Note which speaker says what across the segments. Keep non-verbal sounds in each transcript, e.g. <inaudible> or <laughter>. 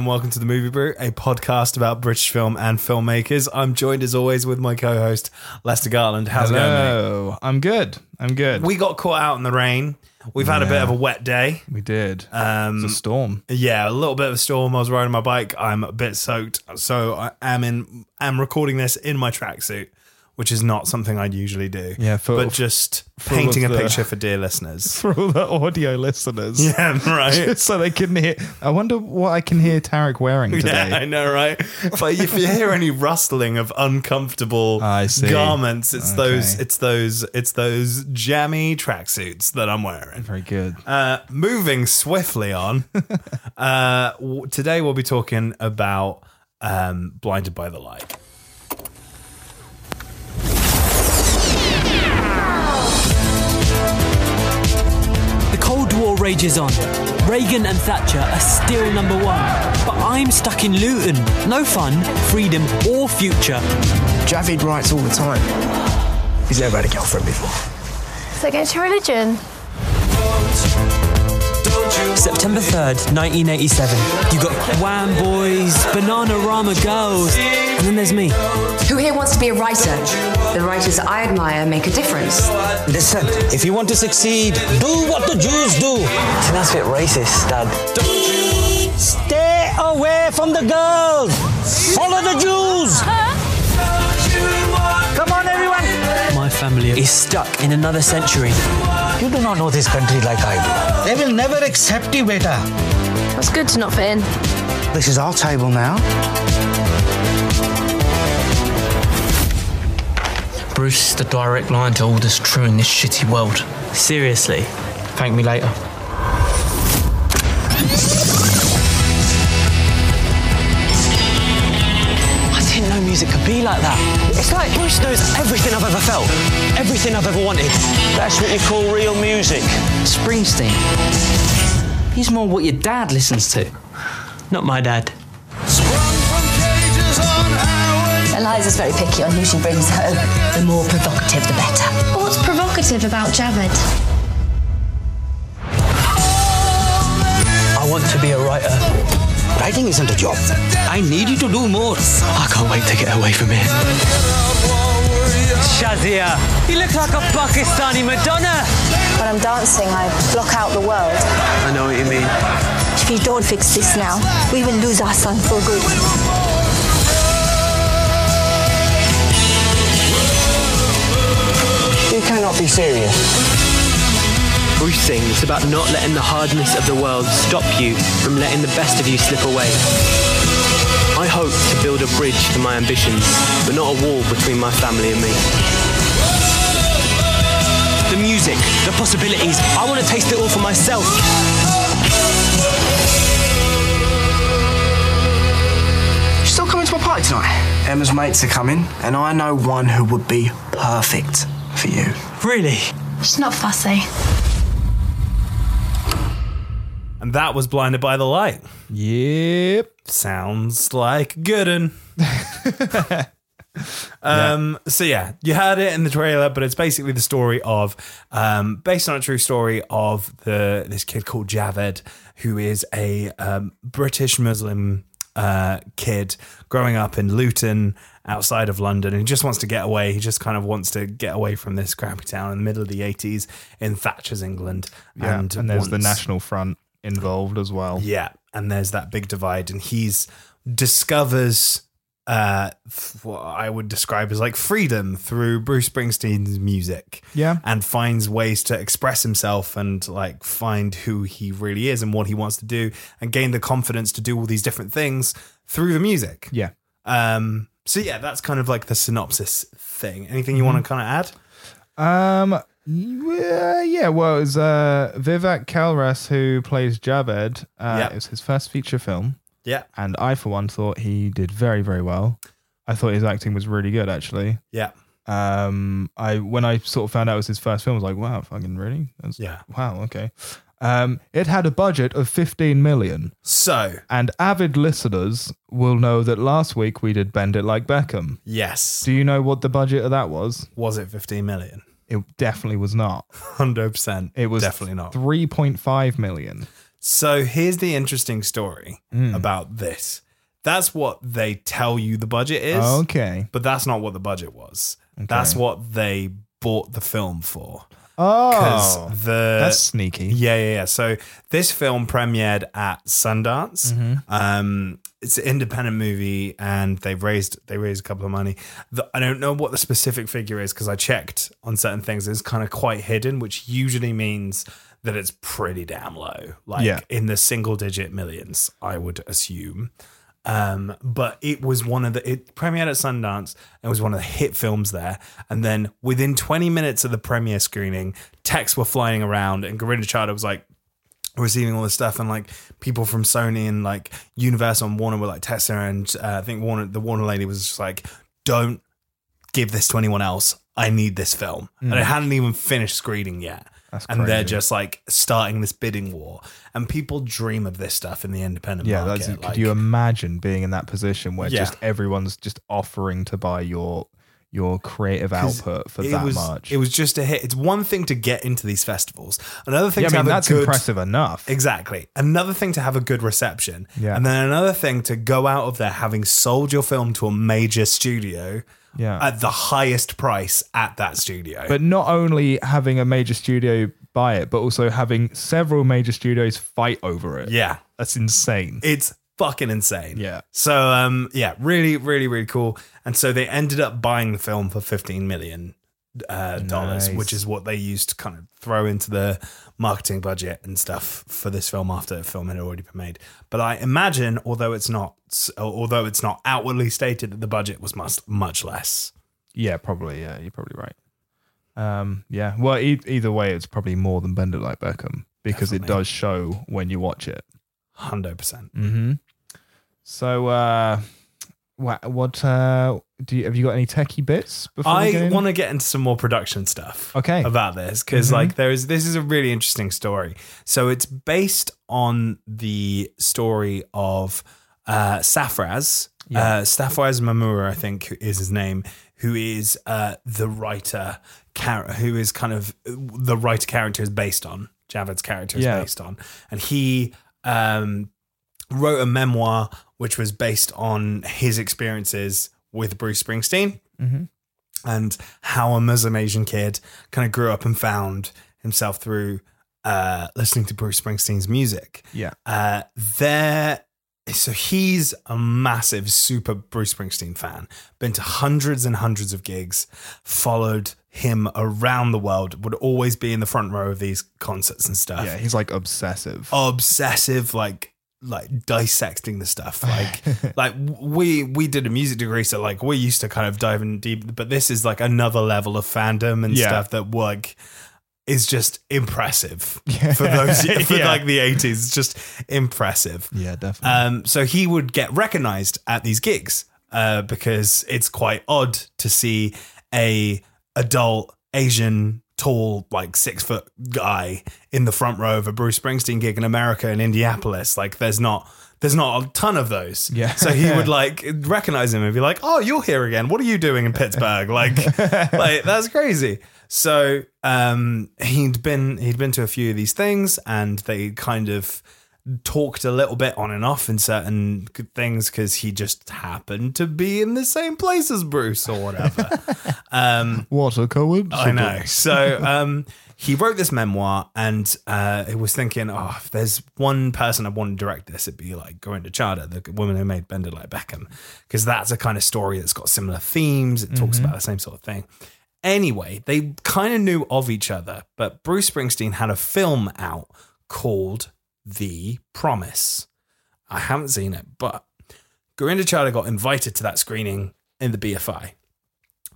Speaker 1: welcome to the Movie Brew, a podcast about British film and filmmakers. I'm joined as always with my co-host Lester Garland. How's it going? Mate?
Speaker 2: Hello. I'm good. I'm good.
Speaker 1: We got caught out in the rain. We've had a bit
Speaker 2: Yeah.
Speaker 1: of a wet day.
Speaker 2: We did.
Speaker 1: Um,
Speaker 2: it's a storm. <laughs>
Speaker 1: yeah, a little bit of a storm. I was riding my bike. I'm a bit soaked, so I am in. am recording this in my tracksuit, which is not something I'd usually do.
Speaker 2: Yeah, for-
Speaker 1: but just
Speaker 2: all of
Speaker 1: painting a
Speaker 2: the-
Speaker 1: picture for dear
Speaker 2: <laughs>
Speaker 1: listeners.
Speaker 2: For all the audio listeners.
Speaker 1: Yeah, right.
Speaker 2: <laughs> so they couldn't hear. I wonder what I can hear Tarek wearing today.
Speaker 1: Yeah, <laughs> I know, right? If, I, if you hear any rustling of uncomfortable
Speaker 2: I see.
Speaker 1: garments, it's those,
Speaker 2: Okay.
Speaker 1: it's those, it's those jammy tracksuits that I'm wearing.
Speaker 2: Very good.
Speaker 1: Uh, moving swiftly
Speaker 2: <laughs>
Speaker 1: on, uh, w- today we'll be talking about um, "Blinded by the Light."
Speaker 3: The Cold War rages on. Reagan and Thatcher are still number one. But I'm stuck in Luton. No fun, freedom, or future.
Speaker 4: Javid writes all the time. He's never had a girlfriend before.
Speaker 5: It's against your religion.
Speaker 3: September 3rd, 1987. You got Wham Boys, Banana Rama Girls, and then there's me.
Speaker 6: Who here wants to be a writer? The writers I admire make a difference.
Speaker 7: Listen, if you want to succeed, do what the Jews do. See, that's a bit racist, Dad. Stay away from the girls. Follow the Jews. Come on, everyone.
Speaker 3: My family is stuck in another century.
Speaker 7: You do not know this country like I do. They will never accept you, beta.
Speaker 5: That's good to not fit in.
Speaker 4: This is our table now.
Speaker 8: Bruce is the direct line to all that's true in this shitty world.
Speaker 3: Seriously.
Speaker 8: Thank me later.
Speaker 7: I didn't know music could be like that. It's like Bruce knows everything I've ever felt, everything I've ever wanted. That's what you call real music.
Speaker 8: Springsteen. He's more what your dad listens to.
Speaker 3: Not my dad.
Speaker 6: Eliza's very picky on who she brings home. The more provocative, the better.
Speaker 5: What's provocative about Javed?
Speaker 7: I want to be a writer. Writing isn't a job. I need you to do more. I can't wait to get away from here.
Speaker 3: Shazia. You look like a Pakistani Madonna.
Speaker 9: When I'm dancing, I block out the world.
Speaker 7: I know what you mean.
Speaker 9: If you don't fix this now, we will lose our son for good.
Speaker 7: You cannot be serious. Bruce sings about not letting the hardness of the world stop you from letting the best of you slip away. I hope to build a bridge to my ambitions, but not a wall between my family and me. The music, the possibilities, I want to taste it all for myself.
Speaker 4: You still coming to my party tonight? Emma's mates are coming, and I know one who would be perfect for you.
Speaker 3: Really?
Speaker 5: She's not fussy.
Speaker 1: And that was "Blinded by the Light."
Speaker 2: Yep.
Speaker 1: Sounds like
Speaker 2: <laughs>
Speaker 1: gooden. um so yeah you heard it in the trailer but it's basically the story of um based on a true story of the this kid called Javed who is a um, British Muslim uh kid growing up in Luton outside of London and he just wants to get away he just kind of wants to get away from this crappy town in the middle of the 80s in Thatcher's England
Speaker 2: Yeah. And, there's the
Speaker 1: wants-
Speaker 2: National Front involved as well.
Speaker 1: yeah, and there's that big divide, and he's discovers uh f- what I would describe as like freedom through Bruce Springsteen's music.
Speaker 2: Yeah.
Speaker 1: And finds ways to express himself and like find who he really is and what he wants to do and gain the confidence to do all these different things through the music.
Speaker 2: Yeah.
Speaker 1: Um so yeah, that's kind of like the synopsis thing. Anything
Speaker 2: Mm-hmm.
Speaker 1: you want to kind of add?
Speaker 2: Um. Yeah, yeah, well, it was uh, Vivek Kalras who plays Javed. Uh,
Speaker 1: Yeah.
Speaker 2: It was his first feature film,
Speaker 1: Yeah.
Speaker 2: and I, for one, thought he did very, very well. I thought his acting was really good, actually.
Speaker 1: Yeah.
Speaker 2: Um, I when I sort of found out it was his first film, I was like, wow, fucking really? That's,
Speaker 1: Yeah.
Speaker 2: Wow. Okay. Um, it had a budget of 15 million,
Speaker 1: So,
Speaker 2: and avid listeners will know that last week we did Bend It Like Beckham.
Speaker 1: yes.
Speaker 2: Do you know what the budget of that was?
Speaker 1: Was it 15 million? <laughs>
Speaker 2: It definitely was not.
Speaker 1: 100%.
Speaker 2: It was
Speaker 1: definitely not.
Speaker 2: 3.5 million.
Speaker 1: So here's the interesting story
Speaker 2: Hmm.
Speaker 1: about this. That's what they tell you the budget is.
Speaker 2: Oh, Okay.
Speaker 1: But that's not what the budget was. That's what they bought the film for. Because
Speaker 2: Oh,
Speaker 1: the
Speaker 2: that's sneaky.
Speaker 1: yeah, yeah, yeah. So this film premiered at Sundance.
Speaker 2: Mm-hmm.
Speaker 1: Um, it's an independent movie, and they've raised they raised a couple of money. The, I don't know what the specific figure is because I checked on certain things. It's kind of quite hidden, which usually means that it's pretty damn low, like
Speaker 2: Yeah.
Speaker 1: in the single digit millions, I would assume. Um, but it was one of the it premiered at Sundance and was one of the hit films there. And then within 20 minutes of the premiere screening, texts were flying around and Gorilla Charter was like receiving all this stuff and like people from Sony and like Universal and Warner were like texting her and uh, I think Warner the Warner lady was just like, Don't give this to anyone else. I need this film. And it hadn't even finished screening yet. and they're
Speaker 2: Mm. crazy.
Speaker 1: just like starting this bidding war. And people dream of this stuff in the independent
Speaker 2: Yeah,
Speaker 1: market.
Speaker 2: that's, could
Speaker 1: like-
Speaker 2: you imagine being in that position where
Speaker 1: Yeah.
Speaker 2: just everyone's just offering to buy your your creative
Speaker 1: 'Cause
Speaker 2: output for
Speaker 1: it
Speaker 2: that
Speaker 1: was,
Speaker 2: much?
Speaker 1: It was just a hit. It's one thing to get into these festivals. Another thing
Speaker 2: yeah,
Speaker 1: to
Speaker 2: I mean
Speaker 1: have
Speaker 2: that's
Speaker 1: a good,
Speaker 2: impressive enough.
Speaker 1: Exactly. Another thing to have a good reception.
Speaker 2: Yeah.
Speaker 1: And then another thing to go out of there having sold your film to a major studio
Speaker 2: Yeah.
Speaker 1: at the highest price at that studio.
Speaker 2: but not only having a major studio buy it, but also having several major studios fight over it.
Speaker 1: yeah.
Speaker 2: that's insane.
Speaker 1: It's fucking insane.
Speaker 2: Yeah.
Speaker 1: So um yeah, really, really, really cool. And so they ended up buying the film for fifteen million uh, dollars,
Speaker 2: Nice.
Speaker 1: which is what they used to kind of throw into the marketing budget and stuff for this film after the film had already been made. But I imagine, although it's not, although it's not outwardly stated, that the budget was much much less.
Speaker 2: yeah, probably. Yeah, you're probably right. Um, yeah. Well, e- either way, it's probably more than Bend It Like Beckham because it
Speaker 1: Definitely.
Speaker 2: does show when you watch it.
Speaker 1: Hundred percent.
Speaker 2: Mm-hmm. So, uh, what, what uh, do you have you got any techie bits? Before we
Speaker 1: I
Speaker 2: go?
Speaker 1: want to get into some more production stuff.
Speaker 2: Okay. Mm-hmm.
Speaker 1: About this because like there is this is a really interesting story. So it's based on the story of uh, Safraz, uh, Safraz Mamura, I think who is his name, who is uh, the writer character, who is kind of the writer character is based on Javed's character is
Speaker 2: Yeah.
Speaker 1: based on, and he um, wrote a memoir which was based on his experiences with Bruce Springsteen
Speaker 2: Mm-hmm.
Speaker 1: and how a Muslim Asian kid kind of grew up and found himself through uh, listening to Bruce Springsteen's music.
Speaker 2: Yeah.
Speaker 1: Uh, there, so he's a massive, super Bruce Springsteen fan. Been to hundreds and hundreds of gigs. Followed him around the world. Would always be in the front row of these concerts and stuff
Speaker 2: Yeah, he's like obsessive.
Speaker 1: obsessive like like dissecting the
Speaker 2: <laughs>
Speaker 1: stuff like like we we did a music degree so like we're used to kind of diving deep but this is like another level of fandom and
Speaker 2: Yeah.
Speaker 1: stuff that like is just
Speaker 2: <laughs>
Speaker 1: impressive for those for
Speaker 2: Yeah.
Speaker 1: like the 80s it's just impressive
Speaker 2: Yeah, definitely.
Speaker 1: um, so he would get recognized at these gigs uh, because it's quite odd to see a adult Asian tall like six foot guy in the front row of a Bruce Springsteen gig in America in Indianapolis. Like there's not there's not a ton of those.
Speaker 2: Yeah.
Speaker 1: So he would like recognize him and be like, "Oh, you're here again. What are you doing in Pittsburgh?" Like, like that's crazy. So um, he'd been he'd been to a few of these things, and they kind of talked a little bit on and off in certain g- things because he just happened to be in the same place as Bruce or whatever.
Speaker 2: what a coincidence!
Speaker 1: I know. <laughs> So um, he wrote this memoir, and uh, he was thinking, oh, if there's one person I want to direct this, it'd be like Gorinda Chadha, the woman who made Bender Like Beckham, because that's a kind of story that's got similar themes. It talks about the same sort of thing. Anyway, they kind of knew of each other, but Bruce Springsteen had a film out called The Promise. I haven't seen it, but Gorinda Chadha got invited to that screening in the BFI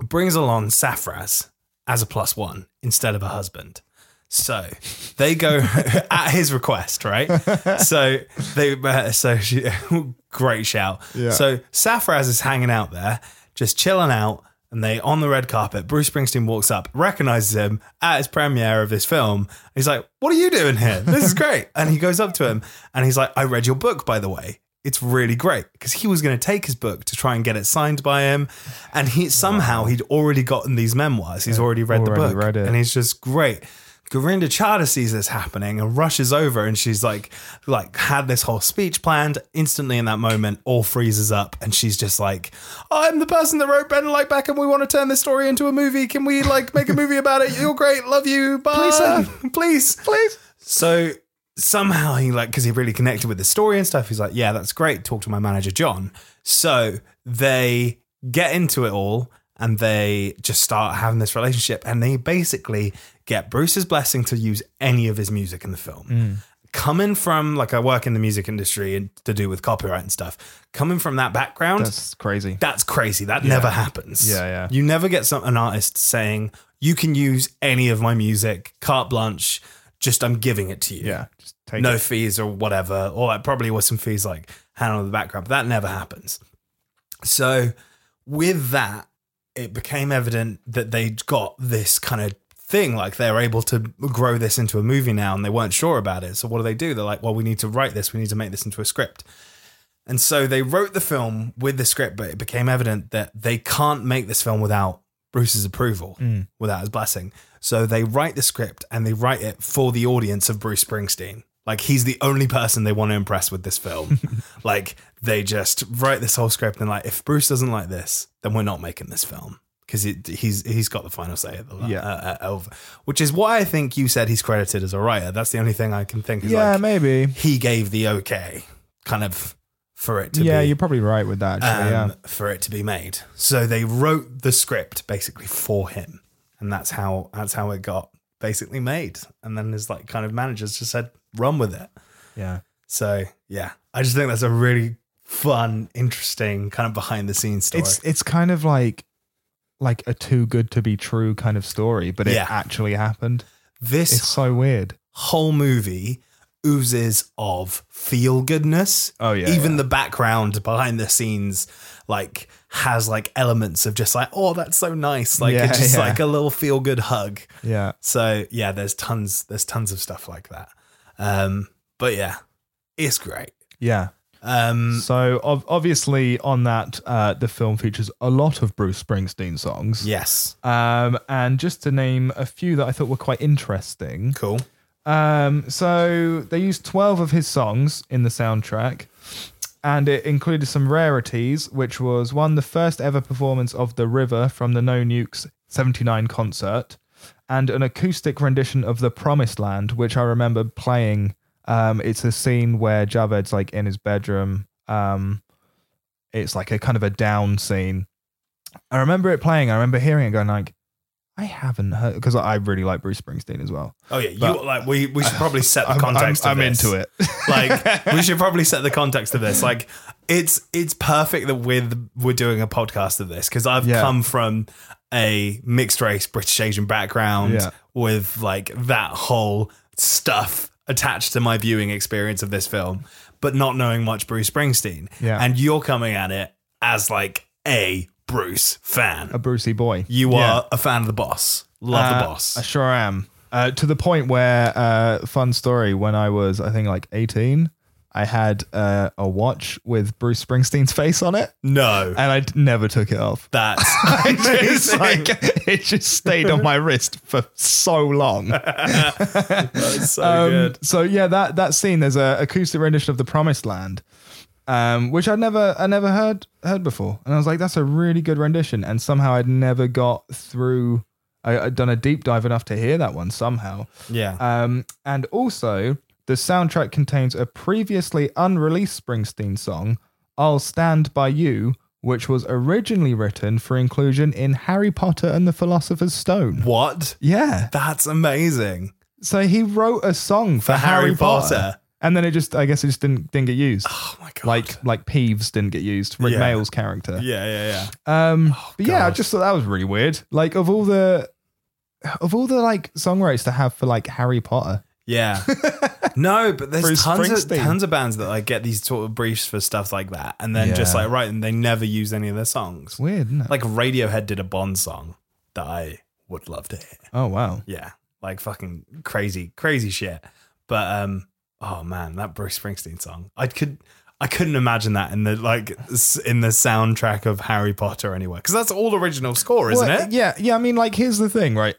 Speaker 1: brings along Safraz as a plus one instead of a husband. So they go <laughs> at his request, right? So they, uh, so she, <laughs> great shout.
Speaker 2: Yeah.
Speaker 1: So Safraz is hanging out there, just chilling out, and they on the red carpet. Bruce Springsteen walks up, recognizes him at his premiere of this film. He's like, "What are you doing here? This is great!" and he goes up to him, and he's like, "I read your book, by the way." It's really great because he was going to take his book to try and get it signed by him, and he somehow he'd already gotten these memoirs. He's already read the
Speaker 2: Already
Speaker 1: book,
Speaker 2: read it.
Speaker 1: and he's just great. Govinda Chadha sees this happening and rushes over, and she's like, like had this whole speech planned. Instantly, in that moment, all freezes up, and she's just like, "I'm the person that wrote Ben Like Back, and we want to turn this story into a movie. Can we like make a movie about it? You're great. Love you. Bye. Please, please, please." So somehow he like because he really connected with the story and stuff. He's like, "Yeah, that's great. Talk to my manager, John." So they get into it all and they just start having this relationship and they basically get Bruce's blessing to use any of his music in the film.
Speaker 2: Mm.
Speaker 1: Coming from like I work in the music industry and to do with copyright and stuff. Coming from that background, that's,
Speaker 2: That's crazy.
Speaker 1: crazy. That never happens.
Speaker 2: Yeah, yeah.
Speaker 1: You never get some an artist saying you can use any of my music, carte blanche. Just I'm giving it to you
Speaker 2: Yeah. Just take
Speaker 1: no
Speaker 2: it.
Speaker 1: fees or whatever, or like probably was some fees like handled in the background, but that never happens. So with that, it became evident that they'd got this kind of thing, like they're able to grow this into a movie now, and they weren't sure about it. So what do they do? They're like, well, we need to write this, we need to make this into a script. And so they wrote the film with the script, but it became evident that they can't make this film without Bruce's approval,
Speaker 2: Hmm.
Speaker 1: without his blessing. So they write the script and they write it for the audience of Bruce Springsteen. Like he's the only person they want to impress with this
Speaker 2: <laughs>
Speaker 1: film. like they just write this whole script and like if Bruce doesn't like this, then we're not making this film because he's he's got the final say at the
Speaker 2: Yeah.
Speaker 1: uh, uh, over, which is why I think you said he's credited as a writer. That's the only thing I can think. Is
Speaker 2: Yeah,
Speaker 1: like,
Speaker 2: maybe.
Speaker 1: he gave the okay, kind of for it to
Speaker 2: Yeah,
Speaker 1: be
Speaker 2: you're probably right with
Speaker 1: um,
Speaker 2: that. Actually,
Speaker 1: for it to be made. So they wrote the script basically for him, and that's how that's how it got basically made. And then his like kind of managers just said, "Run with it."
Speaker 2: yeah. Yeah.
Speaker 1: So yeah, I just think that's a really fun, interesting kind of behind the scenes story.
Speaker 2: It's it's kind of like like a too good to be true kind of story, but it
Speaker 1: Yeah.
Speaker 2: actually happened.
Speaker 1: this
Speaker 2: It's so weird.
Speaker 1: whole movie oozes of feel goodness.
Speaker 2: Oh, yeah,
Speaker 1: Even
Speaker 2: yeah.
Speaker 1: the background behind the scenes like has like elements of just like, oh, that's so nice. Like
Speaker 2: Yeah,
Speaker 1: it's just
Speaker 2: yeah.
Speaker 1: like a little feel good hug.
Speaker 2: Yeah.
Speaker 1: So yeah, there's tons there's tons of stuff like that. Um but yeah, it's great.
Speaker 2: Yeah.
Speaker 1: Um
Speaker 2: So ob- obviously on that uh the film features a lot of Bruce Springsteen songs.
Speaker 1: yes.
Speaker 2: Um and just to name a few that I thought were quite interesting.
Speaker 1: Cool.
Speaker 2: Um so they used 12 of his songs in the soundtrack. And it included some rarities, which was one, the first ever performance of The River from the No Nukes 79 concert, and an acoustic rendition of The Promised Land, which I remember playing. Um, it's a scene where Javed's like in his bedroom. Um, it's like a kind of a down scene. I remember it playing. I remember hearing it going like, I haven't heard because I really like Bruce Springsteen as well.
Speaker 1: Oh yeah, you
Speaker 2: But-
Speaker 1: like we we should probably set the
Speaker 2: I'm- I'm-
Speaker 1: context
Speaker 2: I'm
Speaker 1: of this.
Speaker 2: into it. <laughs>
Speaker 1: like we should probably set the context of this like it's it's perfect that we're we're doing a podcast of this because i've
Speaker 2: Yeah.
Speaker 1: come from a mixed race british asian background
Speaker 2: Yeah.
Speaker 1: with like that whole stuff attached to my viewing experience of this film but not knowing much bruce springsteen
Speaker 2: Yeah.
Speaker 1: and you're coming at it as like a bruce fan
Speaker 2: A Brucey boy.
Speaker 1: you
Speaker 2: Yeah.
Speaker 1: are a fan of the boss love the
Speaker 2: Uh,
Speaker 1: boss
Speaker 2: I sure am. Uh, to the point where, uh, fun story, when I was, I think, like 18, I had uh, a watch with Bruce Springsteen's face on it <laughs>
Speaker 1: no
Speaker 2: and I d- never took it off. <laughs>
Speaker 1: that's
Speaker 2: It just,
Speaker 1: amazing.
Speaker 2: like, it just stayed on my wrist for so long.
Speaker 1: That's so
Speaker 2: Um,
Speaker 1: good
Speaker 2: so yeah, that that scene there's a acoustic rendition of the Promised Land, um, which I'd never I never heard heard before, and I was like, that's a really good rendition, and somehow I'd never got through. I, I'd done a deep dive enough to hear that one somehow.
Speaker 1: yeah
Speaker 2: Um, and also, the soundtrack contains a previously unreleased Springsteen song, I'll Stand By You, which was originally written for inclusion in Harry Potter and the Philosopher's Stone.
Speaker 1: what
Speaker 2: Yeah.
Speaker 1: That's amazing.
Speaker 2: So he wrote a song for,
Speaker 1: For Harry
Speaker 2: Harry, Potter.
Speaker 1: Potter.
Speaker 2: And then it just, I guess it just didn't, didn't get used.
Speaker 1: Oh my god.
Speaker 2: Like, like Peeves didn't get used. Rick
Speaker 1: Yeah.
Speaker 2: Mayall's character.
Speaker 1: yeah, yeah, yeah.
Speaker 2: Um, but yeah, I
Speaker 1: God.
Speaker 2: just thought that was really weird. Like of all the, of all the like songwriters to have for like Harry Potter, <laughs>
Speaker 1: Yeah. no, but there's
Speaker 2: Bruce
Speaker 1: tons of
Speaker 2: Springsteen.
Speaker 1: tons of bands that like get these sort of briefs for stuff like that and then just
Speaker 2: Yeah.
Speaker 1: like right and they never use any of their songs.
Speaker 2: weird, isn't it?
Speaker 1: Like Radiohead did a Bond song that I would love to hear.
Speaker 2: oh wow,
Speaker 1: Yeah. Like fucking crazy, crazy shit. But um oh man, that Bruce Springsteen song. I could I couldn't imagine that in the like s- in the soundtrack of Harry Potter anywhere because that's all original score, isn't
Speaker 2: Well,
Speaker 1: it?
Speaker 2: Yeah, yeah. I mean, like, here's the thing, right?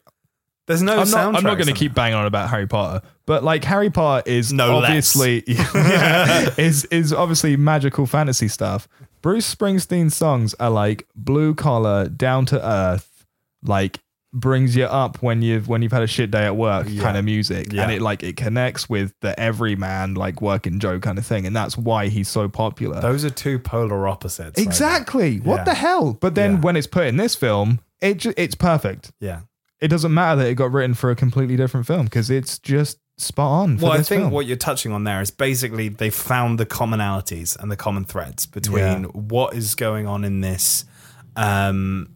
Speaker 1: There's no
Speaker 2: I'm not, I'm not
Speaker 1: soundtrack
Speaker 2: going to
Speaker 1: somehow.
Speaker 2: keep banging on about Harry Potter, but like Harry Potter is
Speaker 1: No less.
Speaker 2: obviously <laughs>
Speaker 1: <laughs>
Speaker 2: is is obviously magical fantasy stuff. Bruce Springsteen's songs are like blue collar, down to earth, like brings you up when you've when you've had a shit day at work kind of music,
Speaker 1: Yeah.
Speaker 2: and it like it connects with the everyman like working Joe kind of thing, and that's why he's so popular.
Speaker 1: Those are two polar opposites. right?
Speaker 2: exactly. What
Speaker 1: Yeah.
Speaker 2: the hell? But then
Speaker 1: Yeah.
Speaker 2: when it's put in this film, it ju- it's perfect
Speaker 1: Yeah.
Speaker 2: it doesn't matter that it got written for a completely different film because it's just spot on. For
Speaker 1: Well, I
Speaker 2: this
Speaker 1: think
Speaker 2: film.
Speaker 1: what you're touching on there is basically they found the commonalities and the common threads between
Speaker 2: Yeah.
Speaker 1: what is going on in this, um,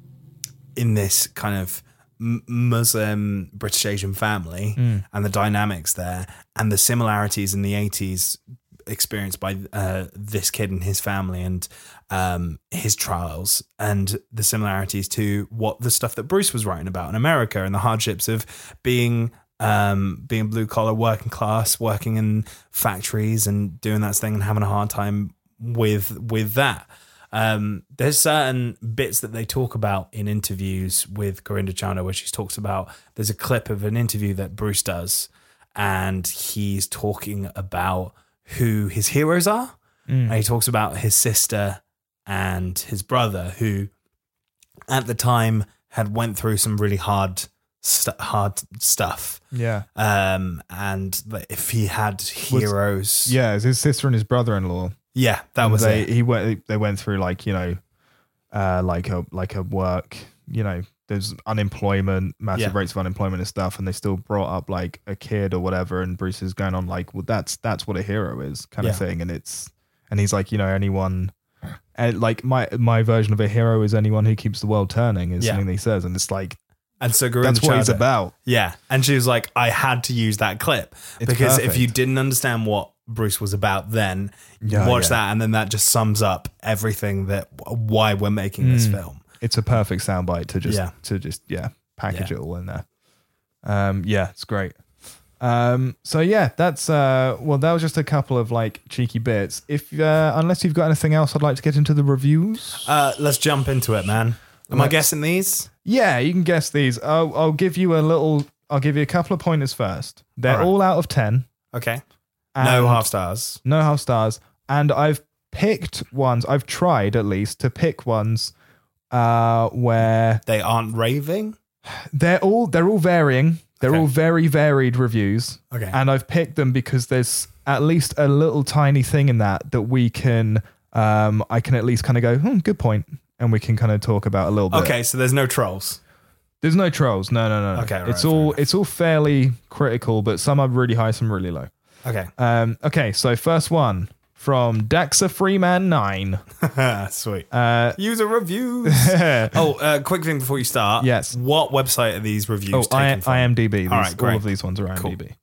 Speaker 1: in this kind of m- Muslim British Asian family and the dynamics there and the similarities in the 80s experienced by uh, this kid and his family and um, his trials and the similarities to what the stuff that Bruce was writing about in America and the hardships of being um, being blue collar, working class, working in factories and doing that thing and having a hard time with with that. Um, there's certain bits that they talk about in interviews with Gorinda Chanda where she talks about there's a clip of an interview that Bruce does and he's talking about who his heroes are.
Speaker 2: Mm.
Speaker 1: And he talks about his sister and his brother who at the time had went through some really hard st- hard stuff.
Speaker 2: yeah,
Speaker 1: Um and that if he had heroes.
Speaker 2: yeah, it's his sister and his brother-in-law.
Speaker 1: Yeah, that was
Speaker 2: they
Speaker 1: it.
Speaker 2: he went they went through like you know, uh, like a like a work you know. There's unemployment, massive
Speaker 1: Yeah.
Speaker 2: rates of unemployment and stuff, and they still brought up like a kid or whatever. And Bruce is going on like, well, that's that's what a hero is, kind
Speaker 1: Yeah.
Speaker 2: of thing. And it's and he's like, you know, anyone, and like my my version of a hero is anyone who keeps the world turning is
Speaker 1: Yeah.
Speaker 2: something that he says, and it's like
Speaker 1: And so Gorinda
Speaker 2: that's what he's
Speaker 1: Chanda-
Speaker 2: about.
Speaker 1: Yeah. And she was like, I had to use that clip
Speaker 2: It's
Speaker 1: because if
Speaker 2: perfect.
Speaker 1: you didn't understand what Bruce was about, then
Speaker 2: Yeah,
Speaker 1: watch
Speaker 2: yeah.
Speaker 1: that. And then that just sums up everything that why we're making this film.
Speaker 2: it's a perfect soundbite to just
Speaker 1: Yeah.
Speaker 2: to just yeah package
Speaker 1: Yeah.
Speaker 2: it all in there. Um, yeah, it's great. Um, so yeah, that's uh, well, that was just a couple of like cheeky bits. If uh, unless you've got anything else, I'd like to get into the reviews.
Speaker 1: Uh, let's jump into it, man. Am I
Speaker 2: Let's-
Speaker 1: guessing these?
Speaker 2: Yeah, you can guess these. I'll, I'll give you a little. I'll give you a couple of pointers first. They're all,
Speaker 1: Alright.
Speaker 2: out of ten.
Speaker 1: Okay.
Speaker 2: And
Speaker 1: no half stars.
Speaker 2: no half stars. And I've picked ones. I've tried at least to pick ones uh, where
Speaker 1: They aren't raving.
Speaker 2: they're all they're all varying. They're
Speaker 1: Okay.
Speaker 2: all very varied reviews.
Speaker 1: Okay.
Speaker 2: And I've picked them because there's at least a little tiny thing in that that we can um I can at least kind of go, hmm, good point. And we can kind of talk about a little bit.
Speaker 1: Okay. So there's no trolls.
Speaker 2: There's no trolls. No, no, no. no.
Speaker 1: Okay, all right,
Speaker 2: it's
Speaker 1: fair
Speaker 2: all
Speaker 1: enough.
Speaker 2: it's all fairly critical, but some are really high, some really low.
Speaker 1: Okay.
Speaker 2: Um okay, so first one from Daxa Freeman 9.
Speaker 1: Ah, Sweet.
Speaker 2: uh,
Speaker 1: User
Speaker 2: <laughs>
Speaker 1: reviews. oh, uh, quick thing before you start.
Speaker 2: Yes.
Speaker 1: What website are these reviews
Speaker 2: Oh,
Speaker 1: taken
Speaker 2: I,
Speaker 1: from?
Speaker 2: IMDb. These,
Speaker 1: All
Speaker 2: all,
Speaker 1: right, great.
Speaker 2: of these ones are IMDb.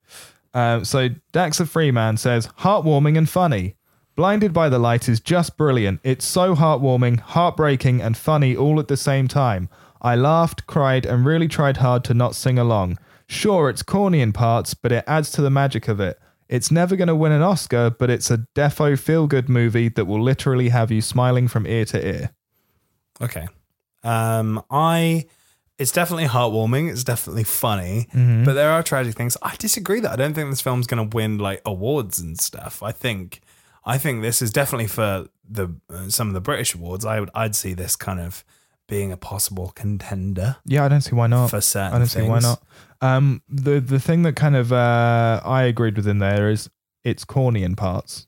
Speaker 2: Um, so Daxa Freeman says, heartwarming and funny. Blinded by the Light is just brilliant. It's so heartwarming, heartbreaking, and funny all at the same time. I laughed, cried, and really tried hard to not sing along. Sure, it's corny in parts, but it adds to the magic of it. It's never going to win an Oscar, but it's a defo feel good movie that will literally have you smiling from ear to ear.
Speaker 1: Okay. Um, I. It's definitely heartwarming. It's definitely funny,
Speaker 2: Mm-hmm.
Speaker 1: but there are tragic things. I disagree that I don't think this film's going to win like awards and stuff. I think, I think this is definitely for the uh, some of the British awards. I would I'd see this kind of being a possible contender.
Speaker 2: Yeah, I don't see why not.
Speaker 1: For certain
Speaker 2: I don't see why
Speaker 1: things.
Speaker 2: not. Um, the the thing that kind of uh, I agreed with in there is it's corny in parts.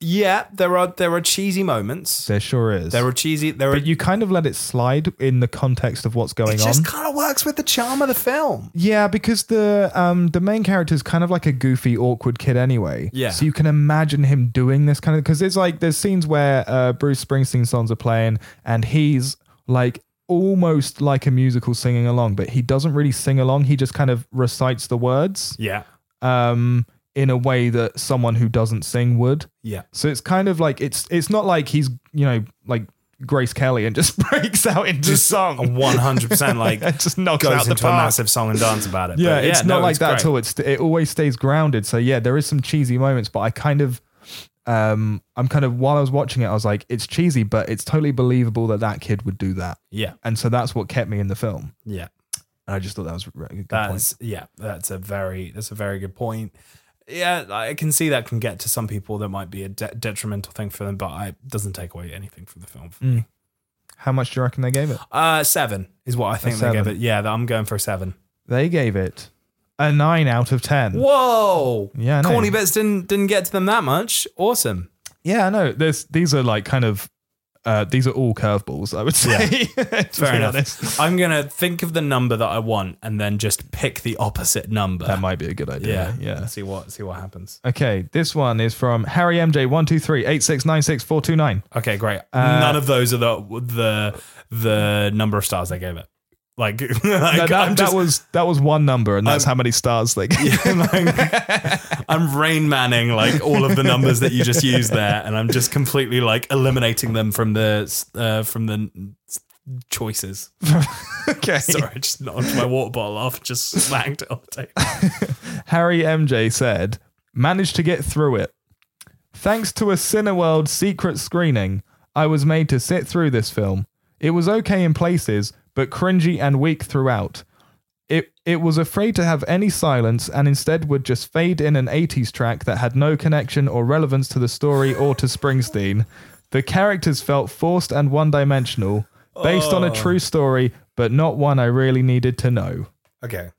Speaker 1: Yeah, there are there are cheesy moments.
Speaker 2: There sure is.
Speaker 1: There are cheesy. There are.
Speaker 2: but you kind of let it slide in the context of what's going
Speaker 1: it
Speaker 2: on.
Speaker 1: just kind of works with the charm of the film.
Speaker 2: yeah, because the um the main character is kind of like a goofy, awkward kid anyway.
Speaker 1: Yeah.
Speaker 2: So you can imagine him doing this kind of because there's like there's scenes where uh, Bruce Springsteen songs are playing and he's like almost like a musical singing along, but he doesn't really sing along. He just kind of recites the words.
Speaker 1: Yeah.
Speaker 2: um, in a way that someone who doesn't sing would.
Speaker 1: Yeah.
Speaker 2: So it's kind of like it's it's not like he's you know like Grace Kelly and just <laughs> breaks out
Speaker 1: <laughs>
Speaker 2: into song.
Speaker 1: One hundred percent.
Speaker 2: <laughs>
Speaker 1: Like
Speaker 2: Just knocks
Speaker 1: goes
Speaker 2: out the
Speaker 1: into a
Speaker 2: park.
Speaker 1: massive song and dance about it.
Speaker 2: Yeah,
Speaker 1: But
Speaker 2: it's
Speaker 1: no,
Speaker 2: not like that
Speaker 1: great.
Speaker 2: at all. It's it always stays grounded. So yeah, there is some cheesy moments, but I kind of um I'm kind of while I was watching it, I was like, it's cheesy, but it's totally believable that that kid would do that,
Speaker 1: Yeah.
Speaker 2: and so that's what kept me in the film.
Speaker 1: Yeah.
Speaker 2: And I just thought that was a re- good point.
Speaker 1: That's yeah, that's a very that's a very good point. Yeah, I can see that can get to some people that might be a de- detrimental thing for them, but I, it doesn't take away anything from the film.
Speaker 2: Mm. How much do you reckon they gave it?
Speaker 1: Uh, seven is what I think they
Speaker 2: seven.
Speaker 1: gave it. Yeah, that- I'm going for a seven.
Speaker 2: They gave it a nine out of ten.
Speaker 1: Whoa!
Speaker 2: Yeah, I know.
Speaker 1: corny bits didn't didn't get to them that much. Awesome.
Speaker 2: Yeah, I know. There's these are like kind of uh, these are all curveballs. I would say. <laughs> To
Speaker 1: Fair
Speaker 2: be
Speaker 1: enough.
Speaker 2: honest. <laughs>
Speaker 1: I'm gonna think of the number that I want and then just pick the opposite number.
Speaker 2: That might be a good idea.
Speaker 1: yeah,
Speaker 2: Yeah.
Speaker 1: See what see what happens.
Speaker 2: Okay, this one is from Harry MJ one two three eight six nine six four two nine.
Speaker 1: Okay, great. None of those are the the the number of stars they gave it. Like, <laughs> like,
Speaker 2: That,
Speaker 1: I'm
Speaker 2: that,
Speaker 1: just,
Speaker 2: that was that was one number, and that's
Speaker 1: I'm-
Speaker 2: how many
Speaker 1: <laughs>
Speaker 2: stars they gave.
Speaker 1: I'm rain manning like all of the numbers that you just used there, and I'm just completely like eliminating them from the uh, from the <laughs> choices.
Speaker 2: <laughs> okay.
Speaker 1: Sorry, I just knocked my water bottle off, just smacked it on the table.
Speaker 2: Harry MJ said, managed to get through it. Thanks to a Cineworld secret screening, I was made to sit through this film. It was okay in places, but cringy and weak throughout. It, it was afraid to have any silence and instead would just fade in an 80s track that had no connection or relevance to the story or to Springsteen. The characters felt forced and one dimensional, based on a true story, but not one I really needed to know.
Speaker 1: Okay.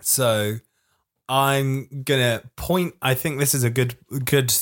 Speaker 1: So I'm gonna point I think this is a good good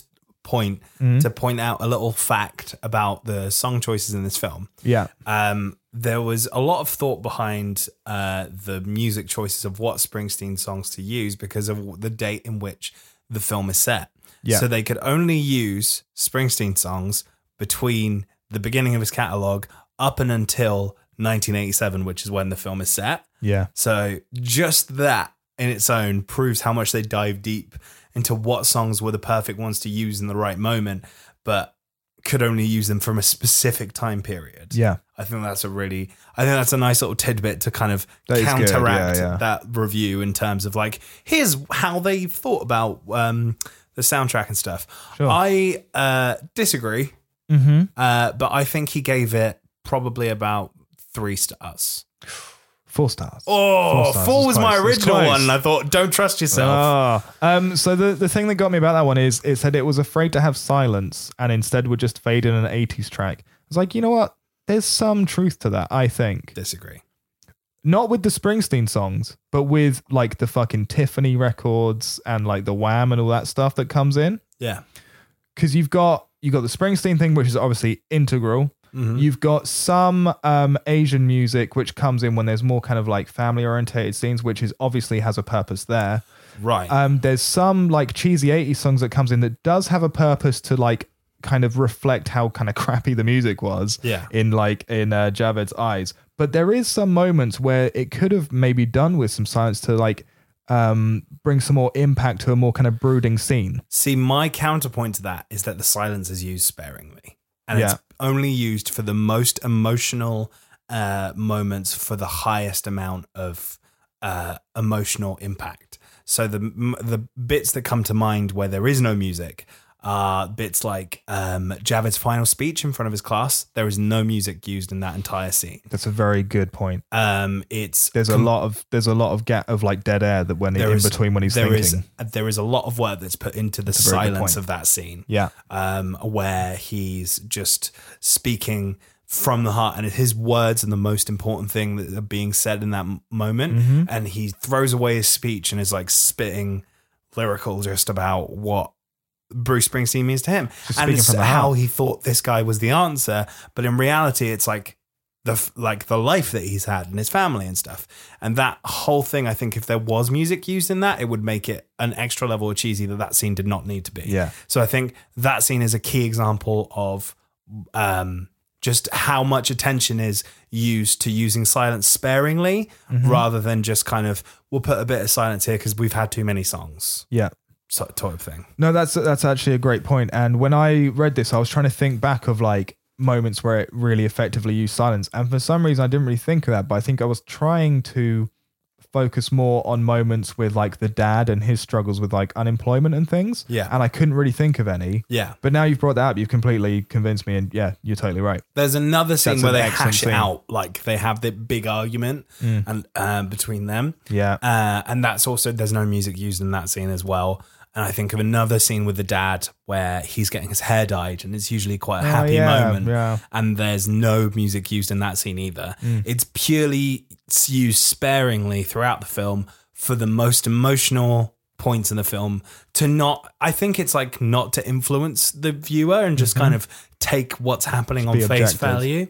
Speaker 1: point to point out a little fact about the song choices in this film.
Speaker 2: Yeah.
Speaker 1: Um there was a lot of thought behind uh, the music choices of what Springsteen songs to use because of the date in which the film is set.
Speaker 2: Yeah.
Speaker 1: So they could only use Springsteen songs between the beginning of his catalog up and until 1987, which is when the film is set.
Speaker 2: Yeah.
Speaker 1: So just that in its own proves how much they dive deep into what songs were the perfect ones to use in the right moment, but could only use them from a specific time period.
Speaker 2: Yeah.
Speaker 1: I think that's a really, I think that's a nice little tidbit to kind of
Speaker 2: That is good, yeah,
Speaker 1: counteract
Speaker 2: yeah.
Speaker 1: that review in terms of like, here's how they thought about um, the soundtrack and stuff.
Speaker 2: Sure.
Speaker 1: I uh, disagree,
Speaker 2: Mm-hmm.
Speaker 1: uh, but I think he gave it probably about three stars.
Speaker 2: Four stars.
Speaker 1: Oh,
Speaker 2: Four stars.
Speaker 1: four
Speaker 2: It's
Speaker 1: was
Speaker 2: close.
Speaker 1: my
Speaker 2: It's
Speaker 1: original
Speaker 2: close.
Speaker 1: one. And I thought, don't trust yourself.
Speaker 2: Ah, um, so the, the thing that got me about that one is it said it was afraid to have silence and instead would just fade in an 80s track. It's like, you know what? There's some truth to that, I think.
Speaker 1: Disagree.
Speaker 2: Not with the Springsteen songs, but with like the fucking Tiffany records and like the Wham and all that stuff that comes in.
Speaker 1: Yeah.
Speaker 2: Because you've got you got the Springsteen thing, which is obviously integral. You've got some um, Asian music which comes in when there's more kind of like family orientated scenes, which is obviously has a purpose there.
Speaker 1: Right.
Speaker 2: Um, there's some like cheesy 80s songs that comes in that does have a purpose to like kind of reflect how kind of <laughs> crappy the music was
Speaker 1: Yeah.
Speaker 2: in like in uh, Javed's eyes. But there is some moments where it could have maybe done with some silence to like um, bring some more impact to a more kind of brooding scene.
Speaker 1: See, my counterpoint to that is that the silence is used sparingly, and
Speaker 2: Yeah.
Speaker 1: it's only used for the most emotional uh, moments for the highest amount of uh, emotional impact. So the m- the bits that come to mind where there is no music are bits like um, Javed's final speech in front of his class. There is no music used in that entire scene.
Speaker 2: That's a very good point.
Speaker 1: Um, it's
Speaker 2: There's a lot of there's a lot of gap of like dead air that when in
Speaker 1: is-
Speaker 2: between when he's
Speaker 1: there
Speaker 2: thinking.
Speaker 1: is- there is a lot of work that's put into the
Speaker 2: a very good
Speaker 1: silence
Speaker 2: point.
Speaker 1: of that scene.
Speaker 2: yeah.
Speaker 1: um, where he's just speaking from the heart, and his words are the most important thing that are being said in that m- moment.
Speaker 2: Mm-hmm.
Speaker 1: And he throws away his speech and is like spitting lyrical just about what Bruce Springsteen means to him, and
Speaker 2: speaking
Speaker 1: it's
Speaker 2: from the
Speaker 1: how
Speaker 2: heart.
Speaker 1: he thought this guy was the answer. But in reality, it's like the f- like the life that he's had and his family and stuff. And that whole thing, I think, if there was music used in that, it would make it an extra level of cheesy that that scene did not need to be.
Speaker 2: Yeah.
Speaker 1: So I think that scene is a key example of um, just how much attention is used to using silence sparingly, rather than just kind of we'll put a bit of silence here because we've had too many songs,
Speaker 2: Yeah.
Speaker 1: so- type of thing.
Speaker 2: No, that's that's actually a great point. And when I read this, I was trying to think back of like moments where it really effectively used silence. And for some reason, I didn't really think of that. But I think I was trying to focus more on moments with like the dad and his struggles with like unemployment and things.
Speaker 1: Yeah.
Speaker 2: And I couldn't really think of any.
Speaker 1: Yeah.
Speaker 2: But now you've brought that up, you've completely convinced me. And yeah, you're totally right.
Speaker 1: There's another scene
Speaker 2: That's
Speaker 1: where they
Speaker 2: an excellent
Speaker 1: hash it
Speaker 2: scene. Mm.
Speaker 1: out, like they have the big argument and um, between them.
Speaker 2: Yeah.
Speaker 1: uh, and that's also there's no music used in that scene as well. And I think of another scene with the dad where he's getting his hair dyed, and it's usually quite a happy
Speaker 2: Oh, yeah,
Speaker 1: moment.
Speaker 2: yeah.
Speaker 1: And there's no music used in that scene either.
Speaker 2: Mm.
Speaker 1: It's purely s- used sparingly throughout the film for the most emotional points in the film to not I think it's like not to influence the viewer and just kind of take what's happening on
Speaker 2: Mm-hmm. be
Speaker 1: face
Speaker 2: objective.
Speaker 1: value.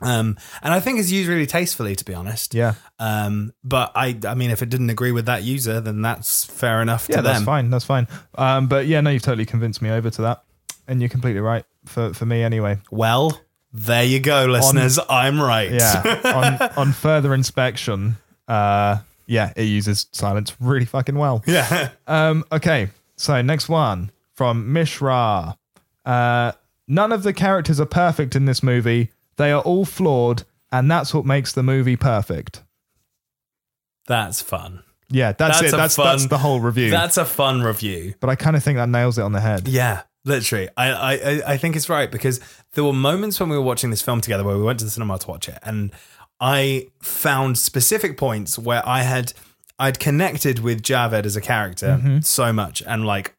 Speaker 1: Um, and I think it's used really tastefully, to be honest.
Speaker 2: Yeah.
Speaker 1: Um, but I, I mean, if it didn't agree with that user, then that's fair enough
Speaker 2: Yeah,
Speaker 1: to
Speaker 2: that's
Speaker 1: them.
Speaker 2: fine. That's fine. Um, but yeah, no, you've totally convinced me over to that. And you're completely right for, for me anyway.
Speaker 1: Well, there you go, listeners. I'm right.
Speaker 2: Yeah. on, on further inspection, uh, yeah, it uses silence really fucking well.
Speaker 1: <laughs> yeah.
Speaker 2: Um, okay, so next one from Mishra. Uh, none of the characters are perfect in this movie. They are all flawed, and that's what makes the movie perfect.
Speaker 1: That's fun.
Speaker 2: Yeah, that's,
Speaker 1: That's a
Speaker 2: it. That's
Speaker 1: fun-
Speaker 2: that's the whole review.
Speaker 1: That's a fun review.
Speaker 2: but I kind of think that nails it on the head.
Speaker 1: Yeah, literally. I, I, I- I think it's right because there were moments when we were watching this film together where we went to the cinema to watch it, and I found specific points where I had I'd connected with Javed as a character
Speaker 2: Mm-hmm.
Speaker 1: so much, and like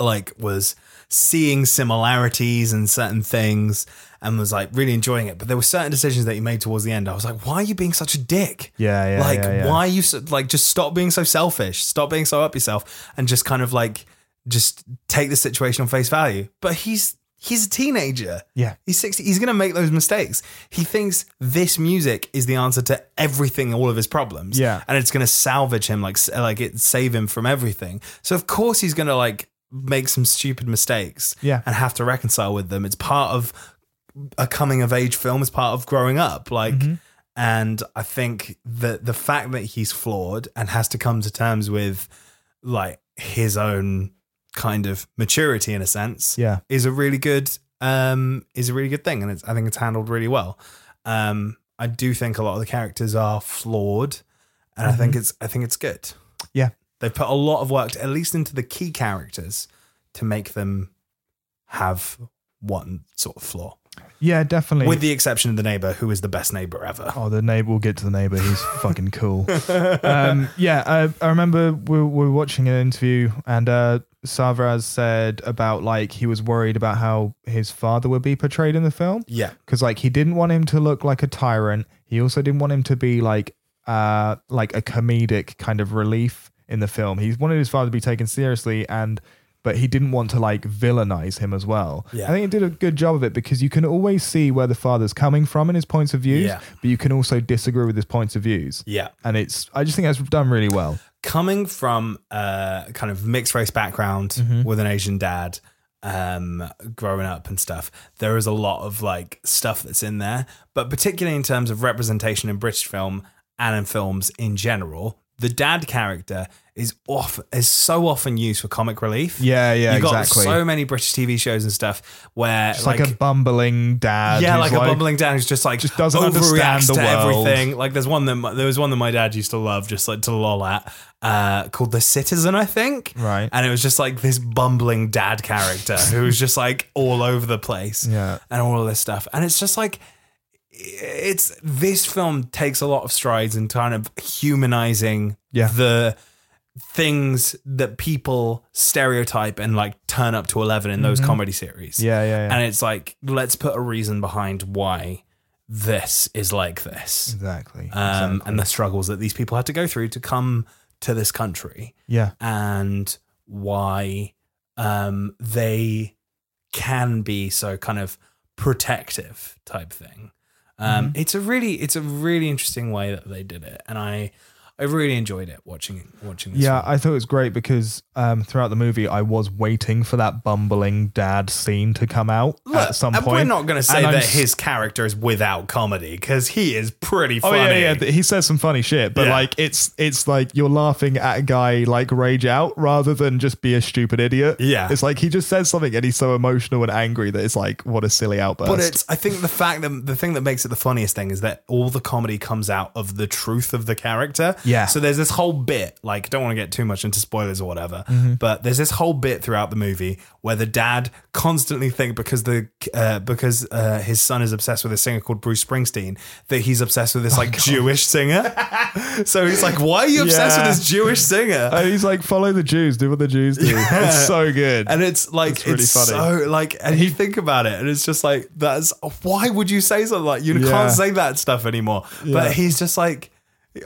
Speaker 1: like was seeing similarities and certain things and was like really enjoying it but there were certain decisions that you made towards the end i was like why are you being such a dick
Speaker 2: Yeah, yeah,
Speaker 1: like
Speaker 2: yeah, yeah.
Speaker 1: why are you so, like just stop being so selfish stop being so up yourself and just kind of like just take the situation on face value but he's he's a teenager
Speaker 2: Yeah.
Speaker 1: he's 60 he's gonna make those mistakes he thinks this music is the answer to everything all of his problems
Speaker 2: Yeah.
Speaker 1: and it's going to salvage him like s- like it save him from everything so of course he's going to like make some stupid mistakes
Speaker 2: Yeah.
Speaker 1: and have to reconcile with them it's part of a coming of age film it's part of growing up like
Speaker 2: Mm-hmm.
Speaker 1: and i think that the fact that he's flawed and has to come to terms with like his own kind of maturity in a sense
Speaker 2: Yeah.
Speaker 1: is a really good um is a really good thing and it's i think it's handled really well um i do think a lot of the characters are flawed and i think it's i think it's good
Speaker 2: Mm-hmm. Yeah.
Speaker 1: they've put a lot of work at least into the key characters to make them have one sort of flaw
Speaker 2: Yeah, definitely.
Speaker 1: with the exception of the neighbor who is the best neighbor ever
Speaker 2: Oh, the neighbor. We'll get to the neighbor. He's <laughs> fucking cool. Um, yeah, I, I remember we, we were watching an interview, and uh, Savraz said about like he was worried about how his father would be portrayed in the film.
Speaker 1: yeah
Speaker 2: because like he didn't want him to look like a tyrant. He also didn't want him to be like uh like a comedic kind of relief in the film. He wanted his father to be taken seriously and but he didn't want to like villainize him as well.
Speaker 1: Yeah.
Speaker 2: I think it did a good job of it because you can always see where the father's coming from in his points of views,
Speaker 1: Yeah.
Speaker 2: but you can also disagree with his points of views.
Speaker 1: yeah
Speaker 2: And it's I just think that's done really well.
Speaker 1: coming from a kind of mixed race background
Speaker 2: Mm-hmm.
Speaker 1: with an Asian dad, um, growing up and stuff, there is a lot of like stuff that's in there. But particularly in terms of representation in British film and in films in general, the dad character is off is so often used for comic relief.
Speaker 2: Yeah, yeah,
Speaker 1: you got
Speaker 2: exactly.
Speaker 1: so many British TV shows and stuff where
Speaker 2: It's like, a bumbling dad.
Speaker 1: yeah,
Speaker 2: who's
Speaker 1: like, a bumbling dad who's just like
Speaker 2: just doesn't
Speaker 1: overreacts
Speaker 2: understand the
Speaker 1: to
Speaker 2: world.
Speaker 1: everything. Like there's one that my- there was one that my dad used to love, just like to lol at, uh, called the Citizen, I think.
Speaker 2: Right.
Speaker 1: And it was just like this bumbling dad character who was just like all over the place.
Speaker 2: <laughs> Yeah.
Speaker 1: And all of this stuff, and it's just like it's this film takes a lot of strides in kind of humanizing
Speaker 2: Yeah.
Speaker 1: the things that people stereotype and like turn up to 11 in those comedy series
Speaker 2: Mm-hmm. Yeah, yeah, yeah.
Speaker 1: and it's like let's put a reason behind why this is like this
Speaker 2: Exactly.
Speaker 1: um, and the struggles that these people had to go through to come to this country
Speaker 2: yeah.
Speaker 1: and why um, they can be so kind of protective type thing. Um,
Speaker 2: Mm-hmm.
Speaker 1: It's a really, it's a really interesting way that they did it, and I, I really enjoyed it watching watching this. one.
Speaker 2: Yeah, I thought it was great because um, throughout the movie, I was waiting for that bumbling dad scene to come out
Speaker 1: Look,
Speaker 2: at some
Speaker 1: and
Speaker 2: point.
Speaker 1: we're not going to say
Speaker 2: And I'm
Speaker 1: that
Speaker 2: s-
Speaker 1: his character is without comedy because he is pretty
Speaker 2: Oh
Speaker 1: funny.
Speaker 2: yeah, yeah. th- He says some funny shit, but
Speaker 1: Yeah.
Speaker 2: like it's it's like you're laughing at a guy like rage out rather than just be a stupid idiot.
Speaker 1: Yeah.
Speaker 2: it's like he just says something and he's so emotional and angry that it's like what a silly outburst.
Speaker 1: But it's I think the fact that the thing that makes it the funniest thing is that all the comedy comes out of the truth of the character
Speaker 2: Yeah.
Speaker 1: So there's this whole bit, like, don't want to get too much into spoilers or whatever,
Speaker 2: Mm-hmm.
Speaker 1: but there's this whole bit throughout the movie where the dad constantly think because the uh, because uh, his son is obsessed with a singer called Bruce Springsteen that he's obsessed
Speaker 2: Oh
Speaker 1: with this like Jewish singer. <laughs> so he's like, why are you obsessed
Speaker 2: Yeah.
Speaker 1: with this Jewish singer?
Speaker 2: And he's like, follow the Jews, do what the Jews <laughs> do. It's so good.
Speaker 1: And it's like
Speaker 2: It's really
Speaker 1: it's
Speaker 2: funny.
Speaker 1: so like, and you think about it, and it's just like that's why would you say something like you
Speaker 2: Yeah.
Speaker 1: can't say that stuff anymore?
Speaker 2: Yeah.
Speaker 1: But he's just like,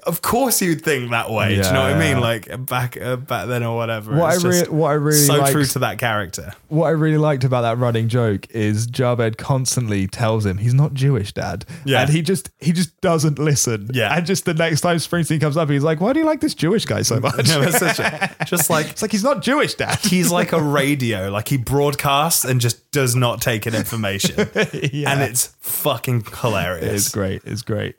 Speaker 1: of course you'd think that way. do you know what I
Speaker 2: Yeah.
Speaker 1: mean? Like back uh, back then or whatever.
Speaker 2: What
Speaker 1: it's
Speaker 2: I rea-
Speaker 1: just
Speaker 2: what I really
Speaker 1: so
Speaker 2: liked-
Speaker 1: true to that character.
Speaker 2: what I really liked about that running joke is Jabed constantly tells him he's not Jewish, Dad.
Speaker 1: Yeah.
Speaker 2: and he just he just doesn't listen.
Speaker 1: Yeah.
Speaker 2: and just the next time Springsteen comes up, he's like, "Why do you like this Jewish guy so much?"
Speaker 1: No, it's such
Speaker 2: <laughs>
Speaker 1: a- just like
Speaker 2: it's like he's not Jewish, Dad.
Speaker 1: he's like a radio, like he broadcasts and just does not take in information,
Speaker 2: <laughs> <laughs> Yeah.
Speaker 1: and it's fucking hilarious.
Speaker 2: It's great. It's great.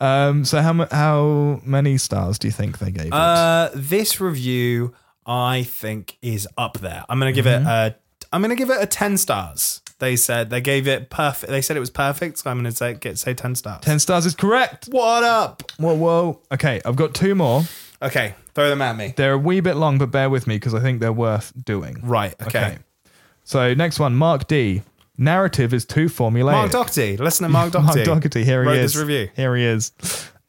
Speaker 2: Um, so how mu- how many stars do you think they gave it?
Speaker 1: Uh, this review, I think, is up there. I'm gonna give
Speaker 2: Mm-hmm.
Speaker 1: it a. I'm gonna give it a ten stars. They said they gave it perfect. They said it was perfect, so I'm gonna say get say ten stars.
Speaker 2: Ten stars is correct.
Speaker 1: What up?
Speaker 2: Whoa, whoa. Okay, I've got two more.
Speaker 1: Okay, throw them at me.
Speaker 2: They're a wee bit long, but bear with me because I think they're worth doing.
Speaker 1: Right. Okay.
Speaker 2: So next one, Mark D. Narrative is too formulaic.
Speaker 1: Mark Doherty. Listen to Mark Doherty.
Speaker 2: <laughs> Mark Doherty, here he
Speaker 1: wrote
Speaker 2: is.
Speaker 1: this review.
Speaker 2: Here he is.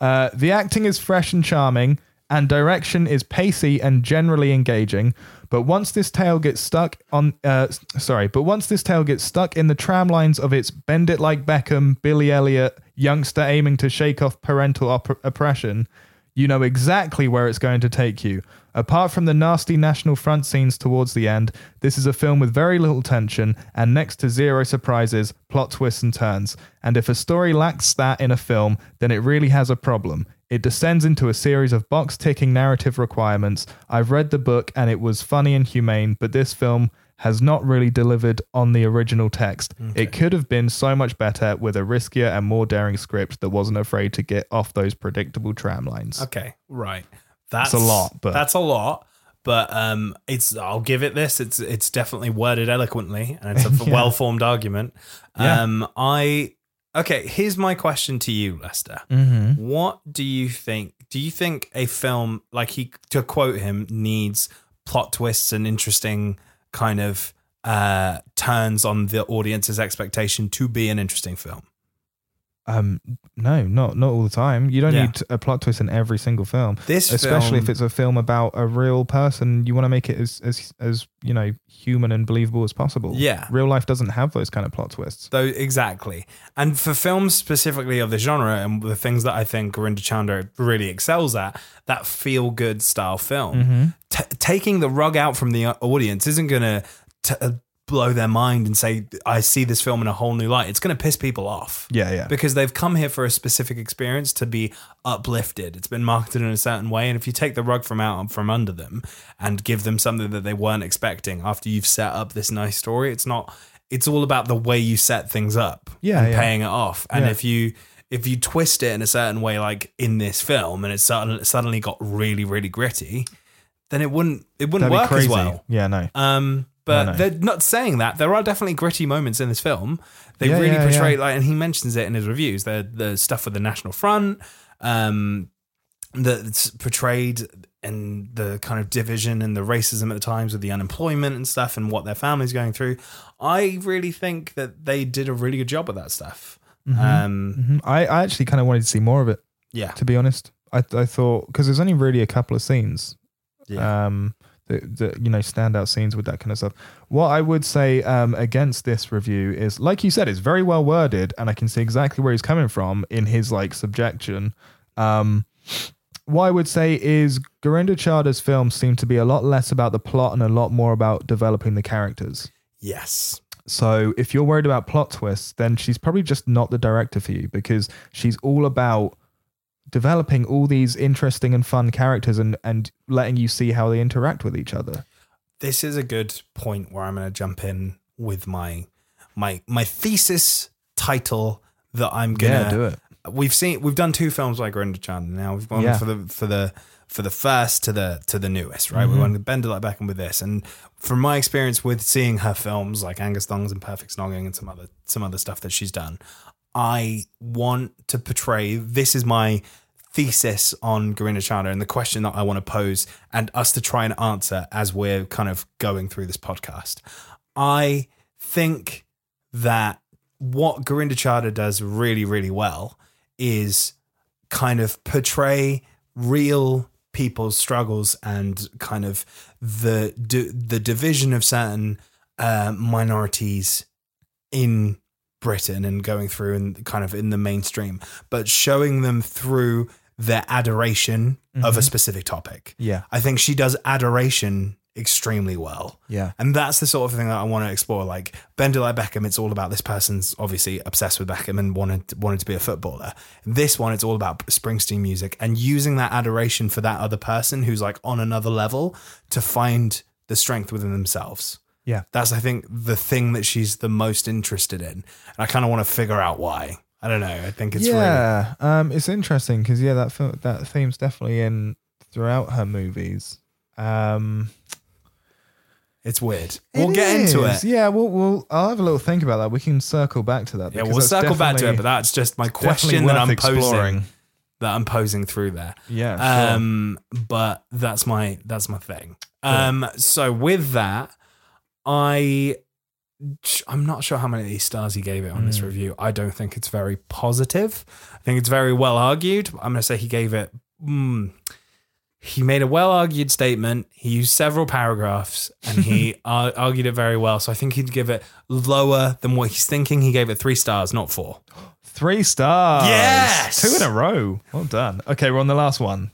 Speaker 2: Uh, the acting is fresh and charming, and direction is pacey and generally engaging. But once this tale gets stuck on, uh, s- sorry, but once this tale gets stuck in the tram lines of its "Bend It Like Beckham," Billy Elliot, youngster aiming to shake off parental op- oppression, you know exactly where it's going to take you. Apart from the nasty National Front scenes towards the end, this is a film with very little tension and next to zero surprises, plot twists, and turns. And if a story lacks that in a film, then it really has a problem. It descends into a series of box ticking narrative requirements. I've read the book and it was funny and humane, but this film has not really delivered on the original text. It could have been so much better with a riskier and more daring script that wasn't afraid to get off those predictable tram lines.
Speaker 1: Okay. Right. That's
Speaker 2: a lot, but-
Speaker 1: that's a lot. But um, it's I'll give it this. It's it's definitely worded eloquently, and it's
Speaker 2: <laughs>
Speaker 1: a well formed argument.
Speaker 2: Yeah.
Speaker 1: Um, I okay. Here's my question to you, Lester.
Speaker 2: Mm-hmm.
Speaker 1: What do you think? Do you think a film like he to quote him needs plot twists and interesting kind of uh turns on the audience's expectation to be an interesting film?
Speaker 2: Um, no, not not all the time. You don't
Speaker 1: Yeah.
Speaker 2: need a plot twist in every single film,
Speaker 1: This
Speaker 2: especially
Speaker 1: film-
Speaker 2: if it's a film about a real person. You want to make it as as as you know human and believable as possible.
Speaker 1: Yeah.
Speaker 2: real life doesn't have those kind of plot twists.
Speaker 1: Though exactly, and for films specifically of the genre and the things that I think Gorinda Chandra really excels at, that feel good style film,
Speaker 2: Mm-hmm.
Speaker 1: T- taking the rug out from the uh, audience isn't gonna t- uh, blow their mind and say, "I see this film in a whole new light." It's gonna piss people off.
Speaker 2: Yeah, yeah.
Speaker 1: Because they've come here for a specific experience to be uplifted. It's been marketed in a certain way, and if you take the rug from out from under them and give them something that they weren't expecting after you've set up this nice story, it's not. It's all about the way you set things up,
Speaker 2: Yeah,
Speaker 1: and
Speaker 2: yeah.
Speaker 1: paying it off. And
Speaker 2: Yeah.
Speaker 1: if you if you twist it in a certain way, like in this film, and it suddenly suddenly got really really gritty, then it wouldn't it wouldn't work
Speaker 2: That'd be crazy.
Speaker 1: as well.
Speaker 2: Yeah, no.
Speaker 1: Um, but
Speaker 2: No, no.
Speaker 1: they're not saying that. There are definitely gritty moments in this film. They
Speaker 2: Yeah,
Speaker 1: really
Speaker 2: yeah,
Speaker 1: portray
Speaker 2: yeah.
Speaker 1: like, and he mentions it in his reviews. The the stuff with the National Front, um, that's portrayed and the kind of division and the racism at the times with the unemployment and stuff and what their family's going through. I really think that they did a really good job with that stuff. Um,
Speaker 2: Mhm. I I actually kind of wanted to see more of it.
Speaker 1: yeah,
Speaker 2: To be honest, I I thought because there's only really a couple of scenes
Speaker 1: yeah.
Speaker 2: um the, the you know standout scenes with that kind of stuff what i would say um against this review is like you said it's very well worded and i can see exactly where he's coming from in his like subjection um what I would say is Gorinda Chada's films seem to be a lot less about the plot and a lot more about developing the characters.
Speaker 1: yes.
Speaker 2: So if you're worried about plot twists, then she's probably just not the director for you because she's all about developing all these interesting and fun characters and and letting you see how they interact with each other.
Speaker 1: this is a good point where I'm going to jump in with my my my thesis title that I'm gonna
Speaker 2: Yeah, do it.
Speaker 1: We've seen we've done two films by Gorinda Chandra now. We've gone
Speaker 2: Yeah.
Speaker 1: for the for the for the first to the to the newest, right? We went to Bend It Like Beckham with this, and from my experience with seeing her films like Angus Thongs and Perfect Snogging and some other some other stuff that she's done, I want to portray. This is my thesis on Garina Chana and the question that I want to pose and us to try and answer as we're kind of going through this podcast. I think that what Gorinda Chadha does really, really well is kind of portray real people's struggles and kind of the d- the division of certain uh, minorities in Britain and going through and kind of in the mainstream, but showing them through their adoration of a
Speaker 2: Mhm.
Speaker 1: specific topic.
Speaker 2: Yeah.
Speaker 1: I think she does adoration extremely well.
Speaker 2: Yeah.
Speaker 1: And that's the sort of thing that I want to explore. Like Bender like Beckham, it's all about this person's obviously obsessed with Beckham and wanted wanted to be a footballer. This one, it's all about Springsteen music and using that adoration for that other person who's like on another level to find the strength within themselves.
Speaker 2: Yeah.
Speaker 1: That's I think the thing that she's the most interested in. And I kind of want to figure out why. I don't know. I think it's really
Speaker 2: yeah, um, it's interesting because yeah, that fil- that theme's definitely in throughout her movies. Um,
Speaker 1: it's weird. We'll get into it.
Speaker 2: is. Yeah, we'll, we'll I'll have a little think about that. We can circle back to that.
Speaker 1: Yeah,
Speaker 2: because
Speaker 1: we'll
Speaker 2: that's
Speaker 1: circle back to it,
Speaker 2: definitely-
Speaker 1: but that's just my
Speaker 2: definitely
Speaker 1: question that
Speaker 2: worth
Speaker 1: I'm
Speaker 2: exploring.
Speaker 1: posing that I'm posing through there.
Speaker 2: Yeah, sure.
Speaker 1: Um, but that's my that's my thing. Um, so with that, I I'm not sure how many of these stars he gave it on this review. I don't think it's very positive. I think it's very well argued. I'm going to say he gave it. mm, he made a well argued statement. He used several paragraphs and he <laughs> ar- argued it very well. So I think he'd give it lower than what he's thinking. He gave it three stars, not four.
Speaker 2: Three stars.
Speaker 1: Yes!
Speaker 2: Two in a row. Well done. Okay, we're on the last one.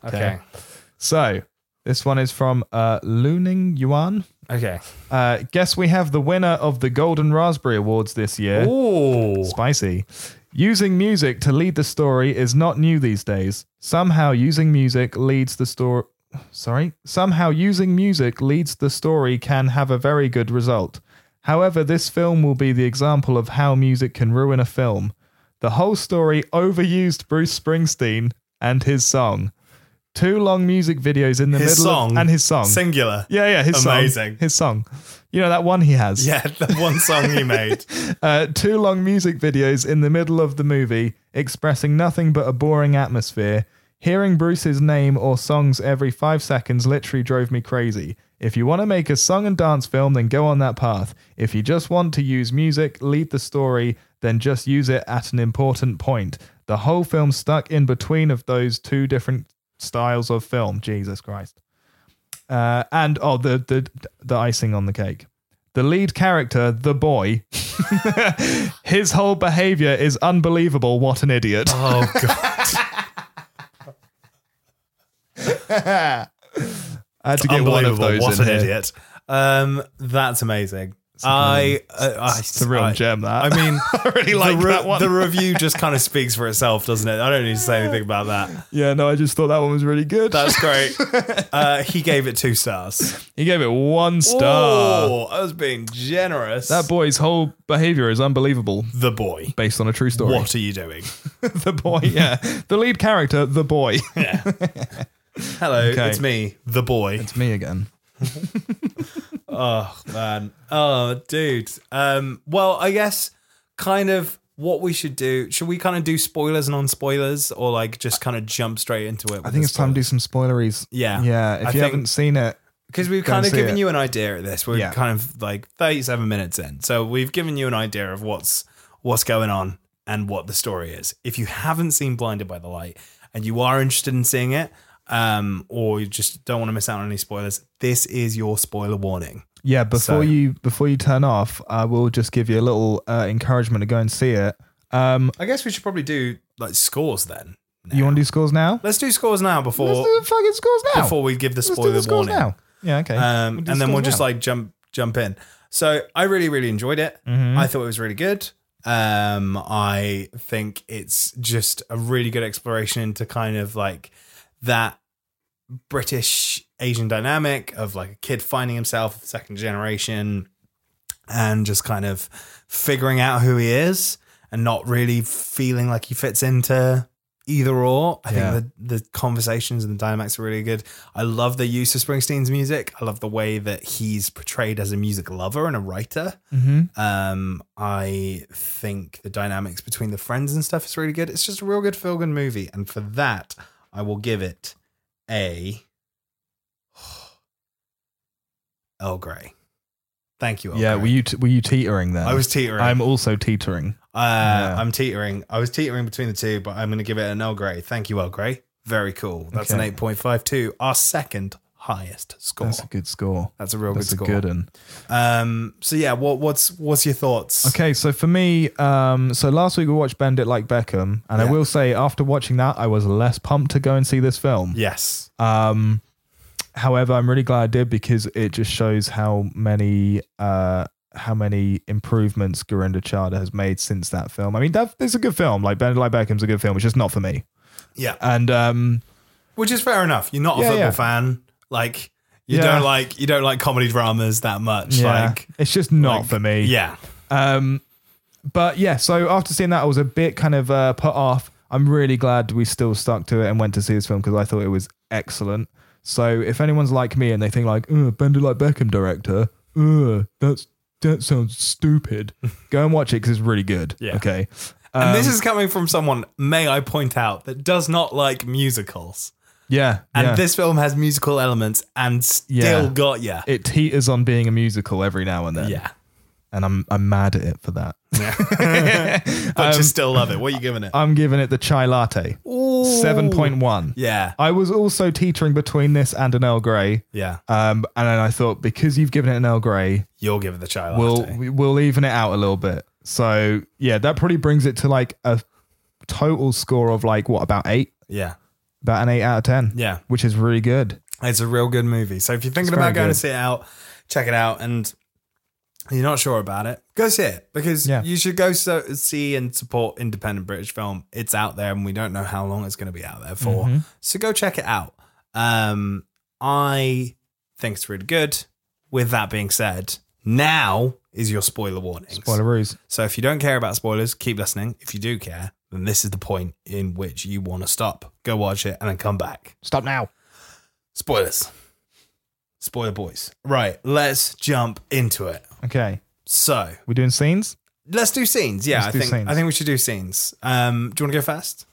Speaker 2: So this one is from uh, Luning Yuan.
Speaker 1: Okay.
Speaker 2: Uh, guess we have the winner of the Golden Raspberry Awards this year.
Speaker 1: Ooh.
Speaker 2: Spicy. Using music to lead the story is not new these days. Somehow using music leads the story. Sorry. Somehow using music leads the story can have a very good result. However, this film will be the example of how music can ruin a film. The whole story overused Bruce Springsteen and his song. Two long music videos in the
Speaker 1: His
Speaker 2: middle of-
Speaker 1: song.
Speaker 2: and his song.
Speaker 1: Singular.
Speaker 2: yeah, yeah, his
Speaker 1: Amazing.
Speaker 2: song. His song. You know that one he has.
Speaker 1: <laughs> Yeah, the one song he made.
Speaker 2: Uh, two long music videos in the middle of the movie expressing nothing but a boring atmosphere. Hearing Bruce's name or songs every five seconds literally drove me crazy. If you want to make a song and dance film, then go on that path. If you just want to use music, lead the story, then just use it at an important point. The whole film stuck in between of those two different styles of film. Jesus Christ. Uh, and oh, the, the the icing on the cake. The lead character, the boy, <laughs> his whole behavior is unbelievable. What an idiot.
Speaker 1: Oh god.
Speaker 2: <laughs> I had to <laughs> get one of those
Speaker 1: What
Speaker 2: in
Speaker 1: an
Speaker 2: here.
Speaker 1: idiot. Um, that's amazing. I, uh, I,
Speaker 2: um, It's a real
Speaker 1: I,
Speaker 2: gem, that.
Speaker 1: I mean,
Speaker 2: <laughs> I really
Speaker 1: the
Speaker 2: like
Speaker 1: re-
Speaker 2: that one.
Speaker 1: The review just kind of speaks for itself, doesn't it? I don't need to say anything about that.
Speaker 2: yeah, no, I just thought that one was really good.
Speaker 1: That's great. Uh, he gave it two stars.
Speaker 2: <laughs> he gave it one star.
Speaker 1: Oh, I was being generous.
Speaker 2: That boy's whole behavior is unbelievable,
Speaker 1: the boy.
Speaker 2: based on a true story.
Speaker 1: What are you doing?
Speaker 2: the <laughs> boy? Yeah, the lead character, the boy. <laughs>
Speaker 1: Hello,
Speaker 2: Okay.
Speaker 1: it's me, the boy.
Speaker 2: it's me again.
Speaker 1: Oh man. Oh dude. Um well I guess kind of what we should do. Should we kind of do spoilers non spoilers or like just kind of jump straight into it?
Speaker 2: I think it's time to do some spoileries.
Speaker 1: Yeah. I
Speaker 2: yeah. If you
Speaker 1: think-
Speaker 2: haven't seen it,
Speaker 1: because we've
Speaker 2: go and
Speaker 1: kind of
Speaker 2: see
Speaker 1: given
Speaker 2: it.
Speaker 1: you an idea of this. We're
Speaker 2: Yeah.
Speaker 1: kind of like 37 minutes in. So we've given you an idea of what's what's going on and what the story is. If you haven't seen Blinded by the Light and you are interested in seeing it, um, or you just don't want to miss out on any spoilers, this is your spoiler warning.
Speaker 2: Yeah, before
Speaker 1: So-
Speaker 2: you before you turn off, I will just give you a little uh, encouragement to go and see it. Um,
Speaker 1: I guess we should probably do like scores then.
Speaker 2: You want to do scores now?
Speaker 1: Let's do scores now before
Speaker 2: Let's do the fucking scores now.
Speaker 1: before we give the
Speaker 2: Let's do
Speaker 1: spoiler
Speaker 2: the scores
Speaker 1: warning.
Speaker 2: now. Yeah, okay.
Speaker 1: Um,
Speaker 2: We'll do
Speaker 1: and then we'll
Speaker 2: scores
Speaker 1: just
Speaker 2: now.
Speaker 1: like jump jump in. So I really really enjoyed it.
Speaker 2: Mm-hmm.
Speaker 1: I thought it was really good. Um, I think it's just a really good exploration into kind of like that British Asian dynamic of like a kid finding himself second generation and just kind of figuring out who he is and not really feeling like he fits into either or. I
Speaker 2: Yeah.
Speaker 1: think the, the conversations and the dynamics are really good. I love the use of Springsteen's music. I love the way that he's portrayed as a music lover and a writer.
Speaker 2: Mm-hmm.
Speaker 1: Um, I think the dynamics between the friends and stuff is really good. It's just a real good feel good movie. And for that, I will give it a Earl Grey. Thank you. Earl
Speaker 2: Yeah,
Speaker 1: Grey.
Speaker 2: were you t- were you teetering then?
Speaker 1: I was teetering.
Speaker 2: I'm also teetering.
Speaker 1: Uh, I'm teetering. I was teetering between the two, but I'm going to give it an Earl Grey. Thank you, Earl Grey. Very cool. That's
Speaker 2: Okay.
Speaker 1: an 8.52, our second highest score.
Speaker 2: That's
Speaker 1: Oh. That's
Speaker 2: a
Speaker 1: a,
Speaker 2: good score.
Speaker 1: real
Speaker 2: That's
Speaker 1: good
Speaker 2: a
Speaker 1: score.
Speaker 2: good one.
Speaker 1: Um, so yeah, what what's what's your thoughts?
Speaker 2: Okay, so for me, um, so last week we watched Bend It Like Beckham, and I
Speaker 1: Yeah.
Speaker 2: will say after watching that, I was less pumped to go and see this film.
Speaker 1: Yes.
Speaker 2: Um, however, I'm really glad I did because it just shows how many uh, how many improvements Gorinda Chadha has made since that film. I mean, that it's a good film. Like Bend It Like Beckham's a good film. It's just not for me.
Speaker 1: Yeah.
Speaker 2: And um,
Speaker 1: Which is fair enough. You're not a
Speaker 2: Yeah,
Speaker 1: football
Speaker 2: yeah.
Speaker 1: fan. Like you
Speaker 2: Yeah.
Speaker 1: don't like you don't like comedy dramas that much.
Speaker 2: yeah,
Speaker 1: Like
Speaker 2: it's just not for me.
Speaker 1: yeah.
Speaker 2: Um, but yeah, so after seeing that, I was a bit kind of uh, put off. I'm really glad we still stuck to it and went to see this film because I thought it was excellent. So if anyone's like me and they think like, "Ugh, Bender like Beckham director, Ugh, that's that
Speaker 1: <laughs>
Speaker 2: sounds stupid," go and watch it because it's really good.
Speaker 1: Yeah.
Speaker 2: Okay. Um,
Speaker 1: And this is coming from someone, may I point out, that does not like musicals.
Speaker 2: Yeah.
Speaker 1: And
Speaker 2: yeah.
Speaker 1: this film has musical elements and still
Speaker 2: Yeah.
Speaker 1: got ya.
Speaker 2: it teeters on being a musical every now and then.
Speaker 1: yeah.
Speaker 2: And I'm I'm mad at it for that.
Speaker 1: But just still love it. What are you giving it?
Speaker 2: I'm giving it the chai latte. Seven point one.
Speaker 1: <laughs> yeah.
Speaker 2: I was also teetering between this and an Earl Grey.
Speaker 1: Yeah.
Speaker 2: Um, and then I thought because you've given it an Earl Grey,
Speaker 1: You'll give it the chai latte.
Speaker 2: we'll we- we'll even it out a little bit. So yeah, that probably brings it to like a total score of like what about eight?
Speaker 1: yeah.
Speaker 2: About an eight out of ten.
Speaker 1: Yeah.
Speaker 2: which is really good.
Speaker 1: It's a real good movie. So if you're thinking
Speaker 2: It's
Speaker 1: about
Speaker 2: very
Speaker 1: going to
Speaker 2: good.
Speaker 1: see it out, check it out. And you're not sure about it, go see it because
Speaker 2: Yeah.
Speaker 1: you should go so, see and support independent British film. It's out there, and we don't know how long it's going to be out there for. So go check it out. Um, I think it's really good. With that being said, now is your spoiler warnings.
Speaker 2: Spoileroos.
Speaker 1: So if you don't care about spoilers, keep listening. If you do care, then this is the point in which you want to stop. Go watch it and then come back.
Speaker 2: Stop now.
Speaker 1: Spoilers. Spoiler boys. Right, let's jump into it.
Speaker 2: Okay,
Speaker 1: So
Speaker 2: we're doing scenes.
Speaker 1: let's do scenes. Yeah,
Speaker 2: Let's
Speaker 1: I
Speaker 2: do
Speaker 1: think
Speaker 2: scenes.
Speaker 1: I think we should do scenes. Um, do you want to go first?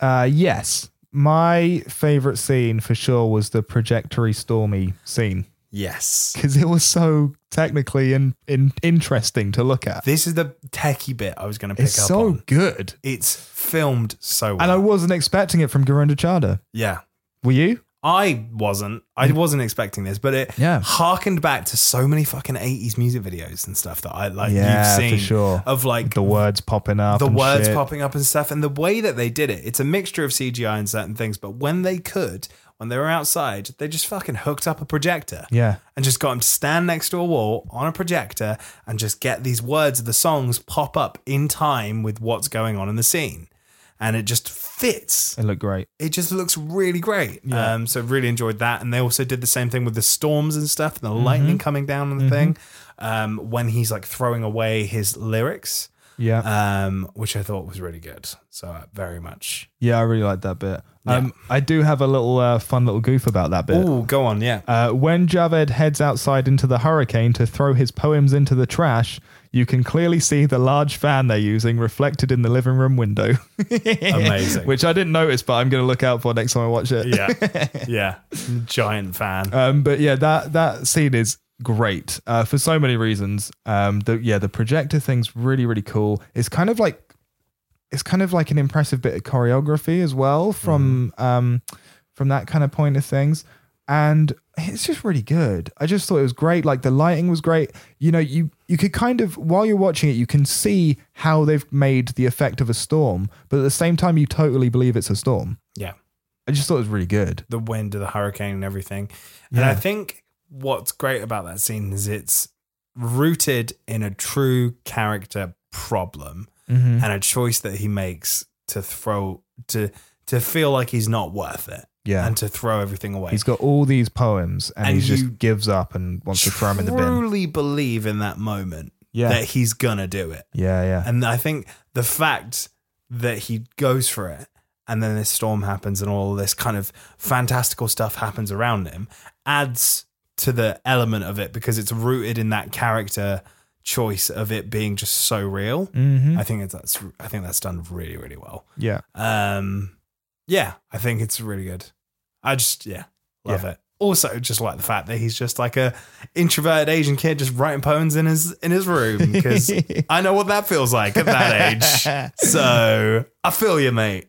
Speaker 2: Uh, yes, my favorite scene for sure was the projectory stormy scene
Speaker 1: Yes.
Speaker 2: because it was so technically and in, interesting to look at.
Speaker 1: This is the techie bit I was going to pick
Speaker 2: It's
Speaker 1: up
Speaker 2: so
Speaker 1: on.
Speaker 2: good.
Speaker 1: It's filmed so well.
Speaker 2: And I wasn't expecting it from Gurinder Chadha.
Speaker 1: yeah.
Speaker 2: Were you?
Speaker 1: I wasn't. I wasn't expecting this, but it
Speaker 2: Mm. Yeah.
Speaker 1: harkened back to so many fucking eighties music videos and stuff that I like.
Speaker 2: Yeah,
Speaker 1: you've
Speaker 2: for
Speaker 1: seen
Speaker 2: sure.
Speaker 1: of like
Speaker 2: The words popping up.
Speaker 1: the
Speaker 2: and
Speaker 1: words
Speaker 2: shit.
Speaker 1: popping up and stuff, and the way that they did it. It's a mixture of CGI and certain things, but when they could, when they were outside, they just fucking hooked up a projector.
Speaker 2: Yeah.
Speaker 1: And just got him to stand next to a wall on a projector and just get these words of the songs pop up in time with what's going on in the scene. And it just fits
Speaker 2: It looked great.
Speaker 1: it just looks really great.
Speaker 2: Yeah.
Speaker 1: Um, so really enjoyed that, and they also did the same thing with the storms and stuff, and the lightning coming down on the thing. Um, when he's like throwing away his lyrics,
Speaker 2: Yeah.
Speaker 1: um, which I thought was really good. So uh, very much.
Speaker 2: yeah, I really liked that bit. Um, I do have a little uh, fun little goof about that bit.
Speaker 1: Oh, go on, yeah.
Speaker 2: Uh, when Javed heads outside into the hurricane to throw his poems into the trash, you can clearly see the large fan they're using reflected in the living room window. <laughs>
Speaker 1: Amazing.
Speaker 2: Which I didn't notice, but I'm going to look out for next time I watch
Speaker 1: <laughs>
Speaker 2: it.
Speaker 1: yeah, yeah. Giant fan.
Speaker 2: Um, but yeah, that that scene is great uh, for so many reasons. Um, the yeah, the projector thing's really really cool. It's kind of like it's kind of like an impressive bit of choreography as well from um, from that kind of point of things. And it's just really good. I just thought it was great. Like the lighting was great. You know, you you could kind of while you're watching it, you can see how they've made the effect of a storm, but at the same time, you totally believe it's a storm.
Speaker 1: yeah.
Speaker 2: I just thought it was really good.
Speaker 1: the wind of the hurricane and everything. And
Speaker 2: Yeah.
Speaker 1: I think what's great about that scene is it's rooted in a true character problem
Speaker 2: Mm-hmm.
Speaker 1: and a choice that he makes to throw to to feel like he's not worth it.
Speaker 2: Yeah.
Speaker 1: And to throw everything away.
Speaker 2: He's got all these poems and,
Speaker 1: And
Speaker 2: he
Speaker 1: you
Speaker 2: just gives up and wants to throw them in the bin.
Speaker 1: truly believe in that moment
Speaker 2: Yeah.
Speaker 1: that he's gonna do it.
Speaker 2: Yeah, yeah.
Speaker 1: And I think the fact that he goes for it and then this storm happens and all this kind of fantastical stuff happens around him adds to the element of it because it's rooted in that character choice of it being just
Speaker 2: Mm-hmm.
Speaker 1: so real. I think it's, that's I think that's done really really well.
Speaker 2: yeah.
Speaker 1: Um yeah, I think it's really good. I just yeah, love it. Also, just like the fact that he's just like a introverted Asian kid, just writing poems in his in his room because
Speaker 2: <laughs>
Speaker 1: I know what that feels like at that age. So I feel you, mate.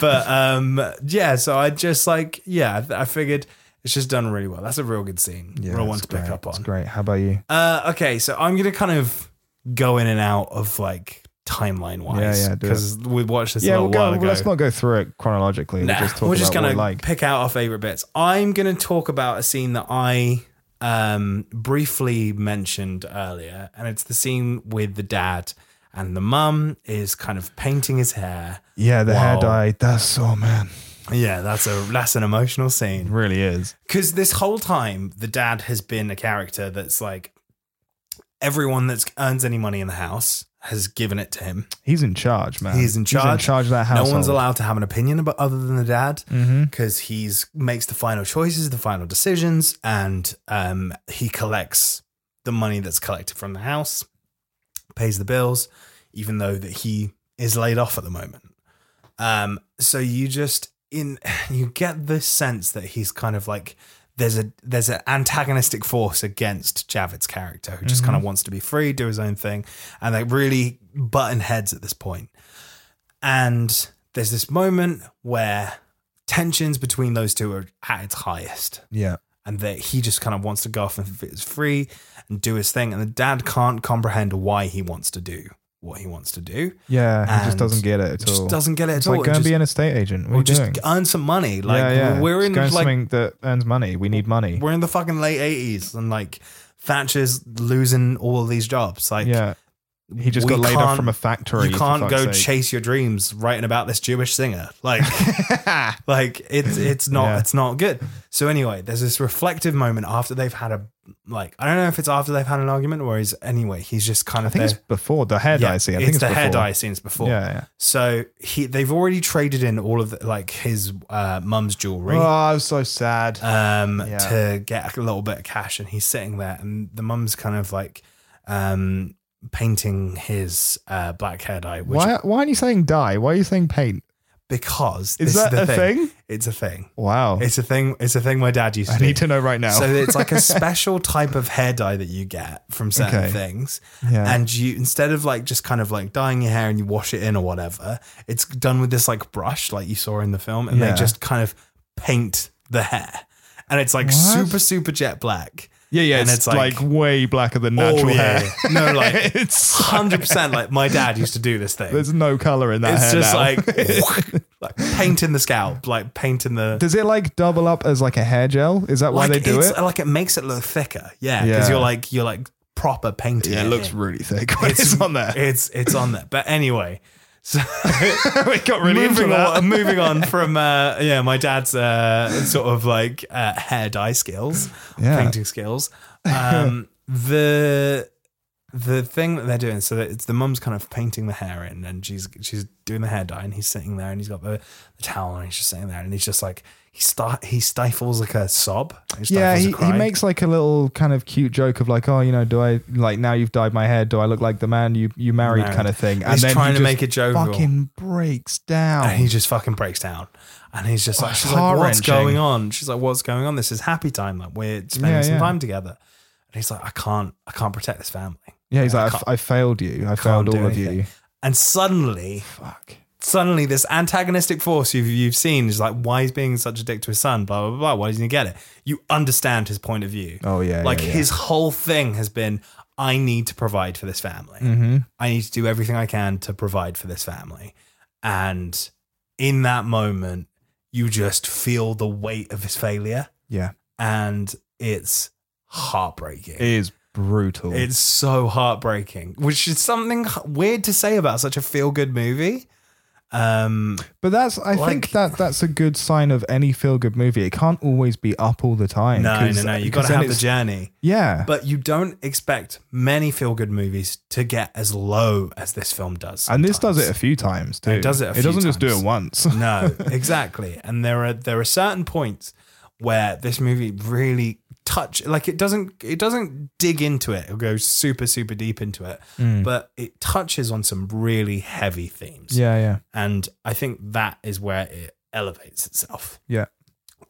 Speaker 1: but um, yeah, so I just like yeah, I figured it's just done really well. That's a real good scene, real one
Speaker 2: it's
Speaker 1: to pick
Speaker 2: great,
Speaker 1: up on.
Speaker 2: It's great. How about you?
Speaker 1: Uh, okay, so I'm gonna kind of go in and out of like timeline wise.
Speaker 2: Yeah, yeah, do it.
Speaker 1: Because we watched this a
Speaker 2: yeah,
Speaker 1: little
Speaker 2: we'll go,
Speaker 1: while ago.
Speaker 2: well, let's not go through it chronologically.
Speaker 1: Nah,
Speaker 2: we'll just talk
Speaker 1: we're just
Speaker 2: about what
Speaker 1: gonna
Speaker 2: we like.
Speaker 1: pick out our favorite bits. I'm gonna talk about a scene that I um briefly mentioned earlier, and it's the scene with the dad and the mum is kind of painting his hair.
Speaker 2: Yeah, the hair
Speaker 1: Wow.
Speaker 2: dye. That's oh man,
Speaker 1: Yeah, that's a that's an emotional scene.
Speaker 2: really is.
Speaker 1: Because this whole time, the dad has been a character that's like everyone that earns any money in the house has given it to him.
Speaker 2: He's in charge, man.
Speaker 1: He's in charge.
Speaker 2: He's in charge of that Mm-hmm. house.
Speaker 1: No one's allowed to have an opinion about other than the dad because he's makes the final choices, the final decisions, and um, he collects the money that's collected from the house, pays the bills, even though that he is laid off at the moment. Um, so you just in <sighs> you get the sense that he's kind of like there's a there's an antagonistic force against Javits character who just kind
Speaker 2: Mm-hmm.
Speaker 1: of wants to be free, do his own thing, and they really button heads at this point. And there's this moment where tensions between those two are at its highest
Speaker 2: Yeah,
Speaker 1: and that he just kind of wants to go off and is free and do his thing. And the dad can't comprehend why he wants to do what he wants to do.
Speaker 2: yeah. He just
Speaker 1: And
Speaker 2: doesn't get it at
Speaker 1: Just
Speaker 2: all.
Speaker 1: doesn't get it
Speaker 2: It's
Speaker 1: at
Speaker 2: like
Speaker 1: all.
Speaker 2: go and
Speaker 1: just,
Speaker 2: be an estate agent. What are
Speaker 1: or
Speaker 2: you
Speaker 1: just
Speaker 2: doing?
Speaker 1: earn some money. Like
Speaker 2: yeah, yeah.
Speaker 1: we're
Speaker 2: Just
Speaker 1: in
Speaker 2: go into
Speaker 1: like
Speaker 2: something that earns money. We need money.
Speaker 1: we're in the fucking late eighties and like Thatcher's losing all of these jobs. Like
Speaker 2: yeah, he just
Speaker 1: we
Speaker 2: got laid off
Speaker 1: can't-
Speaker 2: from a factory.
Speaker 1: You
Speaker 2: for
Speaker 1: can't
Speaker 2: fuck's
Speaker 1: go
Speaker 2: sake.
Speaker 1: chase your dreams writing about this Jewish singer.
Speaker 2: <laughs>
Speaker 1: Like, like it's it's not
Speaker 2: Yeah.
Speaker 1: it's not good. So anyway, there's this reflective moment after they've had a like I don't know if it's after they've had an argument or is anyway he's just kind
Speaker 2: I
Speaker 1: of
Speaker 2: think it's
Speaker 1: there.
Speaker 2: before the hair
Speaker 1: Yeah,
Speaker 2: dye scene. I
Speaker 1: it's,
Speaker 2: think it's
Speaker 1: the hair
Speaker 2: before.
Speaker 1: dye scenes before.
Speaker 2: Yeah, yeah.
Speaker 1: So he they've already traded in all of the, like his uh, mum's jewelry
Speaker 2: Oh, I'm so sad.
Speaker 1: um,
Speaker 2: Yeah.
Speaker 1: to get a little bit of cash, and he's sitting there, and the mum's kind of like um, painting his uh, black hair dye. Which
Speaker 2: why? Why are you saying dye? Why are you saying paint?
Speaker 1: Because
Speaker 2: Is
Speaker 1: this
Speaker 2: that
Speaker 1: the
Speaker 2: a thing?
Speaker 1: It's a thing.
Speaker 2: Wow.
Speaker 1: It's a thing. It's a thing. My dad used to.
Speaker 2: I
Speaker 1: do.
Speaker 2: need to know right now.
Speaker 1: So it's like
Speaker 2: <laughs>
Speaker 1: a special type of hair dye that you get from certain
Speaker 2: Okay.
Speaker 1: things.
Speaker 2: Yeah.
Speaker 1: And you instead of like just kind of like dyeing your hair and you wash it in or whatever, it's done with this like brush like you saw in the film and
Speaker 2: Yeah.
Speaker 1: they just kind of paint the hair. And it's like
Speaker 2: What?
Speaker 1: super super jet black.
Speaker 2: yeah, yeah.
Speaker 1: And
Speaker 2: it's, like, way blacker than
Speaker 1: oh,
Speaker 2: natural
Speaker 1: yeah.
Speaker 2: hair.
Speaker 1: No like
Speaker 2: it's
Speaker 1: 100% like my dad used to do this thing.
Speaker 2: <laughs> there's no color in that.
Speaker 1: it's
Speaker 2: hair
Speaker 1: just
Speaker 2: now.
Speaker 1: like, <laughs> like painting the scalp, like painting the
Speaker 2: <laughs> Does it like double up as like a hair gel? Is that why
Speaker 1: like
Speaker 2: they do
Speaker 1: it's-
Speaker 2: it?
Speaker 1: Like it makes it look thicker. Yeah, because
Speaker 2: Yeah.
Speaker 1: you're like you're like proper painting. <laughs>
Speaker 2: <laughs> really thick when
Speaker 1: It's it's on there. But
Speaker 2: <laughs>
Speaker 1: anyway, so
Speaker 2: we got really into
Speaker 1: moving
Speaker 2: that.
Speaker 1: on, <laughs> moving
Speaker 2: <laughs>
Speaker 1: on from uh, yeah, my dad's uh, sort of like uh, hair dye skills,
Speaker 2: Yeah.
Speaker 1: painting skills.
Speaker 2: <laughs>
Speaker 1: Um, the the thing that they're doing, so that it's the mum's kind of painting the hair in, and she's she's doing the hair dye, and he's sitting there, and he's got the, the towel, and he's just sitting there, and he's just like he sti- he stifles like a sob. He stifles
Speaker 2: Yeah,
Speaker 1: a
Speaker 2: he, he
Speaker 1: cry.
Speaker 2: makes like a little kind of cute joke of like, oh, you know, do I like now you've dyed my hair? Do I look like the man you you married,
Speaker 1: Married.
Speaker 2: kind of thing?
Speaker 1: He's trying to
Speaker 2: he just
Speaker 1: make it jovial.
Speaker 2: Fucking breaks down.
Speaker 1: And he just fucking breaks down. And he's just like,
Speaker 2: Oh, it's
Speaker 1: she's like, what's
Speaker 2: heart-wrenching.
Speaker 1: going on? She's like, what's going on? This is happy time. Like we're spending
Speaker 2: Yeah,
Speaker 1: some
Speaker 2: yeah.
Speaker 1: time together. And he's like, I can't, I can't protect this family.
Speaker 2: yeah, he's
Speaker 1: I
Speaker 2: like, I,
Speaker 1: can't-
Speaker 2: I failed you. I failed
Speaker 1: do
Speaker 2: all of
Speaker 1: anything.
Speaker 2: you.
Speaker 1: And suddenly,
Speaker 2: Fuck.
Speaker 1: suddenly this antagonistic force you've, you've seen is like, why he's being such a dick to his son, blah, blah, blah. Why doesn't he get it? You understand his point of view.
Speaker 2: Oh, yeah,
Speaker 1: Like
Speaker 2: yeah, yeah.
Speaker 1: his whole thing has been, I need to provide for this family.
Speaker 2: Mm-hmm.
Speaker 1: I need to do everything I can to provide for this family. And in that moment, you just feel the weight of his failure
Speaker 2: Yeah,
Speaker 1: and it's heartbreaking.
Speaker 2: it is brutal.
Speaker 1: it's so heartbreaking, which is something weird to say about such a feel good movie. Um,
Speaker 2: but that's I
Speaker 1: like-
Speaker 2: think that that's a good sign of any feel good movie. It can't always be up all the time.
Speaker 1: no,
Speaker 2: 'cause-
Speaker 1: no, no, you
Speaker 2: because
Speaker 1: gotta
Speaker 2: then
Speaker 1: have the
Speaker 2: it's-
Speaker 1: journey,
Speaker 2: Yeah,
Speaker 1: but you don't expect many feel good movies to get as low as this film does.
Speaker 2: and this does
Speaker 1: sometimes.
Speaker 2: it a few times too.
Speaker 1: It does it a
Speaker 2: it
Speaker 1: few
Speaker 2: doesn't just do
Speaker 1: times.
Speaker 2: it once.
Speaker 1: No, exactly. And there are there are certain points where this movie really touch like it doesn't it doesn't dig into it or go super super deep into it
Speaker 2: Mm.
Speaker 1: but it touches on some really heavy themes
Speaker 2: <laughs> Yeah, yeah.
Speaker 1: and i think that is where it elevates itself
Speaker 2: Yeah.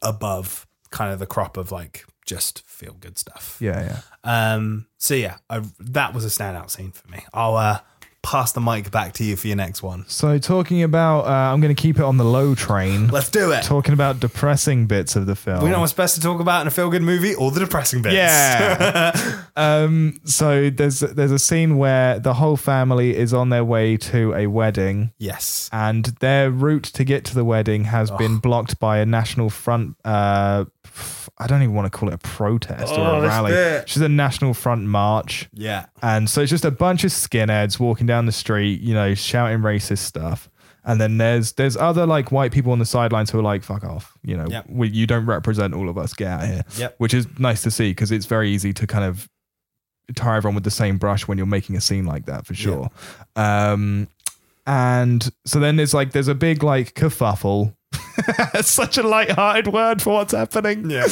Speaker 1: above kind of the crop of like just feel good stuff
Speaker 2: Yeah, yeah.
Speaker 1: um so yeah I, that was a standout scene for me i'll uh pass the mic back to you for your next one
Speaker 2: So talking about, uh, I'm going to keep it on the
Speaker 1: <laughs>
Speaker 2: low train.
Speaker 1: let's do it
Speaker 2: Talking about depressing bits of the film.
Speaker 1: we know what's best to talk about in a feel good movie or the depressing bits
Speaker 2: Oh. Yeah. <laughs> um. So there's there's a scene where the whole family is on their way to a wedding,
Speaker 1: <laughs> yes
Speaker 2: and their route to get to the wedding has been blocked by a national front. Uh, f- I don't even want to call it a protest
Speaker 1: Oh,
Speaker 2: or a
Speaker 1: this
Speaker 2: rally.
Speaker 1: bit.
Speaker 2: She's a national front march.
Speaker 1: yeah
Speaker 2: And so it's just a bunch of skinheads walking down the street, you know, shouting racist stuff. And then there's there's other like white people on the sidelines who are like, fuck off, you know,
Speaker 1: Yep.
Speaker 2: we, you don't represent all of us, get out of here.
Speaker 1: Yep.
Speaker 2: Which is nice to see because it's very easy to kind of tar everyone with the same brush when you're making a scene like that for sure. Um, and so then there's like there's a big like kerfuffle. <laughs> It's such a light-hearted word for what's happening. <laughs>
Speaker 1: yeah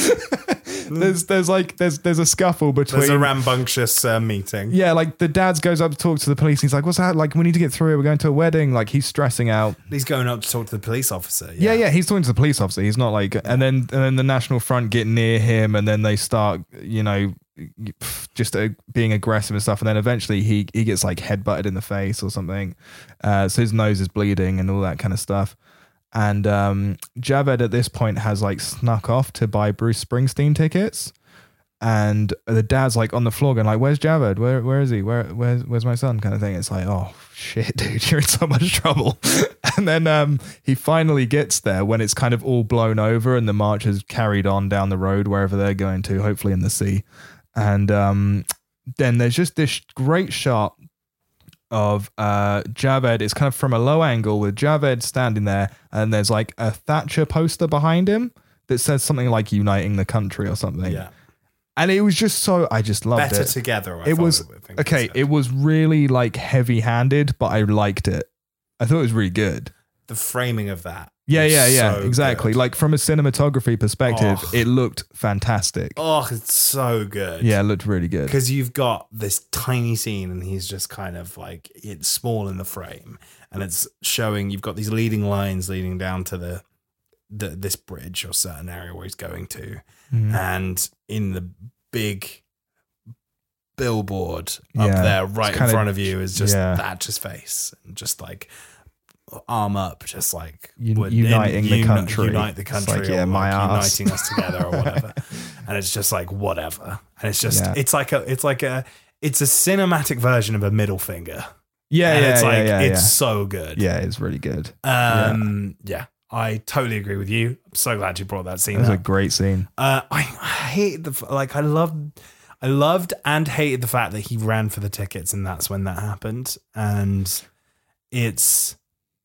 Speaker 2: There's there's like there's there's a scuffle between
Speaker 1: There's a rambunctious uh, meeting.
Speaker 2: yeah, like the dad's goes up to talk to the police. He's like, "What's that? Like, we need to get through. it. We're going to a wedding." Like, he's stressing out.
Speaker 1: He's going up to talk to the police officer.
Speaker 2: Yeah, yeah. He's talking to the police officer. He's not like, and then and then the National Front get near him, and then they start, you know, just uh, being aggressive and stuff. And then eventually he he gets like headbutted in the face or something. Uh, so his nose is bleeding and all that kind of stuff. And um, Javed at this point has like snuck off to buy Bruce Springsteen tickets. and the dad's like on the floor going like where's javed where where is he where where's where's my son kind of thing it's like oh shit <laughs> dude you're in so much trouble <laughs> and then um he finally gets there when it's kind of all blown over and the march has carried on down the road wherever they're going to hopefully in the sea and um then there's just this great shot of uh Javed it's kind of from a low angle with Javed standing there and there's like a Thatcher poster behind him that says something like uniting the country or something
Speaker 1: Yeah.
Speaker 2: and it was just so I just loved
Speaker 1: Better
Speaker 2: it.
Speaker 1: together. I
Speaker 2: it
Speaker 1: thought
Speaker 2: was
Speaker 1: I think
Speaker 2: okay.
Speaker 1: said.
Speaker 2: It was really like heavy-handed, but I liked it. I thought it was really good.
Speaker 1: the framing of that.
Speaker 2: Yeah,
Speaker 1: is
Speaker 2: yeah, yeah.
Speaker 1: so
Speaker 2: exactly.
Speaker 1: good.
Speaker 2: Like from a cinematography perspective,
Speaker 1: Oh.
Speaker 2: it looked fantastic.
Speaker 1: oh, it's so good.
Speaker 2: Yeah, it looked really good.
Speaker 1: because you've got this tiny scene, and he's just kind of like it's small in the frame, and it's showing you've got these leading lines leading down to the, the this bridge or certain area where he's going to,
Speaker 2: Mm.
Speaker 1: and in the big billboard up
Speaker 2: Yeah.
Speaker 1: there right in
Speaker 2: kinda-
Speaker 1: front of you is just
Speaker 2: yeah.
Speaker 1: Thatcher's face and just like arm up just like
Speaker 2: Un-
Speaker 1: we're in-
Speaker 2: uniting the
Speaker 1: uni-
Speaker 2: country.
Speaker 1: unite the
Speaker 2: It's
Speaker 1: country
Speaker 2: like,
Speaker 1: or
Speaker 2: yeah, my
Speaker 1: like
Speaker 2: ass.
Speaker 1: uniting us together or
Speaker 2: <laughs>
Speaker 1: whatever and it's just like whatever and it's just
Speaker 2: Yeah.
Speaker 1: it's like a it's like a it's a cinematic version of a middle finger
Speaker 2: yeah,
Speaker 1: and
Speaker 2: yeah,
Speaker 1: it's
Speaker 2: yeah,
Speaker 1: like
Speaker 2: yeah,
Speaker 1: it's
Speaker 2: yeah.
Speaker 1: so good
Speaker 2: Yeah, it's really good.
Speaker 1: um yeah. I totally agree with you I'm so glad you brought that scene
Speaker 2: It was
Speaker 1: up.
Speaker 2: a great scene.
Speaker 1: Uh, I, I hate the f- like. I loved, I loved and hated the fact that he ran for the tickets, and that's when that happened. And it's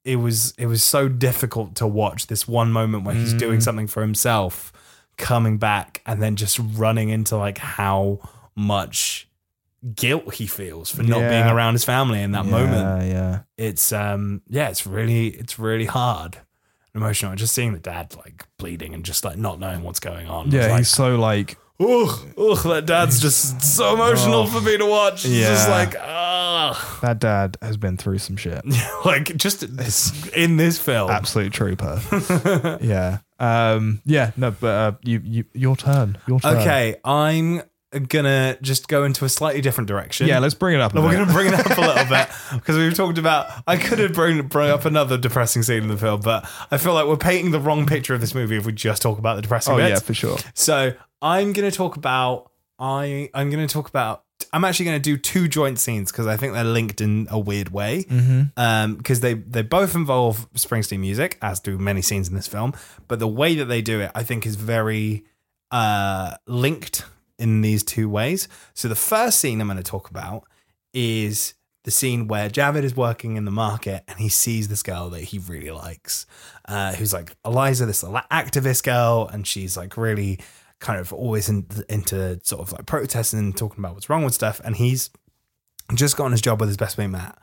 Speaker 1: it was it was so difficult to watch this one moment where he's
Speaker 2: Mm.
Speaker 1: doing something for himself, coming back, and then just running into like how much guilt he feels for not
Speaker 2: Yeah.
Speaker 1: being around his family in that
Speaker 2: yeah,
Speaker 1: moment
Speaker 2: Yeah,
Speaker 1: it's um yeah it's really it's really hard and emotional just seeing the dad like bleeding and just like not knowing what's going on
Speaker 2: yeah.
Speaker 1: It's
Speaker 2: he's so like
Speaker 1: like ugh ugh that dad's just so emotional
Speaker 2: Oh.
Speaker 1: for me to watch it's just
Speaker 2: Yeah.
Speaker 1: like ah
Speaker 2: that. Dad has been through some shit.
Speaker 1: <laughs> like just in this film <laughs>
Speaker 2: Absolute trooper. yeah. Um. Yeah. No. But uh, you. You. Your turn. Your turn.
Speaker 1: okay i'm gonna just go into a slightly different direction
Speaker 2: Yeah. Let's bring it up. a
Speaker 1: No, we're
Speaker 2: bit.
Speaker 1: going to bring it up a
Speaker 2: <laughs>
Speaker 1: little bit because we've talked about. I could have bring, bring up another depressing scene in the film, but I feel like we're painting the wrong picture of this movie if we just talk about the depressing
Speaker 2: Oh
Speaker 1: bits.
Speaker 2: yeah, for sure.
Speaker 1: So I'm gonna talk about I I'm gonna talk about I'm actually gonna do two joint scenes because I think they're linked in a weird way. Um, because they they both involve Springsteen music, as do many scenes in this film. But the way that they do it, I think, is very uh linked in these two ways. So the first scene I'm gonna talk about is the scene where Javed is working in the market and he sees this girl that he really likes, uh, who's like Eliza, this la- activist girl, and she's like really kind of always in, into sort of like protesting and talking about what's wrong with stuff. And he's just gotten his job with his best mate Matt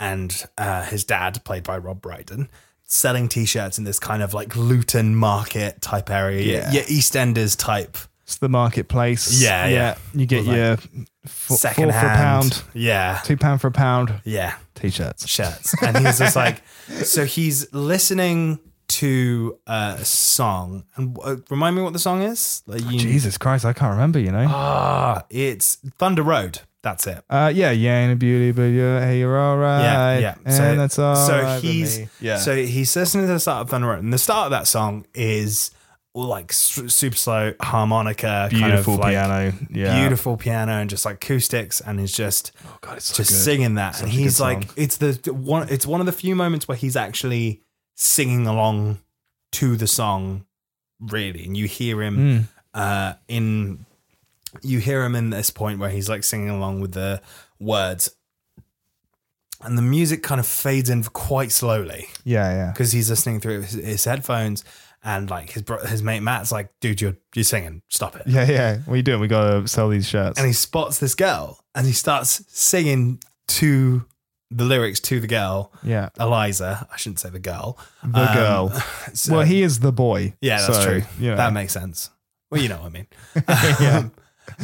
Speaker 1: and uh, his dad, played by Rob Brydon, selling t shirts in this kind of like Luton market type area, yeah,
Speaker 2: Yeah.
Speaker 1: yeah EastEnders type
Speaker 2: It's the marketplace.
Speaker 1: Yeah, yeah.
Speaker 2: You get
Speaker 1: Well,
Speaker 2: your
Speaker 1: like
Speaker 2: four,
Speaker 1: second
Speaker 2: four for a
Speaker 1: hand.
Speaker 2: pound,
Speaker 1: Yeah.
Speaker 2: two pound for a pound
Speaker 1: Yeah.
Speaker 2: t-shirts.
Speaker 1: shirts. And he's
Speaker 2: <laughs>
Speaker 1: just like, so he's listening to a song. And uh, remind me what the song is? Like you,
Speaker 2: Jesus Christ, I can't remember. You know.
Speaker 1: Ah, it's Thunder Road. That's it.
Speaker 2: Uh, yeah, yeah, and a beauty, but you're, hey, you're all right.
Speaker 1: Yeah, yeah.
Speaker 2: And that's all.
Speaker 1: So
Speaker 2: right with
Speaker 1: he's
Speaker 2: me.
Speaker 1: so he's listening to the start of Thunder Road, and the start of that song is all like su- super slow harmonica,
Speaker 2: beautiful
Speaker 1: kind of like
Speaker 2: piano. Yeah,
Speaker 1: beautiful piano, and just like acoustics, and it's just
Speaker 2: God, it's so
Speaker 1: just
Speaker 2: good.
Speaker 1: singing that,
Speaker 2: Such
Speaker 1: and
Speaker 2: a good
Speaker 1: he's like,
Speaker 2: song.
Speaker 1: it's the one. It's one of the few moments where he's actually singing along to the song, really, and you hear
Speaker 2: Hmm.
Speaker 1: him uh, in. You hear him in this point where he's like singing along with the words, and the music kind of fades in quite slowly
Speaker 2: Yeah, yeah.
Speaker 1: because he's listening through his, his headphones, and like his bro- his mate Matt's like, "Dude, you're you're singing. Stop it."
Speaker 2: Yeah, yeah. What are you doing? We gotta sell these shirts.
Speaker 1: and he spots this girl and he starts singing to the lyrics to the girl
Speaker 2: yeah,
Speaker 1: eliza i shouldn't say the girl
Speaker 2: the
Speaker 1: Um,
Speaker 2: girl.
Speaker 1: <laughs> so-
Speaker 2: well, he is the boy.
Speaker 1: yeah that's
Speaker 2: so,
Speaker 1: true
Speaker 2: You know,
Speaker 1: that makes sense well you know what i
Speaker 2: <laughs>
Speaker 1: mean Um,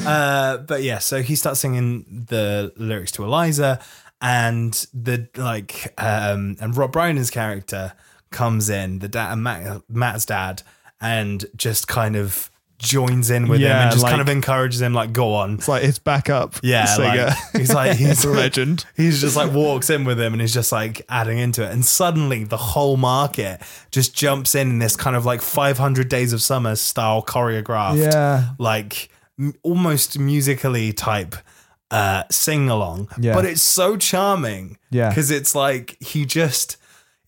Speaker 1: uh, but yeah so he starts singing the lyrics to eliza and the like um and rob Bryan's character comes in the dad and Matt, matt's dad and just kind of joins in with him
Speaker 2: Yeah,
Speaker 1: and just kind
Speaker 2: like-
Speaker 1: of encourages him like go on
Speaker 2: it's like his backup.
Speaker 1: yeah,
Speaker 2: singer. <laughs>
Speaker 1: like, he's like he's
Speaker 2: a legend.
Speaker 1: <laughs> He's just like walks in with him and he's just like adding into it, and suddenly the whole market just jumps in in this kind of like 500 Days of Summer style choreographed,
Speaker 2: Yeah.
Speaker 1: like m- almost musically type uh sing along.
Speaker 2: Yeah.
Speaker 1: but it's so charming,
Speaker 2: Yeah.
Speaker 1: because it's like he just.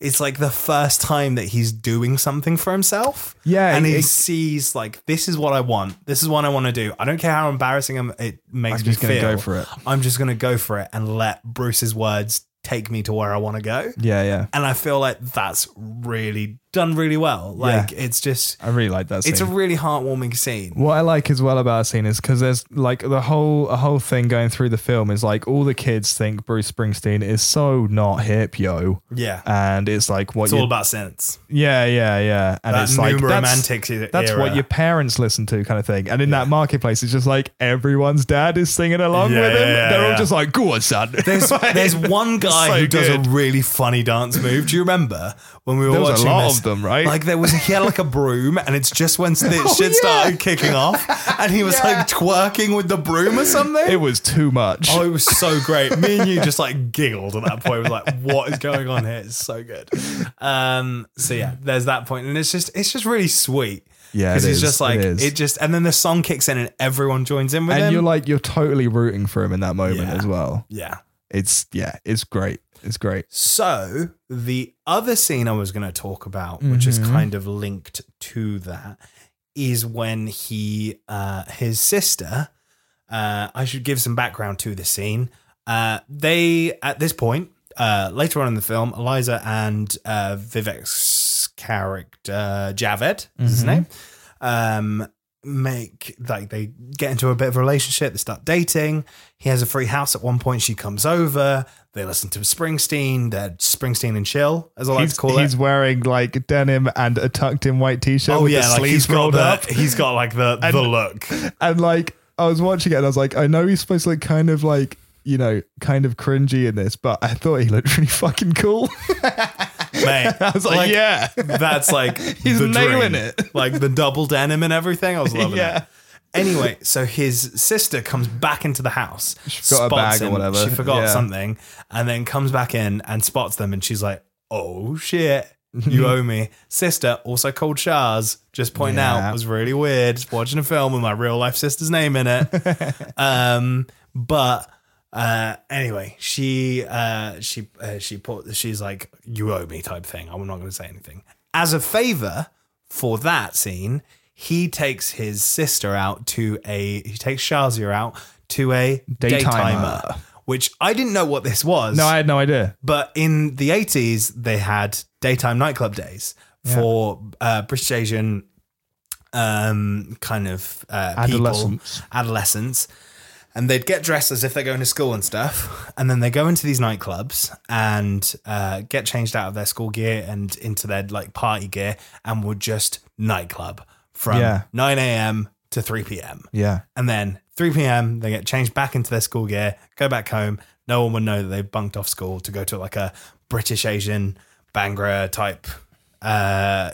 Speaker 1: It's like the first time that he's doing something for himself.
Speaker 2: Yeah,
Speaker 1: And he
Speaker 2: it-
Speaker 1: sees like this is what I want. This is what I want to do. I don't care how embarrassing I'm, it makes
Speaker 2: I'm
Speaker 1: me
Speaker 2: just gonna
Speaker 1: feel.
Speaker 2: go for it.
Speaker 1: I'm just gonna go for it and let Bruce's words take me to where I want to go.
Speaker 2: yeah, yeah.
Speaker 1: And I feel like that's really done really well. Like it's just
Speaker 2: I really like that. Scene.
Speaker 1: it's a really heartwarming scene.
Speaker 2: What I like as well about that scene is because there's like the whole a whole thing going through the film is like all the kids think Bruce Springsteen is so not hip, yo,
Speaker 1: Yeah.
Speaker 2: and it's like what
Speaker 1: it's
Speaker 2: you,
Speaker 1: all about
Speaker 2: <laughs>
Speaker 1: sense.
Speaker 2: yeah, yeah, yeah, and
Speaker 1: That
Speaker 2: it's
Speaker 1: new
Speaker 2: like
Speaker 1: romantic e-
Speaker 2: That's what
Speaker 1: era.
Speaker 2: your parents listen to, kind of thing. And in that marketplace, it's just like everyone's dad is singing along
Speaker 1: Yeah,
Speaker 2: with him.
Speaker 1: yeah, yeah,
Speaker 2: They're all
Speaker 1: yeah.
Speaker 2: just like, "Go on, son." <laughs>
Speaker 1: There's, there's one guy
Speaker 2: so
Speaker 1: who does
Speaker 2: good.
Speaker 1: a really funny dance move. Do you remember when we were
Speaker 2: There was a
Speaker 1: watching
Speaker 2: lot
Speaker 1: this?
Speaker 2: of them, right? Oh,
Speaker 1: Like there was he had like a broom, and it's just
Speaker 2: <laughs>
Speaker 1: when the shit started kicking off, and he was like twerking with the broom or something.
Speaker 2: it was too much.
Speaker 1: Oh, it was so great. Me and you just like giggled at that point. It was like, what is going on here? It's so good. Um, so yeah, there's that point, and it's just it's just really sweet.
Speaker 2: Yeah,
Speaker 1: because
Speaker 2: it
Speaker 1: it's
Speaker 2: is.
Speaker 1: just like
Speaker 2: It
Speaker 1: it,
Speaker 2: is.
Speaker 1: just, and then the song kicks in, and everyone joins in with
Speaker 2: and
Speaker 1: him.
Speaker 2: you're like, you're totally rooting for him in that moment
Speaker 1: Yeah.
Speaker 2: as well.
Speaker 1: yeah.
Speaker 2: It's yeah, it's great. It's great.
Speaker 1: So the other scene I was going to talk about, which is kind of linked to that, is when he, uh, his sister. Uh, I should give some background to the scene. Uh, they at this point, uh, later on in the film, Eliza and uh, Vivek's character Javed is his name. Um, make like they get into a bit of a relationship. They start dating. He has a free house at one point. She comes over. They listen to Springsteen. They're Springsteen and chill, as I like
Speaker 2: He's,
Speaker 1: to call
Speaker 2: he's
Speaker 1: it.
Speaker 2: wearing like denim and a tucked in white t-shirt
Speaker 1: Oh
Speaker 2: with
Speaker 1: yeah,
Speaker 2: the
Speaker 1: like
Speaker 2: sleeves
Speaker 1: he's got
Speaker 2: rolled
Speaker 1: the,
Speaker 2: up.
Speaker 1: he's got like the the look.
Speaker 2: And like I was watching it and I was like, I know he's supposed to look kind of like, you know, kind of cringy in this, but I thought he looked <laughs> really fucking cool.
Speaker 1: <laughs> Mate,
Speaker 2: I was like, yeah.
Speaker 1: That's like
Speaker 2: <laughs> He's
Speaker 1: the
Speaker 2: nailing
Speaker 1: dream. <laughs>
Speaker 2: it.
Speaker 1: Like the double denim and everything. I was loving
Speaker 2: Yeah.
Speaker 1: it. Anyway, so his sister comes back into the house. She
Speaker 2: forgot a bag or whatever.
Speaker 1: She forgot
Speaker 2: Yeah.
Speaker 1: something and then comes back in and spots them and she's like, oh shit,
Speaker 2: <laughs>
Speaker 1: you owe me. Sister, also called Shaz, just pointing
Speaker 2: Yeah.
Speaker 1: out, was really weird. Just watching a film with my real life sister's name in it. um, but uh, anyway, she uh, she uh, she put she's like you owe me type thing. I'm not going to say anything as a favor for that scene. He takes his sister out to a he takes Shazia out to a
Speaker 2: Daytimer.
Speaker 1: daytimer, which I didn't know what this was.
Speaker 2: No, I had no idea.
Speaker 1: But in the 80s, they had daytime nightclub days for uh, British Asian um, kind of uh,
Speaker 2: Adolescents.
Speaker 1: people, adolescents. And they'd get dressed as if they're going to school and stuff. And then they go into these nightclubs and uh, get changed out of their school gear and into their like party gear and would just nightclub from
Speaker 2: Yeah.
Speaker 1: 9 a.m. to 3 p.m.
Speaker 2: Yeah.
Speaker 1: And then 3 p.m., they get changed back into their school gear, go back home. No one would know that they've bunked off school to go to like a British Asian Bangra type uh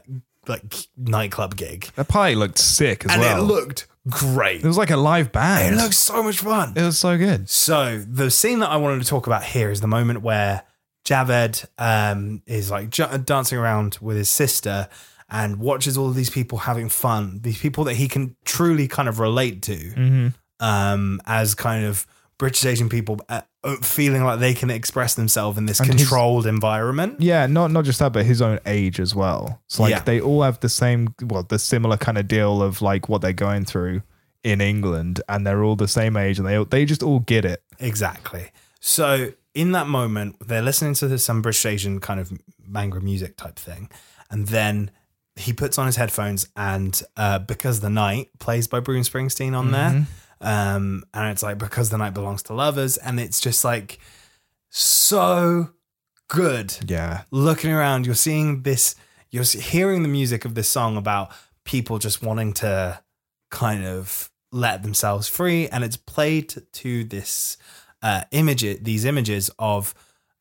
Speaker 1: like nightclub gig.
Speaker 2: That party looked sick as
Speaker 1: and
Speaker 2: well.
Speaker 1: it looked great.
Speaker 2: It was like a live band.
Speaker 1: It looked so much fun.
Speaker 2: It was so good.
Speaker 1: So the scene that I wanted to talk about here is the moment where Javed um, is like j- dancing around with his sister and watches all of these people having fun, these people that he can truly kind of relate to
Speaker 2: Mm-hmm.
Speaker 1: um, as kind of British Asian people uh, feeling like they can express themselves in this
Speaker 2: And his-
Speaker 1: controlled environment.
Speaker 2: Yeah, not not just that, but his own age as well. It's like
Speaker 1: Yeah.
Speaker 2: they all have the same, well, the similar kind of deal of like what they're going through in England, and they're all the same age, and they all- they just all get it.
Speaker 1: Exactly. So in that moment, they're listening to this, some British Asian kind of manga music type thing, and then he puts on his headphones and uh, because the night plays by Bruce Springsteen on there, um, and it's like because the night belongs to lovers, and it's just like so good
Speaker 2: Yeah,
Speaker 1: looking around, you're seeing this, you're s- hearing the music of this song about people just wanting to kind of let themselves free, and it's played to this uh, image, these images of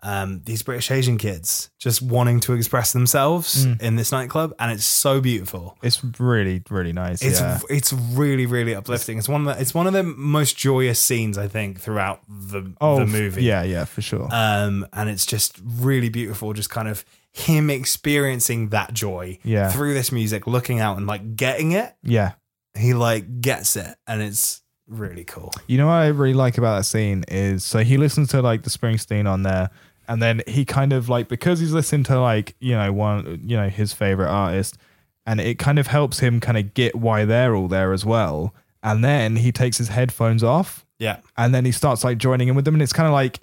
Speaker 1: um, these British Asian kids just wanting to express themselves
Speaker 2: Hmm.
Speaker 1: in this nightclub, and it's so beautiful.
Speaker 2: it's really really nice.
Speaker 1: It's
Speaker 2: yeah.
Speaker 1: it's really really uplifting. It's one of the, it's one of the most joyous scenes I think throughout the the
Speaker 2: Oh, f-
Speaker 1: movie.
Speaker 2: Yeah, yeah, for sure.
Speaker 1: Um, and it's just really beautiful, just kind of him experiencing that joy
Speaker 2: Yeah.
Speaker 1: through this music, looking out and like getting it.
Speaker 2: yeah.
Speaker 1: He like gets it, and it's really cool.
Speaker 2: You know what I really like about that scene is so he listens to like the Springsteen on there, and then he kind of like because he's listening to like you know one you know his favorite artist, and it kind of helps him kind of get why they're all there as well. And then he takes his headphones off,
Speaker 1: Yeah,
Speaker 2: and then he starts like joining in with them, and it's kind of like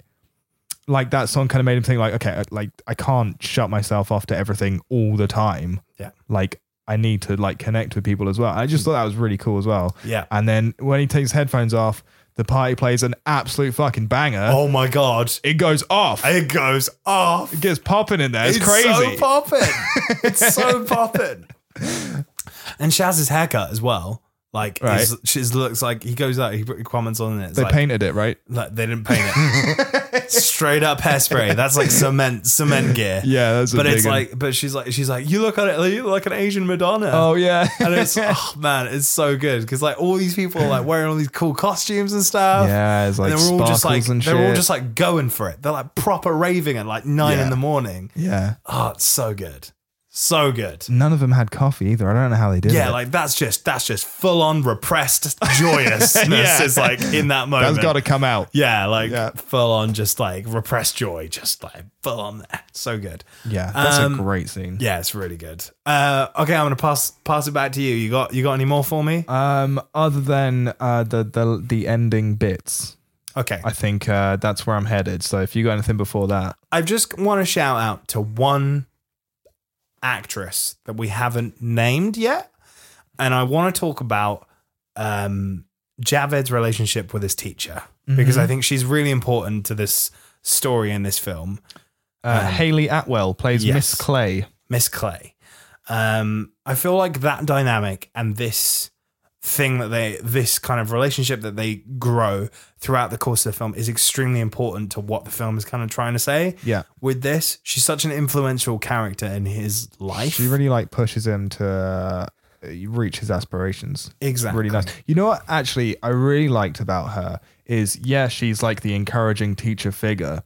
Speaker 2: like that song kind of made him think like okay uh, like I can't shut myself off to everything all the time.
Speaker 1: Yeah.
Speaker 2: like I need to like connect with people as well. I just thought that was really cool as well.
Speaker 1: Hmm. yeah.
Speaker 2: And then when he takes headphones off, the party plays an absolute fucking banger.
Speaker 1: oh my god,
Speaker 2: It goes off. It
Speaker 1: it goes off.
Speaker 2: gets popping in there. It's,
Speaker 1: so <laughs>
Speaker 2: crazy.
Speaker 1: popping. it's so popping. And Shaz's haircut as well. Like,
Speaker 2: Right.
Speaker 1: is, she's looks like he goes out. He comments on it. It's
Speaker 2: they
Speaker 1: like,
Speaker 2: painted it, right?
Speaker 1: like, they didn't paint it.
Speaker 2: <laughs>
Speaker 1: Straight up hairspray. That's like cement cement gear.
Speaker 2: Yeah, that's a
Speaker 1: but it's
Speaker 2: big one.
Speaker 1: like, but she's like, she's like, you look at it, you look like an Asian Madonna.
Speaker 2: Oh yeah.
Speaker 1: <laughs> and it's oh man, it's so good because like all these people are like wearing all these cool costumes and stuff.
Speaker 2: Yeah, it's like
Speaker 1: and they're all just like
Speaker 2: sparkles and
Speaker 1: they're all
Speaker 2: shit.
Speaker 1: just like going for it. They're like proper raving at like nine
Speaker 2: Yeah.
Speaker 1: in the morning.
Speaker 2: <laughs> yeah.
Speaker 1: Oh, it's so good, so good.
Speaker 2: None of them had coffee either. I don't know how they did
Speaker 1: Yeah,
Speaker 2: it.
Speaker 1: like that's just that's just full on repressed joyousness
Speaker 2: <laughs> Yeah.
Speaker 1: is like in that moment.
Speaker 2: that's got to come out.
Speaker 1: Yeah, like
Speaker 2: Yeah.
Speaker 1: full on, just like repressed joy, just like full on. there. So good.
Speaker 2: Yeah, that's
Speaker 1: Um,
Speaker 2: a great scene.
Speaker 1: Yeah, it's really good. Uh, okay, I'm gonna pass pass it back to you. You got you got any more for me?
Speaker 2: Um, other than uh, the the the ending bits,
Speaker 1: Okay,
Speaker 2: I think uh, that's where I'm headed. So if you got anything before that,
Speaker 1: I just want to shout out to one actress that we haven't named yet, and I want to talk about um, Javed's relationship with his teacher because I think she's really important to this story in this film.
Speaker 2: uh, Haley Atwell plays
Speaker 1: Um, yes.
Speaker 2: Miss Clay.
Speaker 1: Miss Clay. Um, I feel like that dynamic and this thing that they, this kind of relationship that they grow throughout the course of the film is extremely important to what the film is kind of trying to say.
Speaker 2: Yeah.
Speaker 1: With this, she's such an influential character in his life.
Speaker 2: She really like pushes him to uh, reach his aspirations.
Speaker 1: exactly.
Speaker 2: really nice. You know what? Actually, I really liked about her is yeah, she's like the encouraging teacher figure,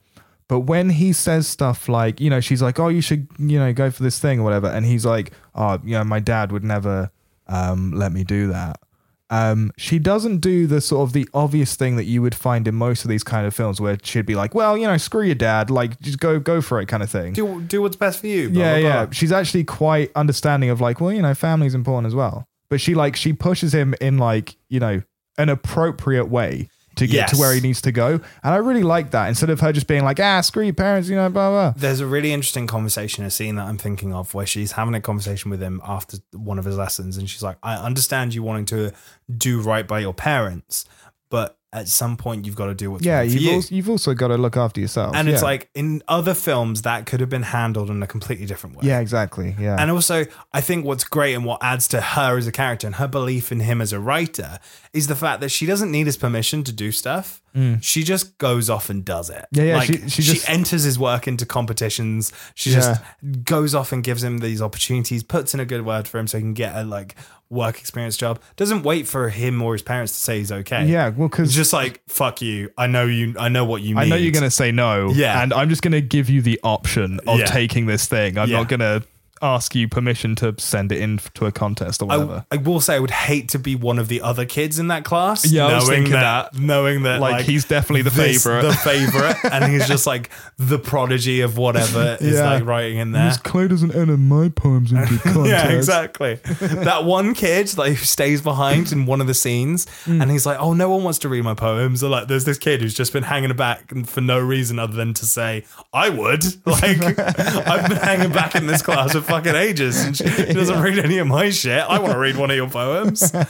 Speaker 2: but when he says stuff like you know she's like oh you should you know go for this thing or whatever, and he's like oh you know my dad would never um, let me do that. Um, she doesn't do the sort of the obvious thing that you would find in most of these kind of films where she'd be like, well, you know, screw your dad, like just go go for it kind of thing.
Speaker 1: Do, do what's best for you. blah,
Speaker 2: yeah,
Speaker 1: blah,
Speaker 2: yeah.
Speaker 1: blah.
Speaker 2: She's actually quite understanding of like, well, you know, family's important as well. But she like she pushes him in like you know an appropriate way to get to
Speaker 1: Yes.
Speaker 2: where he needs to go, and I really like that. Instead of her just being like, ah, screw your parents, you know, blah blah.
Speaker 1: There's a really interesting conversation, a scene that I'm thinking of where she's having a conversation with him after one of his lessons. And she's like, I understand you wanting to do right by your parents, but at some point you've got to do what's
Speaker 2: yeah,
Speaker 1: yeah, for
Speaker 2: you've
Speaker 1: you.
Speaker 2: also, you've also got to look after yourself.
Speaker 1: and it's
Speaker 2: yeah.
Speaker 1: like in other films that could have been handled in a completely different way.
Speaker 2: yeah, exactly. Yeah,
Speaker 1: And also, I think what's great and what adds to her as a character and her belief in him as a writer is the fact that she doesn't need his permission to do stuff. She just goes off and does it.
Speaker 2: Mm. Yeah, yeah,
Speaker 1: Like,
Speaker 2: she- she just-
Speaker 1: enters his work into competitions. She just goes off and gives him these opportunities, puts in a good word for him so he can get a like work experience job. Doesn't wait for him or his parents to say he's okay.
Speaker 2: yeah, well, because
Speaker 1: It's just like fuck you. I know you. I know what you.
Speaker 2: I know
Speaker 1: need."
Speaker 2: you're going to say no.
Speaker 1: Yeah.
Speaker 2: And I'm just going to give you the option of
Speaker 1: Yeah.
Speaker 2: taking this thing. I'm
Speaker 1: Yeah.
Speaker 2: not going to ask you permission to send it in f- to a contest or whatever.
Speaker 1: I, I will say I would hate to be one of the other kids in that class.
Speaker 2: Yeah, I was thinking
Speaker 1: that, knowing that
Speaker 2: Like,
Speaker 1: like,
Speaker 2: he's definitely the
Speaker 1: this-
Speaker 2: favorite.
Speaker 1: the favorite, and he's just like the prodigy of whatever is
Speaker 2: <laughs> Yeah.
Speaker 1: like writing in there.
Speaker 2: Clay doesn't enter my
Speaker 1: <laughs>
Speaker 2: poems into contest.
Speaker 1: Yeah, exactly. that one kid like who stays behind in one of the scenes, and he's like, "Oh, no one wants to read my poems." Or like, there's this kid who's just been hanging back and for no reason other than to say, "I would." <laughs> Like, I've been hanging back in this class for fucking ages, and she doesn't read any of my shit. I want to read one of your poems. I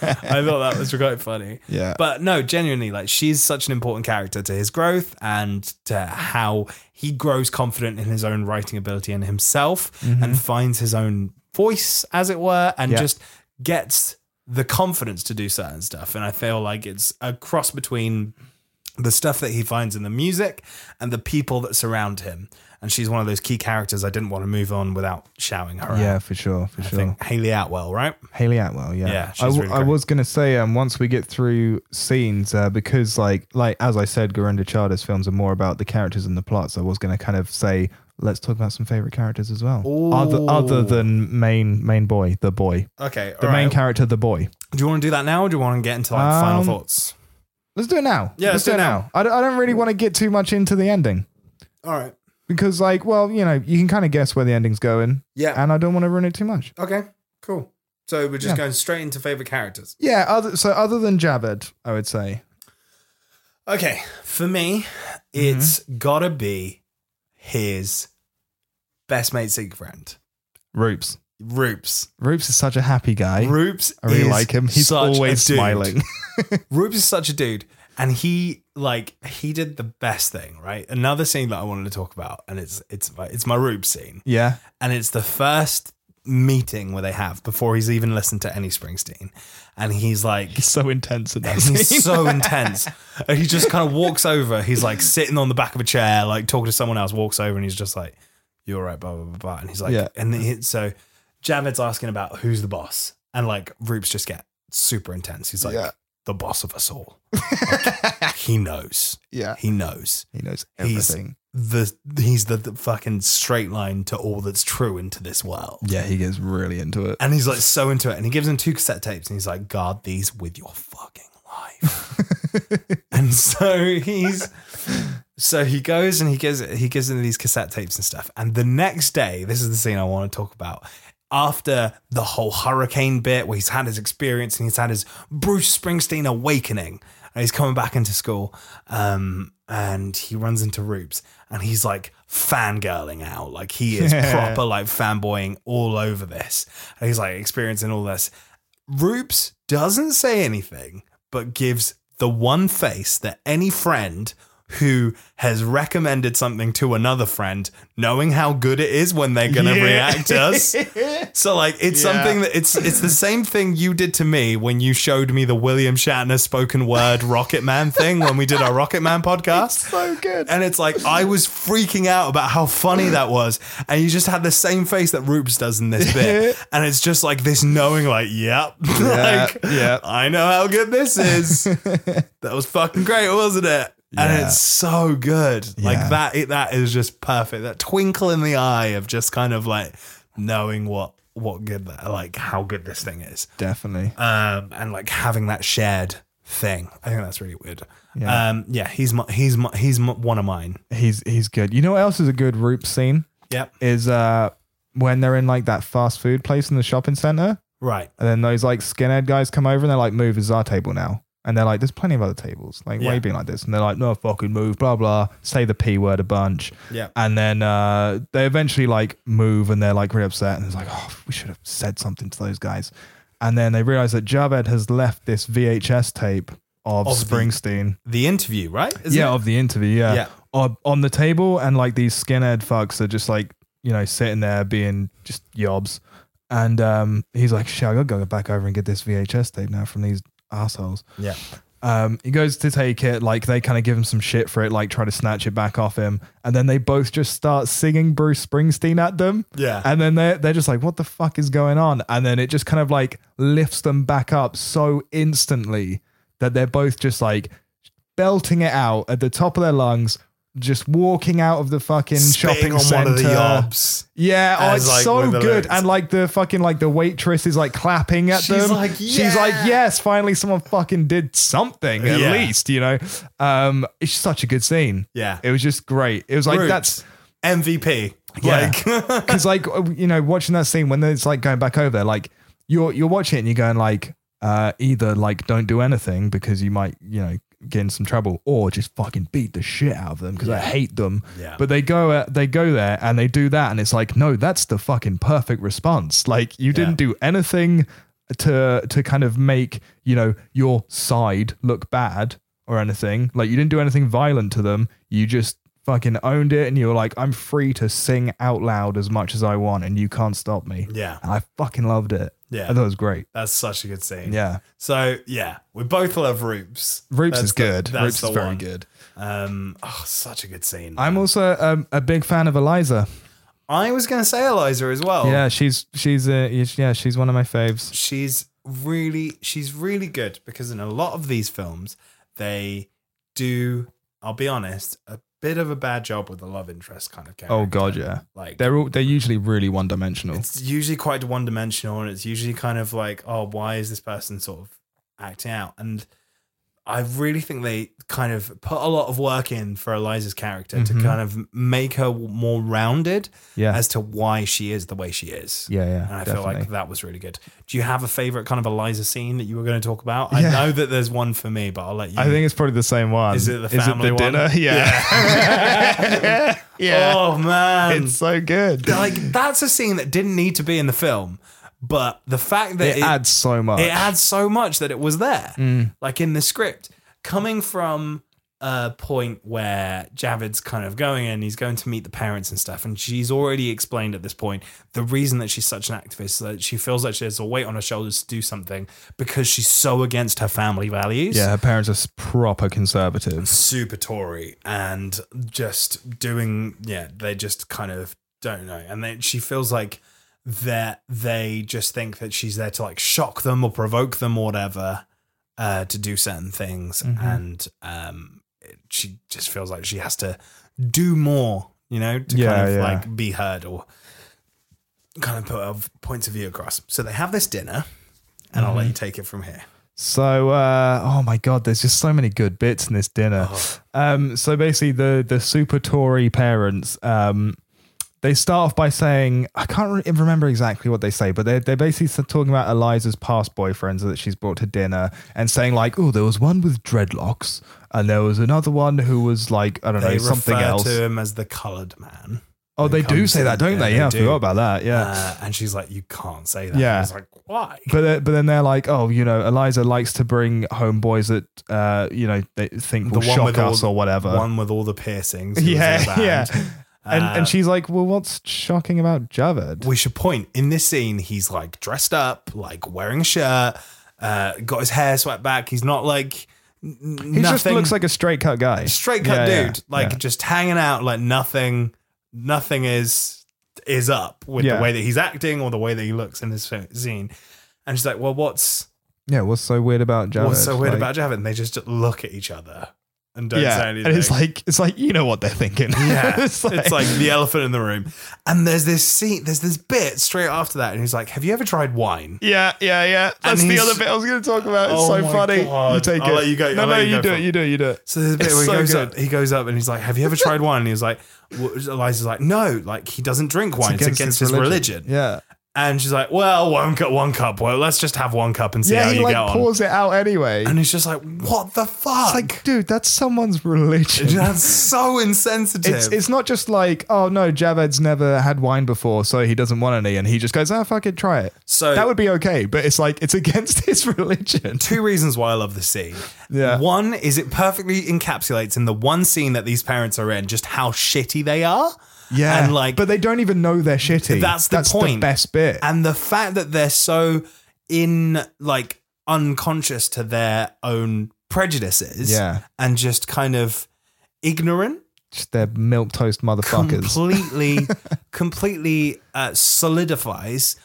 Speaker 1: thought that was quite funny.
Speaker 2: Yeah.
Speaker 1: but Uh, no, genuinely, like she's such an important character to his growth and to how. He grows confident in his own writing ability and himself and finds his own voice, as it were, and
Speaker 2: Mm-hmm. Yeah.
Speaker 1: just gets the confidence to do certain stuff. And I feel like it's a cross between the stuff that he finds in the music and the people that surround him. And she's one of those key characters I didn't want to move on without shouting her
Speaker 2: Yeah,
Speaker 1: out.
Speaker 2: for sure. For
Speaker 1: I
Speaker 2: sure.
Speaker 1: think Haley Atwell, right?
Speaker 2: Haley Atwell, yeah.
Speaker 1: Yeah, she's
Speaker 2: I, w-
Speaker 1: really
Speaker 2: I
Speaker 1: great.
Speaker 2: was gonna say, um, once we get through scenes, uh, because like like as I said, Gorinda Chada's films are more about the characters and the plots. I was gonna kind of say, let's talk about some favorite characters as well, other other
Speaker 1: Ooh.
Speaker 2: than main main boy, the boy,
Speaker 1: Okay.
Speaker 2: the main character, the boy.
Speaker 1: do you want to do that now or do you want to get into like final
Speaker 2: Um,
Speaker 1: thoughts?
Speaker 2: Let's do it now.
Speaker 1: Yeah, let's do it now.
Speaker 2: I, don't, I don't really want to get too much into the ending
Speaker 1: All right.
Speaker 2: because, like, well, you know, you can kind of guess where the ending's going.
Speaker 1: Yeah.
Speaker 2: And I don't want to ruin it too much.
Speaker 1: Okay. Cool. So we're just
Speaker 2: Yeah.
Speaker 1: going straight into favorite characters.
Speaker 2: Yeah. Other, so, other than Javed, I would say.
Speaker 1: Okay, for me,
Speaker 2: Mm-hmm.
Speaker 1: it's gotta be his best mate Siegfried.
Speaker 2: Roops.
Speaker 1: Roops.
Speaker 2: Roops is such a happy guy.
Speaker 1: Roops.
Speaker 2: I really
Speaker 1: is
Speaker 2: like him. He's
Speaker 1: such a
Speaker 2: always
Speaker 1: dude.
Speaker 2: smiling. <laughs>
Speaker 1: Roops is such a dude. And he like he did the best thing, right? Another scene that I wanted to talk about, and it's it's my it's my Roops scene.
Speaker 2: yeah.
Speaker 1: And it's the first meeting where they have before he's even listened to any Springsteen. And <laughs> he's like
Speaker 2: He's so intense in that
Speaker 1: He's
Speaker 2: <laughs>
Speaker 1: so intense. And he just kind of walks over. He's like sitting on the back of a chair, like talking to someone else, walks over and he's just like, You're all right, blah, blah, blah, blah. And he's like,
Speaker 2: Yeah.
Speaker 1: And then he, so Javed's asking about who's the boss. And like, Roops just get super intense. He's like,
Speaker 2: Yeah.
Speaker 1: The boss of us all.
Speaker 2: <laughs>
Speaker 1: Like, he knows.
Speaker 2: yeah.
Speaker 1: He knows.
Speaker 2: He knows
Speaker 1: He's-
Speaker 2: everything.
Speaker 1: The he's the, the fucking straight line to all that's true into this world.
Speaker 2: yeah, he gets really into it.
Speaker 1: And he's like so into it. And he gives him two cassette tapes and he's like, guard these with your fucking life. and so he's so he goes and he gives he gives him these cassette tapes and stuff. And the next day, this is the scene I want to talk about. After the whole hurricane bit where he's had his experience and he's had his Bruce Springsteen awakening. And he's coming back into school. Um and he runs into Roops and he's like fangirling out. Like he is proper like fanboying all over this. And he's like experiencing all this. Roops doesn't say anything, but gives the one face that any friend who has recommended something to another friend, knowing how good it is when they're gonna
Speaker 2: Yeah.
Speaker 1: react to us. <laughs> So like it's
Speaker 2: Yeah.
Speaker 1: something that it's it's the same thing you did to me when you showed me the William Shatner spoken word Rocket Man thing when we did our Rocket Man podcast.
Speaker 2: so good.
Speaker 1: And it's like I was freaking out about how funny that was, and you just had the same face that Roops does in this
Speaker 2: <laughs>
Speaker 1: bit, and it's just like this knowing, like, yep, <laughs>
Speaker 2: Yeah,
Speaker 1: like,
Speaker 2: yeah.
Speaker 1: I know how good this
Speaker 2: <laughs>
Speaker 1: is. that was fucking great, wasn't it? And
Speaker 2: Yeah.
Speaker 1: it's so good,
Speaker 2: Yeah.
Speaker 1: like that. It, that is just perfect. That twinkle in the eye of just kind of like knowing what what good that like how good this thing is
Speaker 2: Definitely.
Speaker 1: um, and like having that shared thing. I think that's really weird.
Speaker 2: Yeah.
Speaker 1: Yeah, um, yeah he's my, he's my, he's my, one of mine.
Speaker 2: He's he's good. You know what else is a good Roops scene?
Speaker 1: Yep.
Speaker 2: Is uh when they're in like that fast food place in the shopping center.
Speaker 1: Right.
Speaker 2: And then those like skinhead guys come over and they're like, move, this is our table now. And they're like, there's plenty of other tables. Like, why
Speaker 1: Yeah.
Speaker 2: you being like this? And they're like, no, fucking move, blah, blah. Say the P word a bunch.
Speaker 1: Yeah.
Speaker 2: And then uh, they eventually like move and they're like really upset. And it's like, oh, we should have said something to those guys. And then they realize that Javed has left this VHS tape of,
Speaker 1: Of the-
Speaker 2: Springsteen.
Speaker 1: The interview, right? Isn't
Speaker 2: yeah,
Speaker 1: it?
Speaker 2: of the interview. Yeah.
Speaker 1: Yeah.
Speaker 2: On, on the table, and like these skinhead fucks are just like, you know, sitting there being just yobs. And um, he's like, shit, I gotta go back over and get this VHS tape now from these assholes.
Speaker 1: yeah.
Speaker 2: Um, he goes to take it, like they kind of give him some shit for it, like try to snatch it back off him, and then they both just start singing Bruce Springsteen at them.
Speaker 1: Yeah.
Speaker 2: and then they they're just like, "What the fuck is going on?" And then it just kind of like lifts them back up so instantly that they're both just like belting it out at the top of their lungs, just walking out of the fucking
Speaker 1: Spitting
Speaker 2: shopping
Speaker 1: on
Speaker 2: center.
Speaker 1: one of the yobs.
Speaker 2: Yeah, oh,
Speaker 1: as,
Speaker 2: it's
Speaker 1: like,
Speaker 2: so
Speaker 1: with the
Speaker 2: good.
Speaker 1: lyrics.
Speaker 2: And like the fucking like the waitress is like clapping at
Speaker 1: She's
Speaker 2: them.
Speaker 1: like,
Speaker 2: She's like,
Speaker 1: "Yeah."
Speaker 2: yes, finally someone fucking did something at
Speaker 1: Yeah.
Speaker 2: least, you know. Um, it's such a good scene.
Speaker 1: Yeah.
Speaker 2: it was just great. It was like
Speaker 1: Roots. <laughs>
Speaker 2: that's
Speaker 1: MVP.
Speaker 2: Yeah.
Speaker 1: Like <laughs>
Speaker 2: because like uh, you know watching that scene when it's like going back over there, like you're you're watching it and you're going like uh either like don't do anything because you might you know get in some trouble or just fucking beat the shit out of them because I hate them.
Speaker 1: Yeah.
Speaker 2: But they go uh, they go there and they do that and it's like no that's the fucking perfect response. Like you didn't do anything to to kind of make you know your side look bad or anything. Like you didn't do anything violent to them. You just fucking owned it and you were like, I'm free to sing out loud as much as I want and you can't stop me.
Speaker 1: Yeah.
Speaker 2: And I fucking loved it.
Speaker 1: Yeah.
Speaker 2: I thought it was great.
Speaker 1: that's such a good scene.
Speaker 2: Yeah.
Speaker 1: So yeah, we both love Roops.
Speaker 2: Roops
Speaker 1: That's
Speaker 2: is
Speaker 1: the-
Speaker 2: good.
Speaker 1: that's
Speaker 2: Roops
Speaker 1: the
Speaker 2: is very
Speaker 1: one.
Speaker 2: good.
Speaker 1: Um, oh, such a good scene.
Speaker 2: I'm also um, a big fan of Eliza.
Speaker 1: I was gonna say Eliza as well.
Speaker 2: Yeah, she's she's uh, yeah, she's one of my faves.
Speaker 1: she's really she's really good because in a lot of these films they do i'll be honest a bit of a bad job with the love interest kind of character
Speaker 2: Oh god, yeah.
Speaker 1: like
Speaker 2: They're all they're usually really one dimensional.
Speaker 1: it's usually quite one dimensional and it's usually kind of like oh why is this person sort of acting out and i really think they kind of put a lot of work in for eliza's character
Speaker 2: Mm-hmm.
Speaker 1: to kind of make her more rounded
Speaker 2: Yeah.
Speaker 1: as to why she is the way she is
Speaker 2: Yeah, yeah,
Speaker 1: and i feel like
Speaker 2: definitely.
Speaker 1: that was really good do you have a favorite kind of eliza scene that you were going to talk about i
Speaker 2: Yeah.
Speaker 1: know that there's one for me but i'll let you
Speaker 2: I think it's probably the same one.
Speaker 1: Is it the family one?
Speaker 2: dinner? Yeah. <laughs> Yeah.
Speaker 1: <laughs> oh man
Speaker 2: It's so good.
Speaker 1: like that's a scene that didn't need to be in the film but the fact that
Speaker 2: it, adds so much. Mm.
Speaker 1: it adds so much that it was there like in the script coming from a point where Javid's kind of going and he's going to meet the parents and stuff and she's already explained at this point the reason that she's such an activist is that she feels like she has a weight on her shoulders to do something because she's so against her family values
Speaker 2: yeah, her parents are s- proper conservatives.
Speaker 1: super Tory and just doing yeah, they just kind of don't know. And then she feels like that they just think that she's there to like shock them or provoke them or whatever uh to do certain things
Speaker 2: Mm-hmm.
Speaker 1: and um it, she just feels like she has to do more, you know, to
Speaker 2: Yeah,
Speaker 1: kind of
Speaker 2: yeah.
Speaker 1: like be heard or kind of put her points of view across. So they have this dinner and I'll let
Speaker 2: Mm-hmm.
Speaker 1: you take it from here.
Speaker 2: So, uh, oh my god, there's just so many good bits in this dinner.
Speaker 1: Oh.
Speaker 2: Um, so basically, the the super Tory parents, um, they start off by saying, I can't re- remember exactly what they say, but they're, they're basically s- talking about Eliza's past boyfriends that she's brought to dinner and saying like, oh, there was one with dreadlocks, and there was another one who was like, I don't
Speaker 1: They
Speaker 2: know, something
Speaker 1: refer
Speaker 2: else.
Speaker 1: to him as the colored man.
Speaker 2: oh, they do
Speaker 1: comes
Speaker 2: say that,
Speaker 1: in.
Speaker 2: don't
Speaker 1: Yeah,
Speaker 2: they?
Speaker 1: they
Speaker 2: Yeah, I
Speaker 1: do.
Speaker 2: forgot about that. Yeah.
Speaker 1: Uh, and she's like, "You can't say that."
Speaker 2: Yeah.
Speaker 1: I was like, "Why?"
Speaker 2: But uh, but then they're like, oh, you know, Eliza likes to bring home boys that uh, you know they think will shock us or whatever. <laughs>
Speaker 1: One with all the piercings. who was in the
Speaker 2: yeah,
Speaker 1: band. Uh,
Speaker 2: yeah. And and she's like, well, what's shocking about Javed?
Speaker 1: We should point in this scene. He's like dressed up, like wearing a shirt, uh, got his hair swept back. He's not like n-
Speaker 2: He
Speaker 1: nothing.
Speaker 2: just looks like a straight cut guy,
Speaker 1: straight cut
Speaker 2: Yeah, yeah,
Speaker 1: dude, like
Speaker 2: yeah.
Speaker 1: just hanging out, like nothing, nothing is is up with
Speaker 2: Yeah.
Speaker 1: the way that he's acting or the way that he looks in this scene. And she's like, "Well, what's
Speaker 2: yeah. What's so weird about Javed?
Speaker 1: what's so weird
Speaker 2: Oh,
Speaker 1: about
Speaker 2: Like-
Speaker 1: Javed?" And they just look at each other and don't
Speaker 2: Yeah,
Speaker 1: say
Speaker 2: and
Speaker 1: anything.
Speaker 2: it's like it's like you know what they're thinking. <laughs>
Speaker 1: Yeah, it's, like, the elephant in the room. And there's this scene, there's this bit straight after that, and he's like, "Have you ever tried wine?"
Speaker 2: yeah, yeah, yeah. That's the
Speaker 1: he's-
Speaker 2: other bit I was going to talk about. It's
Speaker 1: Oh
Speaker 2: so
Speaker 1: my
Speaker 2: funny.
Speaker 1: God.
Speaker 2: You take
Speaker 1: I'll
Speaker 2: it.
Speaker 1: let you go-
Speaker 2: No,
Speaker 1: I'll
Speaker 2: no,
Speaker 1: let you
Speaker 2: you,
Speaker 1: go
Speaker 2: do
Speaker 1: for
Speaker 2: it.
Speaker 1: it.
Speaker 2: You do it. You do it.
Speaker 1: So there's a bit
Speaker 2: It's
Speaker 1: where he
Speaker 2: so
Speaker 1: goes
Speaker 2: good.
Speaker 1: up, he goes up, and he's like, "Have you ever tried wine?" And he's like, well, Eliza's like, "No." Like he doesn't drink wine; it's against, his religion.
Speaker 2: Yeah.
Speaker 1: And she's like, well, one cup, one cup. Well, let's just have one cup and see how
Speaker 2: yeah, he
Speaker 1: you
Speaker 2: like
Speaker 1: get on.
Speaker 2: pours it out anyway.
Speaker 1: And it's just like, what the fuck?
Speaker 2: It's like, dude, that's someone's religion.
Speaker 1: <laughs> That's so insensitive.
Speaker 2: It's, it's not just like, oh no, Javed's never had wine before, so he doesn't want any, and he just goes, ah, fuck it, try it.
Speaker 1: So-
Speaker 2: that would be okay, but it's like it's <laughs> against his religion.
Speaker 1: two reasons why I love this scene.
Speaker 2: Yeah.
Speaker 1: One is it perfectly encapsulates in the one scene that these parents are in just how shitty they are.
Speaker 2: Yeah,
Speaker 1: And like
Speaker 2: but they don't even know they're shitty.
Speaker 1: that's the point.
Speaker 2: best bit.
Speaker 1: And the fact that they're so in like unconscious to their own prejudices
Speaker 2: Yeah.
Speaker 1: and just kind of ignorant
Speaker 2: just they're milk toast motherfuckers. <laughs>
Speaker 1: completely completely uh, solidifies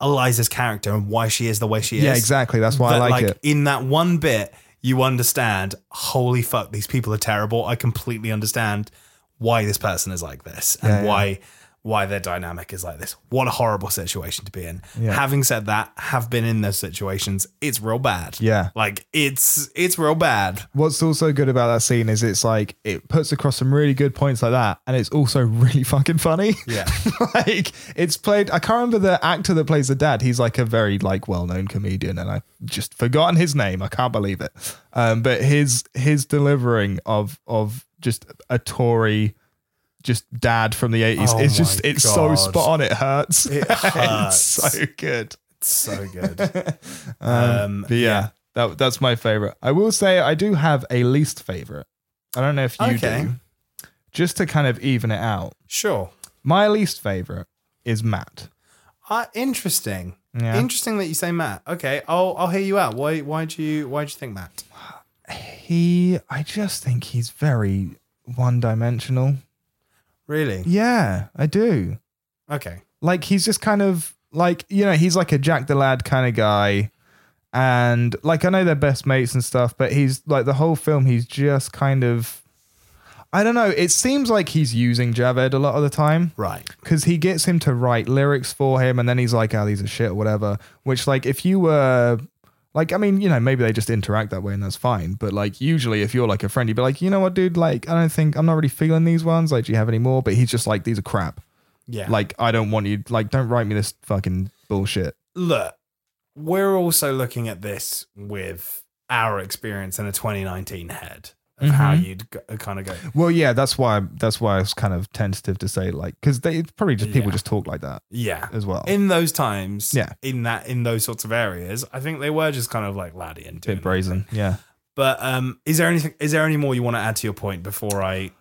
Speaker 1: Eliza's character and why she is the way she is.
Speaker 2: Yeah, exactly. That's why I
Speaker 1: That,
Speaker 2: like it.
Speaker 1: In that one bit, you understand, holy fuck, these people are terrible. I completely understand why this person is like this and
Speaker 2: Yeah, yeah.
Speaker 1: why why their dynamic is like this. What a horrible situation to be in.
Speaker 2: Yeah.
Speaker 1: Having said that, have been in those situations. It's real bad.
Speaker 2: Yeah.
Speaker 1: Like it's it's real
Speaker 2: <laughs>
Speaker 1: bad.
Speaker 2: What's also good about that scene is it's like it puts across some really good points like that, and it's also <laughs> really fucking funny.
Speaker 1: Yeah.
Speaker 2: <laughs> like it's played. I can't remember the actor that plays the dad. He's like a very like well-known comedian, and I just forgotten his name. I can't believe it. Um, but his his delivering of of just a Tory, just dad from the eighties.
Speaker 1: Oh
Speaker 2: it's
Speaker 1: my
Speaker 2: just it's so
Speaker 1: God.
Speaker 2: spot on. It hurts.
Speaker 1: It
Speaker 2: it's
Speaker 1: hurts.
Speaker 2: <laughs> so good.
Speaker 1: so good.
Speaker 2: <laughs>
Speaker 1: um,
Speaker 2: But yeah, that that's my favorite. I will say I do have a least favorite. I don't know if you
Speaker 1: Okay.
Speaker 2: do. Just to kind of even it out,
Speaker 1: sure.
Speaker 2: my least favorite is Matt.
Speaker 1: Ah, interesting.
Speaker 2: Yeah.
Speaker 1: Interesting that you say Matt. Okay, I'll I'll hear you out. Why why do you why do you think Matt?
Speaker 2: He, I just think he's very one-dimensional.
Speaker 1: Really?
Speaker 2: Yeah, I do.
Speaker 1: Okay.
Speaker 2: Like he's just kind of like you know he's like a Jack the Lad kind of guy, and like I know they're best mates and stuff, but he's like the whole film he's just kind of. I don't know. It seems like he's using Javed a lot of the time.
Speaker 1: Right.
Speaker 2: because he gets him to write lyrics for him and then he's like oh these are shit or whatever which like if you were like i mean you know maybe they just interact that way and that's fine but like usually if you're like a friend you'd be like you know what dude like i don't think i'm not really feeling these ones like do you have any more but he's just like these are crap
Speaker 1: Yeah.
Speaker 2: like i don't want you like don't write me this fucking bullshit
Speaker 1: look, we're also looking at this with our experience in a 2019 head of how
Speaker 2: Mm-hmm.
Speaker 1: you'd g- kind of go.
Speaker 2: well yeah that's why that's why i was kind of tentative to say like because they it's probably just people
Speaker 1: Yeah.
Speaker 2: just talk like that
Speaker 1: Yeah.
Speaker 2: as well
Speaker 1: In those times,
Speaker 2: Yeah.
Speaker 1: in that in those sorts of areas, I think they were just kind of like laddie and doing
Speaker 2: bit
Speaker 1: it.
Speaker 2: brazen yeah
Speaker 1: But um, is there anything? Is there any more you want to add to your point before I?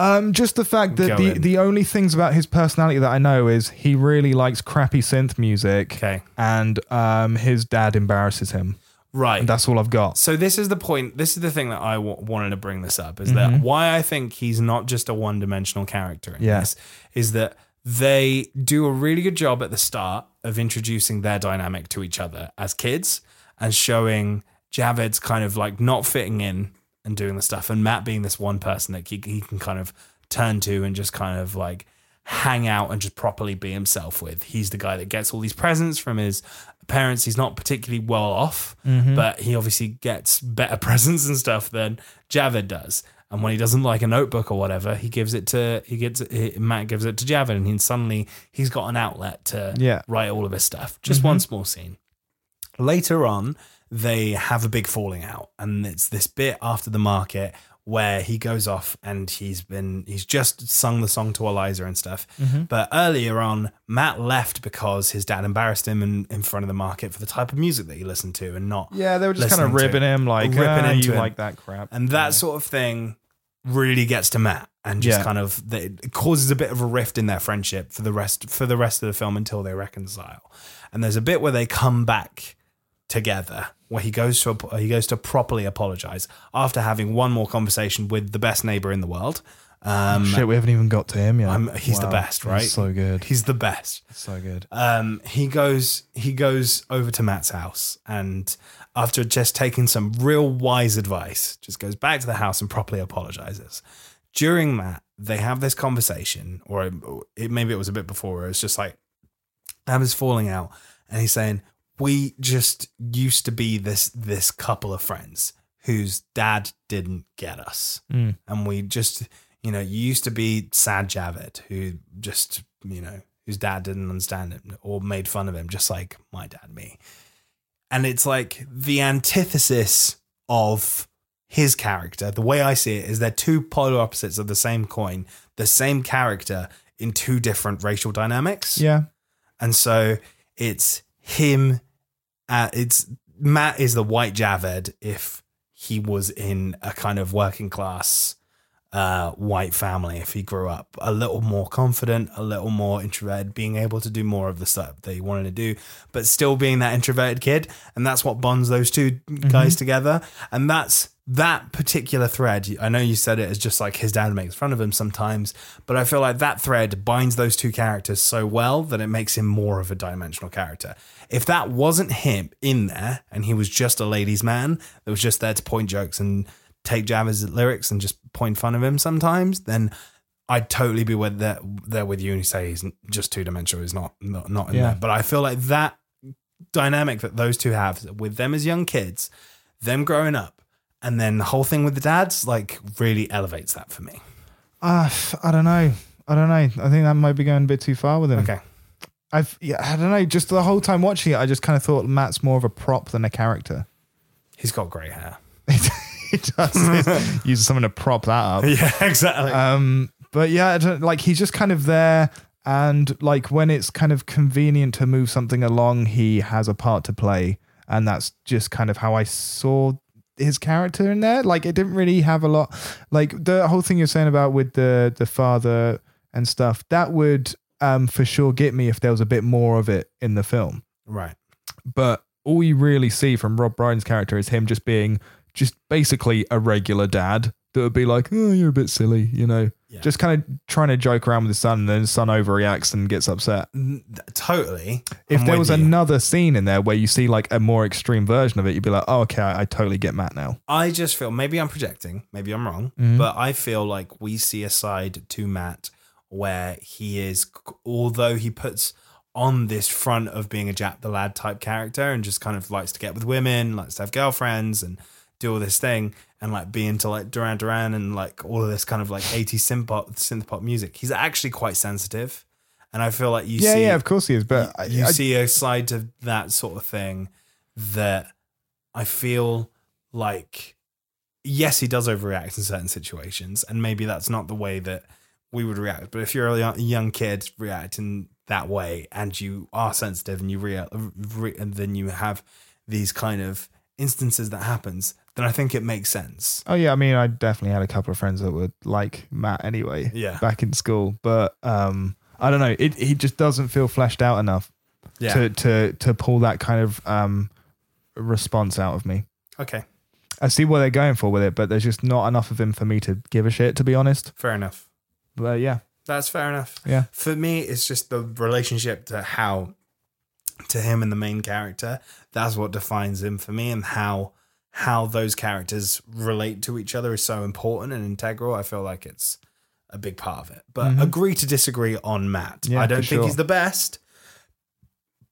Speaker 2: Um, just the fact that
Speaker 1: Go
Speaker 2: the,
Speaker 1: in.
Speaker 2: the only things about his personality that I know is he really likes crappy synth music.
Speaker 1: Okay.
Speaker 2: And um, his dad embarrasses him.
Speaker 1: Right.
Speaker 2: And that's all I've got.
Speaker 1: So this is the point. This is the thing that I w- wanted to bring this up is that why I think he's not just a one-dimensional character. In
Speaker 2: Yeah.
Speaker 1: this, is that they do a really good job at the start of introducing their dynamic to each other as kids and showing Javed's kind of like not fitting in and doing the stuff, and Matt being this one person that he, he can kind of turn to and just kind of like hang out and just properly be himself with. He's the guy that gets all these presents from his parents. He's not particularly well off, but he obviously gets better <laughs> presents and stuff than Javed does. And when he doesn't like a notebook or whatever, he gives it to he gets he, Matt gives it to Javed, and he, suddenly he's got an outlet to
Speaker 2: Yeah.
Speaker 1: write all of his stuff. Just one small scene. Later on, they have a big falling out, and it's this bit after the market where he goes off and he's been he's just sung the song to Eliza and stuff.
Speaker 2: Mm-hmm.
Speaker 1: But earlier on, Matt left because his dad embarrassed him in, in front of the market for the type of music that he listened to and not
Speaker 2: Yeah, they were just kind of
Speaker 1: listening to-
Speaker 2: ribbing him, like, ripping
Speaker 1: ripping into
Speaker 2: you
Speaker 1: him.
Speaker 2: like that crap.
Speaker 1: And that sort of thing really gets to Matt and just
Speaker 2: Yeah.
Speaker 1: kind of it causes a bit of a rift in their friendship for the rest for the rest of the film until they reconcile. And there's a bit where they come back together where he goes to ap- he goes to properly apologize after having one more conversation with the best neighbor in the world. Um,
Speaker 2: Oh, Shit, we haven't even got to him yet.
Speaker 1: I'm, he's the
Speaker 2: Wow,
Speaker 1: best,
Speaker 2: he's
Speaker 1: right?
Speaker 2: so good.
Speaker 1: He's the best
Speaker 2: so good.
Speaker 1: um, he goes he goes over to Matt's house and after just taking some real wise advice, just goes back to the house and properly apologizes. During that, they have this conversation, or it, maybe it was a bit before. Where it's just like Abba's falling out, and he's saying, "We just used to be this this couple of friends whose dad didn't get us, and we just, you know, you used to be Sad Javed, who just, you know, whose dad didn't understand him or made fun of him, just like my dad, and me. And it's like the antithesis of his character. The way I see it is they're two polar opposites of the same coin, the same character in two different racial dynamics.
Speaker 2: Yeah.
Speaker 1: And so it's him. Uh, it's Matt is the white Javed if he was in a kind of working class uh, white family. If he grew up a little more confident, a little more introverted, being able to do more of the stuff that he wanted to do, but still being that introverted kid, and that's what bonds those 2 guys together. And that's that particular thread. I know you said it as just like his dad makes fun of him sometimes, but I feel like that thread binds those two characters so well that it makes him more of a dimensional character. If that wasn't him in there and he was just a ladies' man that was just there to point jokes and take Javis lyrics and just point fun of him sometimes, then I'd totally be with there, there with you and say he's just two dimensional. He's not not not in
Speaker 2: Yeah.
Speaker 1: there. But I feel like that dynamic that those two have with them as young kids, them growing up, and then the whole thing with the dads like really elevates that for me.
Speaker 2: Uh, I don't know. I don't know. I think that might be going a bit too far with him.
Speaker 1: Okay.
Speaker 2: I've yeah, I don't know. Just the whole time watching it, I just kind of thought Matt's more of a prop than a character.
Speaker 1: He's got grey hair.
Speaker 2: <laughs> he does uses someone to prop that up. <laughs>
Speaker 1: Yeah, exactly.
Speaker 2: Um, but yeah, I don't, like he's just kind of there, and like when it's kind of convenient to move something along, he has a part to play, and that's just kind of how I saw his character in there. Like it didn't really have a lot. Like the whole thing you're saying about with the the father and stuff that would um for sure get me if there was a bit more of it in the film
Speaker 1: right.
Speaker 2: but all you really see from Rob Bryan's character is him just being just basically a regular dad that would be like, "Oh, you're a bit silly," you know,
Speaker 1: Yeah.
Speaker 2: just kind of trying to joke around with his son, and then his son overreacts and gets upset.
Speaker 1: N- th- Totally.
Speaker 2: If
Speaker 1: I'm
Speaker 2: there
Speaker 1: with
Speaker 2: was
Speaker 1: you.
Speaker 2: another scene in there where you see like a more extreme version of it, you'd be like, "Oh, okay, I, I totally get Matt now."
Speaker 1: I just feel maybe I'm projecting, maybe I'm wrong,
Speaker 2: Mm-hmm.
Speaker 1: but I feel like we see a side to Matt where he is, although he puts on this front of being a Jack the Lad type character and just kind of likes to get with women, likes to have girlfriends and do all this thing and like be into like Duran Duran and like all of this kind of like 80s synth pop, synth pop music. He's actually quite sensitive. And I feel like you
Speaker 2: yeah,
Speaker 1: see
Speaker 2: yeah, of course he is, but I-
Speaker 1: you
Speaker 2: I-
Speaker 1: see a side to that sort of thing that I feel like yes, he does overreact in certain situations, and maybe that's not the way that we would react. But if you're a young- young kid reacting that way, and you are sensitive, and you rea- re- and then you have these kind of instances that happens, then I think it makes sense.
Speaker 2: Oh yeah, I mean, I definitely had a couple of friends that would like Matt anyway.
Speaker 1: Yeah.
Speaker 2: back in school, but um, I don't know. It he just doesn't feel fleshed out enough
Speaker 1: Yeah.
Speaker 2: to to to pull that kind of um response out of me.
Speaker 1: okay.
Speaker 2: I see what they're going for with it, but there's just not enough of him for me to give a shit, to be honest.
Speaker 1: Fair enough.
Speaker 2: But yeah,
Speaker 1: That's fair enough.
Speaker 2: Yeah.
Speaker 1: For me, it's just the relationship to how to him and the main character. That's what defines him for me, and how how those characters relate to each other is so important and integral. I feel like it's a big part of it. But agree to disagree on Matt.
Speaker 2: Mm-hmm. Yeah,
Speaker 1: I don't
Speaker 2: for
Speaker 1: think
Speaker 2: sure.
Speaker 1: he's the best,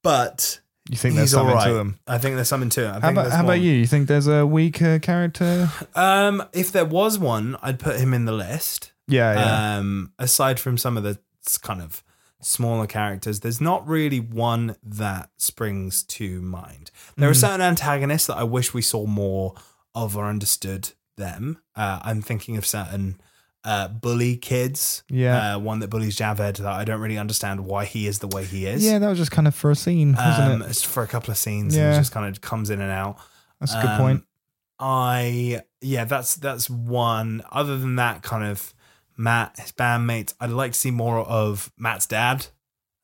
Speaker 1: but
Speaker 2: you think there's
Speaker 1: he's all
Speaker 2: something
Speaker 1: right.
Speaker 2: to him.
Speaker 1: I think there's something to him. I
Speaker 2: How
Speaker 1: think
Speaker 2: about,
Speaker 1: there's
Speaker 2: how about
Speaker 1: one.
Speaker 2: you? You think there's a
Speaker 1: <laughs>
Speaker 2: weaker character?
Speaker 1: Um, if there was one, I'd put him in the list.
Speaker 2: Yeah, yeah.
Speaker 1: Um, aside from some of the s- kind of smaller characters, there's not really one that springs to mind. There
Speaker 2: Hmm.
Speaker 1: are certain antagonists that I wish we saw more of or understood them. Uh, I'm thinking of certain uh, bully kids.
Speaker 2: Yeah.
Speaker 1: Uh, one that bullies Javed that I don't really understand why he is the way he is.
Speaker 2: yeah, that was just kind of for a scene, wasn't
Speaker 1: Um,
Speaker 2: it?
Speaker 1: it's for a couple of scenes and
Speaker 2: Yeah.
Speaker 1: it just kind of comes in and out.
Speaker 2: That's a good
Speaker 1: Um,
Speaker 2: point.
Speaker 1: I yeah, that's that's one. Other than that, kind of Matt, his bandmates. I'd like to see more of Matt's dad,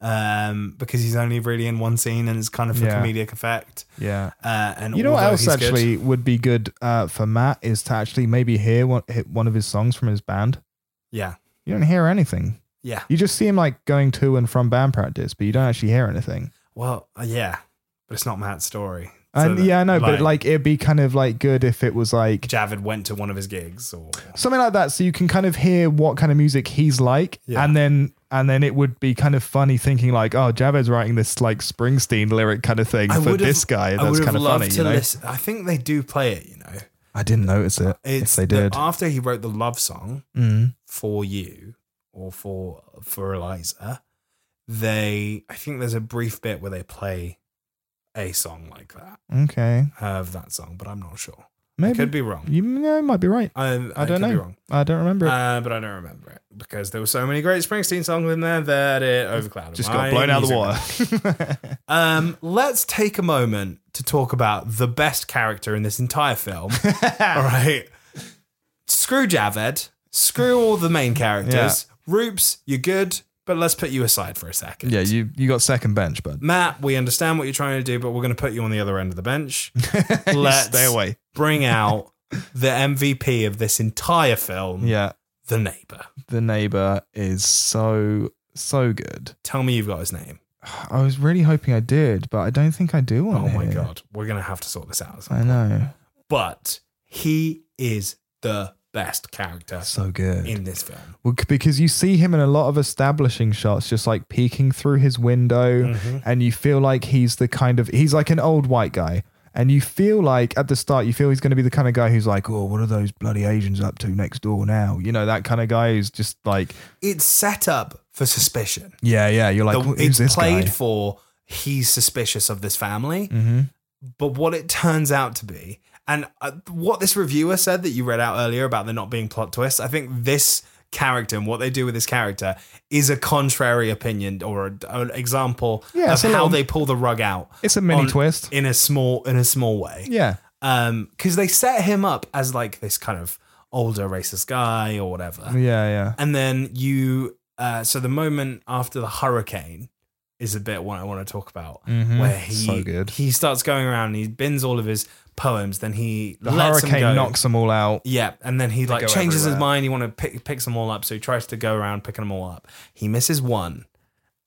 Speaker 1: um, because he's only really in one scene and it's kind of for
Speaker 2: Yeah.
Speaker 1: comedic effect.
Speaker 2: Yeah.
Speaker 1: Uh, and
Speaker 2: You know what
Speaker 1: although
Speaker 2: else
Speaker 1: he's good-
Speaker 2: actually would be good uh, for Matt is to actually maybe hear one, hit one of his songs from his band.
Speaker 1: yeah,
Speaker 2: You don't hear anything.
Speaker 1: yeah.
Speaker 2: You just see him like going to and from band practice, but you don't actually hear anything.
Speaker 1: Well, uh, yeah, but it's not Matt's story. So
Speaker 2: And
Speaker 1: that-
Speaker 2: yeah, I know, but like it'd be kind of like good if it was like
Speaker 1: Javid went to one of his gigs or
Speaker 2: something like that so you can kind of hear what kind of music he's like
Speaker 1: Yeah.
Speaker 2: and then and then it would be kind of funny thinking like oh Javed's writing this like Springsteen lyric kind of thing for
Speaker 1: would've-
Speaker 2: this guy
Speaker 1: I
Speaker 2: that's
Speaker 1: would've
Speaker 2: kind of
Speaker 1: loved
Speaker 2: funny
Speaker 1: to
Speaker 2: you know
Speaker 1: listen- I think they do play it. You know,
Speaker 2: I didn't notice it
Speaker 1: it's
Speaker 2: if they
Speaker 1: the-
Speaker 2: did
Speaker 1: after he wrote the love song.
Speaker 2: Mm.
Speaker 1: for you or for for Eliza, they, I think there's a brief bit where they play a song like that
Speaker 2: Okay.
Speaker 1: of that song, but I'm not sure.
Speaker 2: Maybe.
Speaker 1: I could be wrong.
Speaker 2: You no, might be right.
Speaker 1: I,
Speaker 2: I, don't
Speaker 1: could
Speaker 2: know.
Speaker 1: Be wrong.
Speaker 2: I don't remember. it.
Speaker 1: Uh, but I don't remember it because there were so many great Springsteen songs in there that it overclouded.
Speaker 2: Just
Speaker 1: my
Speaker 2: got blown out of the
Speaker 1: music. <laughs>
Speaker 2: water.
Speaker 1: Um, let's take a moment to talk about the best character in this entire
Speaker 2: <laughs>
Speaker 1: film. all right. Screw Javed. Screw all the main characters. Roops, you're good, but let's put you aside for a second.
Speaker 2: yeah, you you got second bench, bud.
Speaker 1: Matt, we understand what you're trying to do, but we're going to put you on the other end of the
Speaker 2: <laughs>
Speaker 1: bench. Let's
Speaker 2: Stay away.
Speaker 1: bring out the MVP of this entire film,
Speaker 2: Yeah,
Speaker 1: the neighbor.
Speaker 2: the neighbor is so so good.
Speaker 1: Tell me you've got his name.
Speaker 2: I was really hoping I did, but I don't think I do. On
Speaker 1: Oh my
Speaker 2: here.
Speaker 1: god, we're going to have to sort this out.
Speaker 2: I know.
Speaker 1: But he is the best character
Speaker 2: So good.
Speaker 1: in this film.
Speaker 2: Well, c- because you see him in a lot of establishing shots, just like peeking through his window, and you feel like he's the kind of he's like an old white guy. And you feel like at the start, you feel he's going to be the kind of guy who's like, oh, what are those bloody Asians up to next door now? You know, that kind of guy who's just like,
Speaker 1: It's set up for suspicion.
Speaker 2: yeah, yeah. You're like,
Speaker 1: The-
Speaker 2: "Who- who's
Speaker 1: it's
Speaker 2: this
Speaker 1: played
Speaker 2: guy?
Speaker 1: for he's suspicious of this family.
Speaker 2: Mm-hmm.
Speaker 1: But what it turns out to be, and uh, what this reviewer said that you read out earlier about there not being plot twists, I think this character and what they do with this character is a contrary opinion or a- an example
Speaker 2: Yeah,
Speaker 1: of
Speaker 2: it's a
Speaker 1: how
Speaker 2: little-
Speaker 1: they pull the rug out.
Speaker 2: It's a mini
Speaker 1: on-
Speaker 2: twist.
Speaker 1: in a small in a small way.
Speaker 2: Yeah.
Speaker 1: Um, because they set him up as like this kind of older racist guy or whatever.
Speaker 2: Yeah, yeah.
Speaker 1: And then you, uh, so the moment after the hurricane is a bit what I want to talk about, where he
Speaker 2: Mm-hmm. So good.
Speaker 1: he starts going around and he bins all of his poems. Then he
Speaker 2: The
Speaker 1: lets them
Speaker 2: hurricane
Speaker 1: go.
Speaker 2: knocks them all out.
Speaker 1: Yeah, and then he like
Speaker 2: go
Speaker 1: changes his
Speaker 2: everywhere.
Speaker 1: mind. He want to pick, picks them all up, so he tries to go around picking them all up. He misses one,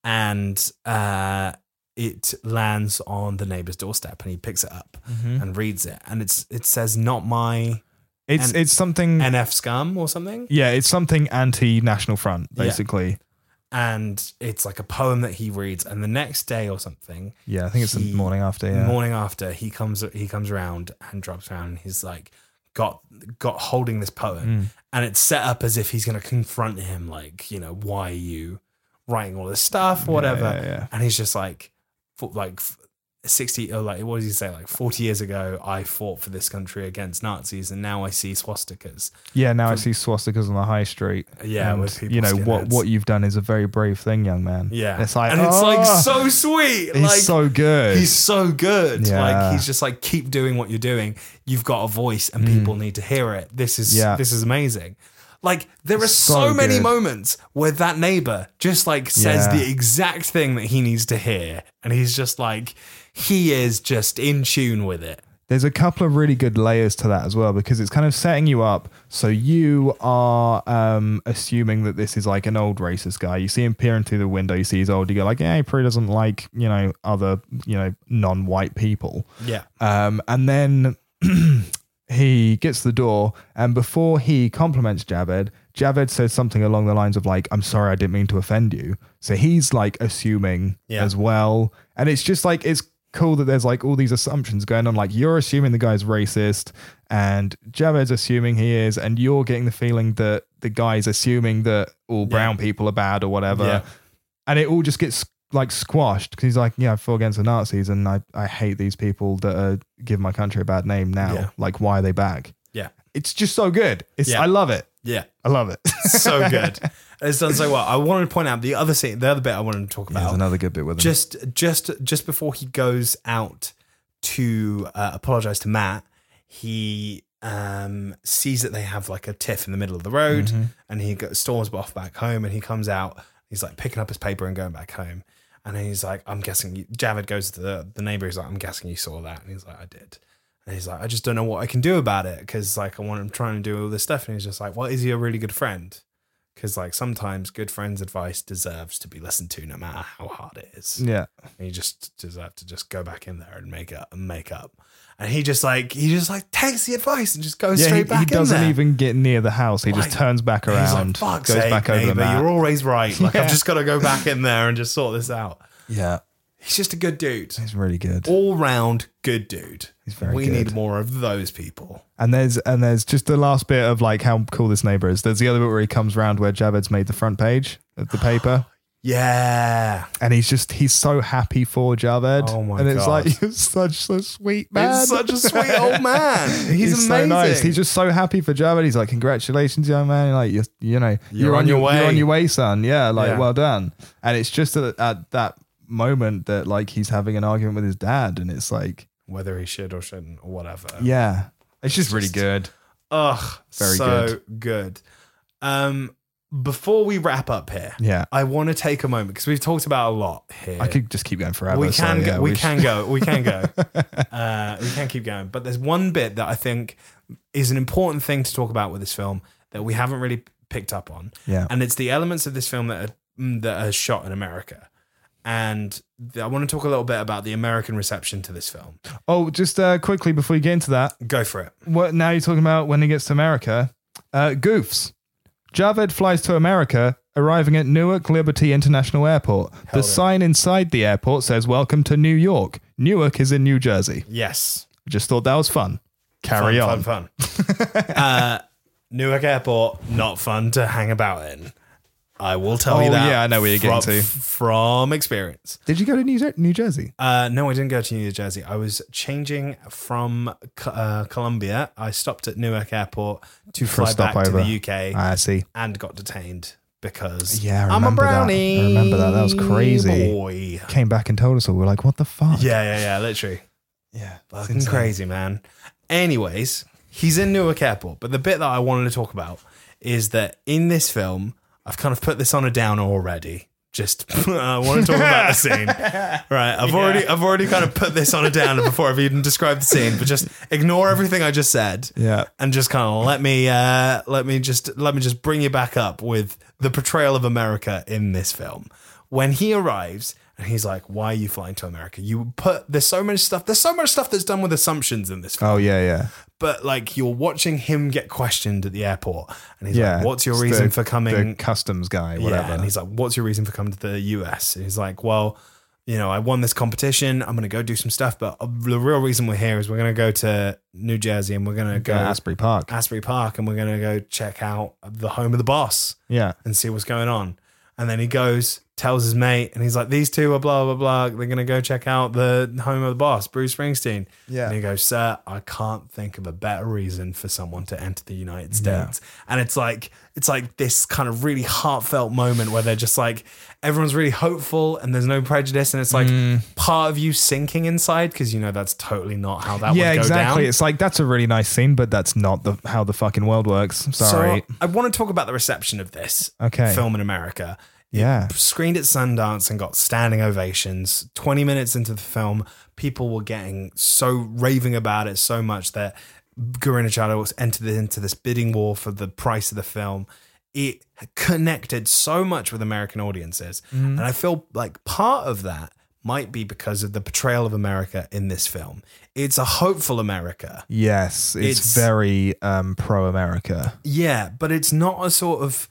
Speaker 1: and uh, it lands on the neighbor's doorstep, and he picks it up
Speaker 2: Mm-hmm.
Speaker 1: and reads it, and it's it says "Not my
Speaker 2: It's
Speaker 1: And-
Speaker 2: it's something.
Speaker 1: NF scum" or something.
Speaker 2: yeah, it's something anti-national front,
Speaker 1: Yeah.
Speaker 2: basically.
Speaker 1: and it's like a poem that he reads and the next day or something
Speaker 2: Yeah, I think it's the
Speaker 1: he-
Speaker 2: morning after. Yeah.
Speaker 1: morning after he comes he comes around and drops around and he's like got got holding this
Speaker 2: Mm.
Speaker 1: poem and it's set up as if he's going to confront him like you know why are you writing all this stuff whatever
Speaker 2: yeah, yeah.
Speaker 1: and he's just like for, like f- 60 or like what does he say like 40 years ago i fought for this country against nazis and now i see swastikas
Speaker 2: Yeah, now I see swastikas on the high street.
Speaker 1: Yeah,
Speaker 2: and,
Speaker 1: with people
Speaker 2: you know what
Speaker 1: skinheads.
Speaker 2: what you've done is a very brave thing, young man.
Speaker 1: yeah
Speaker 2: it's like
Speaker 1: and it's like
Speaker 2: "Oh,
Speaker 1: so sweet
Speaker 2: he's
Speaker 1: like
Speaker 2: so good.
Speaker 1: He's so good.
Speaker 2: Yeah.
Speaker 1: Like he's just like keep doing what you're doing. You've got a voice and people need to hear it. This is
Speaker 2: Mm. Yeah.
Speaker 1: this is amazing. Like there are so,
Speaker 2: So
Speaker 1: many
Speaker 2: good.
Speaker 1: moments where that neighbor just like says
Speaker 2: Yeah.
Speaker 1: the exact thing that he needs to hear and he's just like he is just in tune with it.
Speaker 2: There's a couple of really good layers to that as well because it's kind of setting you up. So you are um, assuming that this is like an old racist guy. You see him peering through the window. You see he's old. You go like, yeah, he probably doesn't like you know other you know non-white people.
Speaker 1: Yeah.
Speaker 2: Um, and then <clears throat> he gets to the door, and before he compliments Javed, Javed says something along the lines of like, "I'm sorry, I didn't mean to offend you." So he's like assuming
Speaker 1: Yeah.
Speaker 2: as well, and it's just like it's cool that there's like all these assumptions going on. Like you're assuming the guy's racist, and Javed's assuming he is, and you're getting the feeling that the guy's assuming that all brown people are bad or whatever
Speaker 1: Yeah.
Speaker 2: and it all just gets like squashed because he's like, yeah, I fought against the Nazis, and I, I hate these people that are give my country a bad name now.
Speaker 1: Yeah.
Speaker 2: Like, why are they back?
Speaker 1: Yeah.
Speaker 2: It's just so good. It's
Speaker 1: Yeah.
Speaker 2: I love it.
Speaker 1: Yeah.
Speaker 2: I
Speaker 1: <laughs>
Speaker 2: love it. <laughs>
Speaker 1: So good. it's done so well. I wanted to point out the other scene, the other bit I wanted to talk about.
Speaker 2: good bit with
Speaker 1: just just just before he goes out to uh, apologize to Matt, he um, sees that they have like a tiff in the middle of the road, and he go- storms off back home, and he comes out. He's like picking up his paper and going back home, and then he's like, "I'm guessing." You, Javid goes to the the neighbor. He's like, "I'm guessing you saw that," and he's like, "I did." And he's like, "I just don't know what I can do about it because like I want I'm trying to do all this stuff," and he's just like, "Well, is he a really good friend?" Because like sometimes good friends' advice deserves to be listened to, no matter how hard it is.
Speaker 2: yeah.
Speaker 1: And you just deserve to just go back in there and make up and make up. And he just like he just like takes the advice and just goes
Speaker 2: Yeah,
Speaker 1: straight
Speaker 2: he,
Speaker 1: back
Speaker 2: he
Speaker 1: in
Speaker 2: doesn't
Speaker 1: there.
Speaker 2: even get near the house. He
Speaker 1: Like,
Speaker 2: just turns back
Speaker 1: And he's like,
Speaker 2: around,
Speaker 1: Fuck's
Speaker 2: goes
Speaker 1: sake,
Speaker 2: back over the
Speaker 1: neighbor,
Speaker 2: map.
Speaker 1: you're always right. Like
Speaker 2: Yeah.
Speaker 1: I've just got to go back in there and just sort this out.
Speaker 2: yeah,
Speaker 1: He's just a good dude,
Speaker 2: it's really good.
Speaker 1: all round good dude.
Speaker 2: He's very
Speaker 1: we
Speaker 2: good.
Speaker 1: need more of those people.
Speaker 2: And there's and there's just the last bit of like how cool this neighbor is. There's the other bit where he comes round where Javed's made the front page of the paper.
Speaker 1: Yeah.
Speaker 2: And he's just he's so happy for Javed.
Speaker 1: Oh my
Speaker 2: And it's
Speaker 1: God.
Speaker 2: like <laughs> you're such a sweet man.
Speaker 1: He's such a
Speaker 2: <laughs>
Speaker 1: sweet old man. He's,
Speaker 2: so
Speaker 1: amazing.
Speaker 2: nice. He's just so happy for Javed. He's like, congratulations, young man. Like you, you know,
Speaker 1: You're on your way.
Speaker 2: You're on your way, son. Yeah, like
Speaker 1: Yeah.
Speaker 2: well done. And it's just at, at that moment that like he's having an argument with his dad, and it's like,
Speaker 1: Whether he should or shouldn't or whatever.
Speaker 2: yeah, it's just, really
Speaker 1: Just-
Speaker 2: good.
Speaker 1: Ugh.
Speaker 2: Very
Speaker 1: so good. Um, before we wrap up here,
Speaker 2: Yeah.
Speaker 1: I want to take a moment because we've talked about a lot here.
Speaker 2: I could just keep going forever.
Speaker 1: we
Speaker 2: so,
Speaker 1: can
Speaker 2: yeah,
Speaker 1: go, we,
Speaker 2: should-
Speaker 1: can go we can
Speaker 2: <laughs>
Speaker 1: go uh, we can keep going but there's one bit that i think is an important thing to talk about with this film that we haven't really picked up on
Speaker 2: Yeah.
Speaker 1: and it's the elements of this film that are mm, that are shot in america and th- i want to talk a little bit about the american reception to this film
Speaker 2: Oh, just uh, quickly before you get into that,
Speaker 1: go for it
Speaker 2: what now you're talking about when he gets to America? Uh, goofs. Javed flies to America, arriving at Newark Liberty International Airport. the sign inside the airport says "Welcome to New York." Newark is in New Jersey.
Speaker 1: yes
Speaker 2: Just thought that was fun. Carry
Speaker 1: fun,
Speaker 2: on.
Speaker 1: Fun, fun. <laughs> uh, Newark Airport, not fun to hang about in. I will tell you
Speaker 2: Oh,
Speaker 1: that.
Speaker 2: yeah, I know where you're
Speaker 1: from,
Speaker 2: getting to.
Speaker 1: From experience.
Speaker 2: Did you go to New, Jer- New Jersey?
Speaker 1: Uh, no, I didn't go to New Jersey. I was changing from Co- uh, Colombia. I stopped at Newark Airport to
Speaker 2: For a
Speaker 1: fly back to
Speaker 2: stopover.
Speaker 1: the UK
Speaker 2: Ah, I see.
Speaker 1: and got detained because
Speaker 2: Yeah,
Speaker 1: I'm
Speaker 2: I
Speaker 1: a
Speaker 2: remember that. I
Speaker 1: brownie.
Speaker 2: remember that. That was crazy.
Speaker 1: Boy.
Speaker 2: Came back and told us all. We are like, "What the fuck?"
Speaker 1: Yeah, yeah, yeah. Literally.
Speaker 2: yeah.
Speaker 1: Fucking crazy, man. Anyways, he's in Newark Airport, but the bit that I wanted to talk about is that in this film, I've kind of put this on a downer already. Just <laughs> I want to talk about the
Speaker 2: <laughs>
Speaker 1: scene, right? I've already I've already kind of put this on a downer before I've even described the scene, but just ignore everything I just said,
Speaker 2: Yeah.
Speaker 1: and just kind of let me uh, let me just let me just bring you back up with the portrayal of America in this film. When he arrives and he's like, "Why are you flying to America?" You put there's so much stuff. There's so much stuff that's done with assumptions in this film.
Speaker 2: Oh yeah, yeah.
Speaker 1: But like you're watching him get questioned at the airport, and he's
Speaker 2: Yeah.
Speaker 1: like, "What's your
Speaker 2: It's the-
Speaker 1: reason for
Speaker 2: The
Speaker 1: coming?"
Speaker 2: customs guy, whatever.
Speaker 1: Yeah, and he's like, "What's your reason for coming to the US?" And he's like, "Well, you know, I won this competition. I'm going to go do some stuff, but uh, the real reason we're here is we're going to go to New Jersey and we're going to
Speaker 2: go
Speaker 1: go "Ah,
Speaker 2: to Asbury Park.
Speaker 1: Asbury Park and we're going to go check out the home of the boss
Speaker 2: yeah.
Speaker 1: and see what's going on. And then he goes, tells his mate, and he's like, These two are blah, blah, blah. They're going to go check out the home of the boss, Bruce Springsteen.
Speaker 2: Yeah.
Speaker 1: And he goes, Sir, I can't think of a better reason for someone to enter the United States. And it's like, it's like this kind of really heartfelt moment where they're just like, everyone's really hopeful and there's no prejudice. And it's like
Speaker 2: Mm.
Speaker 1: part of you sinking inside because you know that's totally not how that
Speaker 2: yeah,
Speaker 1: would go
Speaker 2: exactly.
Speaker 1: down.
Speaker 2: It's like that's a really nice scene, but that's not the how the fucking world works. I'm Sorry.
Speaker 1: So I want to talk about the reception of this
Speaker 2: Okay.
Speaker 1: film in America.
Speaker 2: yeah.
Speaker 1: Screened at Sundance and got standing ovations. 20 minutes into the film, people were getting so raving about it so much that Garina Chadwick entered into this bidding war for the price of the film. It connected so much with American audiences.
Speaker 2: Mm.
Speaker 1: And I feel like part of that might be because of the portrayal of America in this film. It's a hopeful America.
Speaker 2: Yes, it's,
Speaker 1: It's-
Speaker 2: very um, pro America.
Speaker 1: Yeah, but it's not a sort of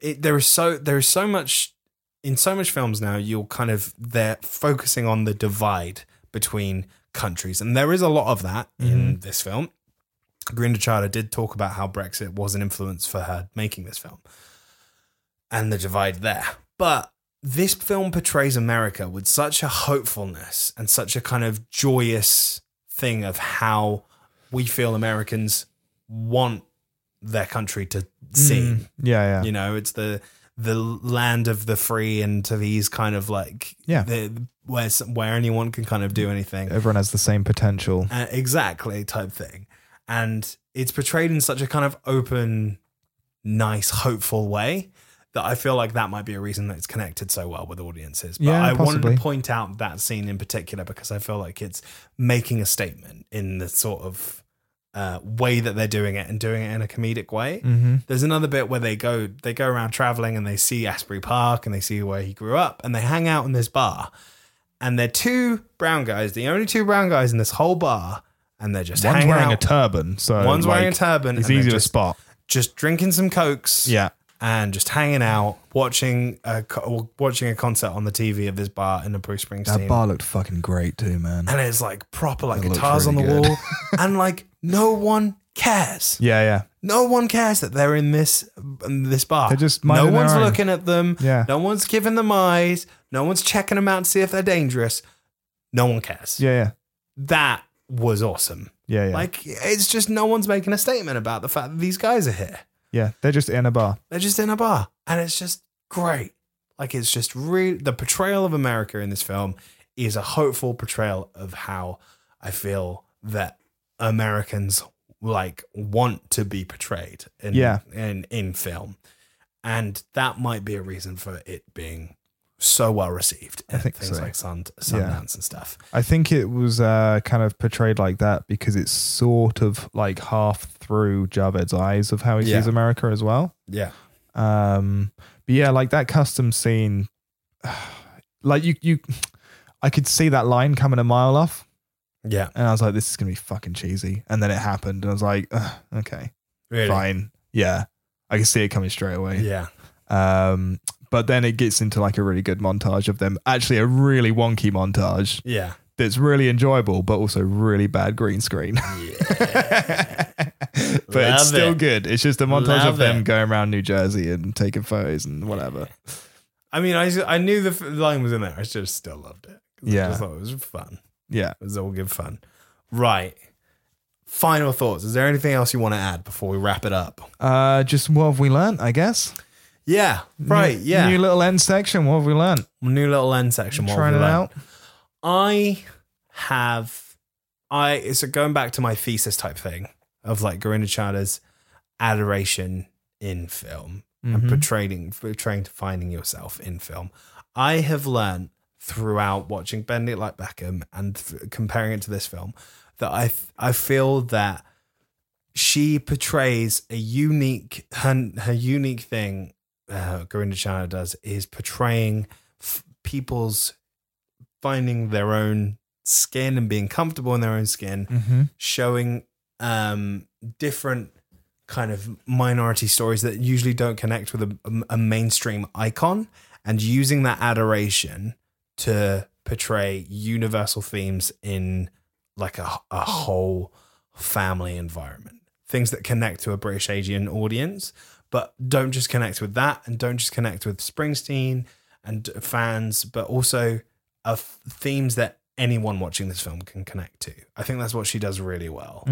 Speaker 1: it, there is so there is so much in so much films now you're kind of they're focusing on the divide between countries and there is a lot of that in this film. Grinda Chada did talk about how Brexit was an influence for her making this film and the divide there. But this film portrays America with such a hopefulness and such a kind of joyous thing of how we feel Americans want their country to seem.
Speaker 2: Yeah, yeah.
Speaker 1: You know, it's the the land of the free and to these kind of like
Speaker 2: Yeah. Mm.
Speaker 1: the, where where anyone can kind of do anything
Speaker 2: Everyone has the same potential.
Speaker 1: uh, exactly type thing and it's portrayed in such a kind of open nice hopeful way that i feel like that might be a reason that it's connected so well with audiences but
Speaker 2: Yeah,
Speaker 1: i wanted
Speaker 2: possibly.
Speaker 1: to point out that scene in particular because i feel like it's making a statement in the sort of uh, way that they're doing it and doing it in a comedic way
Speaker 2: Mm-hmm.
Speaker 1: there's another bit where they go they go around traveling and they see asbury park and they see where he grew up and they hang out in this bar and they're two brown guys, the only two brown guys in this whole bar, and they're just
Speaker 2: One's
Speaker 1: hanging
Speaker 2: wearing
Speaker 1: out,
Speaker 2: a turban, so
Speaker 1: One's wearing
Speaker 2: like,
Speaker 1: a turban
Speaker 2: It's
Speaker 1: and
Speaker 2: easy
Speaker 1: they're
Speaker 2: to
Speaker 1: just-
Speaker 2: spot.
Speaker 1: just drinking some cokes,
Speaker 2: Yeah,
Speaker 1: and just hanging out, watching a co- watching a concert on the TV of this bar in the Bruce Springsteen.
Speaker 2: looked fucking great too, man.
Speaker 1: and it's like proper like
Speaker 2: That looks <laughs>
Speaker 1: guitars on the
Speaker 2: really good.
Speaker 1: wall, and like no one cares.
Speaker 2: Yeah, yeah.
Speaker 1: No one cares that they're in this this bar.
Speaker 2: They're just
Speaker 1: no
Speaker 2: minding their
Speaker 1: one's
Speaker 2: own.
Speaker 1: looking at them.
Speaker 2: Yeah.
Speaker 1: No one's giving them eyes. No one's checking them out to see if they're dangerous. No one cares.
Speaker 2: Yeah, yeah,
Speaker 1: That was awesome.
Speaker 2: yeah, yeah.
Speaker 1: Like it's just no one's making a statement about the fact that these guys are here.
Speaker 2: yeah, they're just in a bar.
Speaker 1: They're just in a bar, and it's just great. Like it's just re- the portrayal of America in this film is a hopeful portrayal of how I feel that Americans like want to be portrayed in
Speaker 2: Yeah.
Speaker 1: in, in film, and that might be a reason for it being so well received and
Speaker 2: think
Speaker 1: things
Speaker 2: so.
Speaker 1: like Sun Sundance
Speaker 2: Yeah.
Speaker 1: and stuff.
Speaker 2: I think it was uh, kind of portrayed like that because it's sort of like half through Javed's eyes of how he
Speaker 1: Yeah.
Speaker 2: sees America as well.
Speaker 1: Yeah,
Speaker 2: Um, but yeah, like that custom scene, <sighs> like you, you, I could see that line coming a mile off,
Speaker 1: yeah,
Speaker 2: and I was like, this is gonna be fucking cheesy. And then it happened, and I was like, "Ugh, okay,
Speaker 1: really,
Speaker 2: fine, yeah, I can see it coming straight away.
Speaker 1: yeah,
Speaker 2: Um, but then it gets into like a really good montage of them. Actually, a really wonky montage
Speaker 1: yeah.
Speaker 2: that's really enjoyable, but also really bad green screen. <laughs> but
Speaker 1: Love
Speaker 2: it's still
Speaker 1: it.
Speaker 2: good. It's just a montage
Speaker 1: Love
Speaker 2: of them
Speaker 1: it.
Speaker 2: going around New Jersey and taking photos and whatever.
Speaker 1: I mean, I, I knew the f- line was in there. I just still loved it. 'Cause I
Speaker 2: Yeah.
Speaker 1: just thought it was fun.
Speaker 2: Yeah.
Speaker 1: It was all good fun. Right. Final thoughts. Is there anything else you want to add before we wrap it up?
Speaker 2: Uh, just what have we learnt, I guess?
Speaker 1: Yeah. Right.
Speaker 2: New-
Speaker 1: yeah.
Speaker 2: New little end section. What have we learnt?
Speaker 1: New little end section. while
Speaker 2: Trying
Speaker 1: we
Speaker 2: it
Speaker 1: learn.
Speaker 2: out.
Speaker 1: I have I so going back to my thesis type thing of like Garina Chada's adoration in film and portraying portraying to finding yourself in film. I have learned throughout watching Bend It Like Beckham and th- comparing it to this film that I th- I feel that she portrays a unique her, her unique thing uh, Gorinda Chana does is portraying f- people's finding their own skin and being comfortable in their own skin, showing um, different kind of minority stories that usually don't connect with a, a mainstream icon, and using that adoration to portray universal themes in like a, a whole family environment. Things that connect to a British Asian audience, but don't just connect with that and don't just connect with Springsteen and fans, but also of themes that anyone watching this film can connect to. I think that's what she does really well.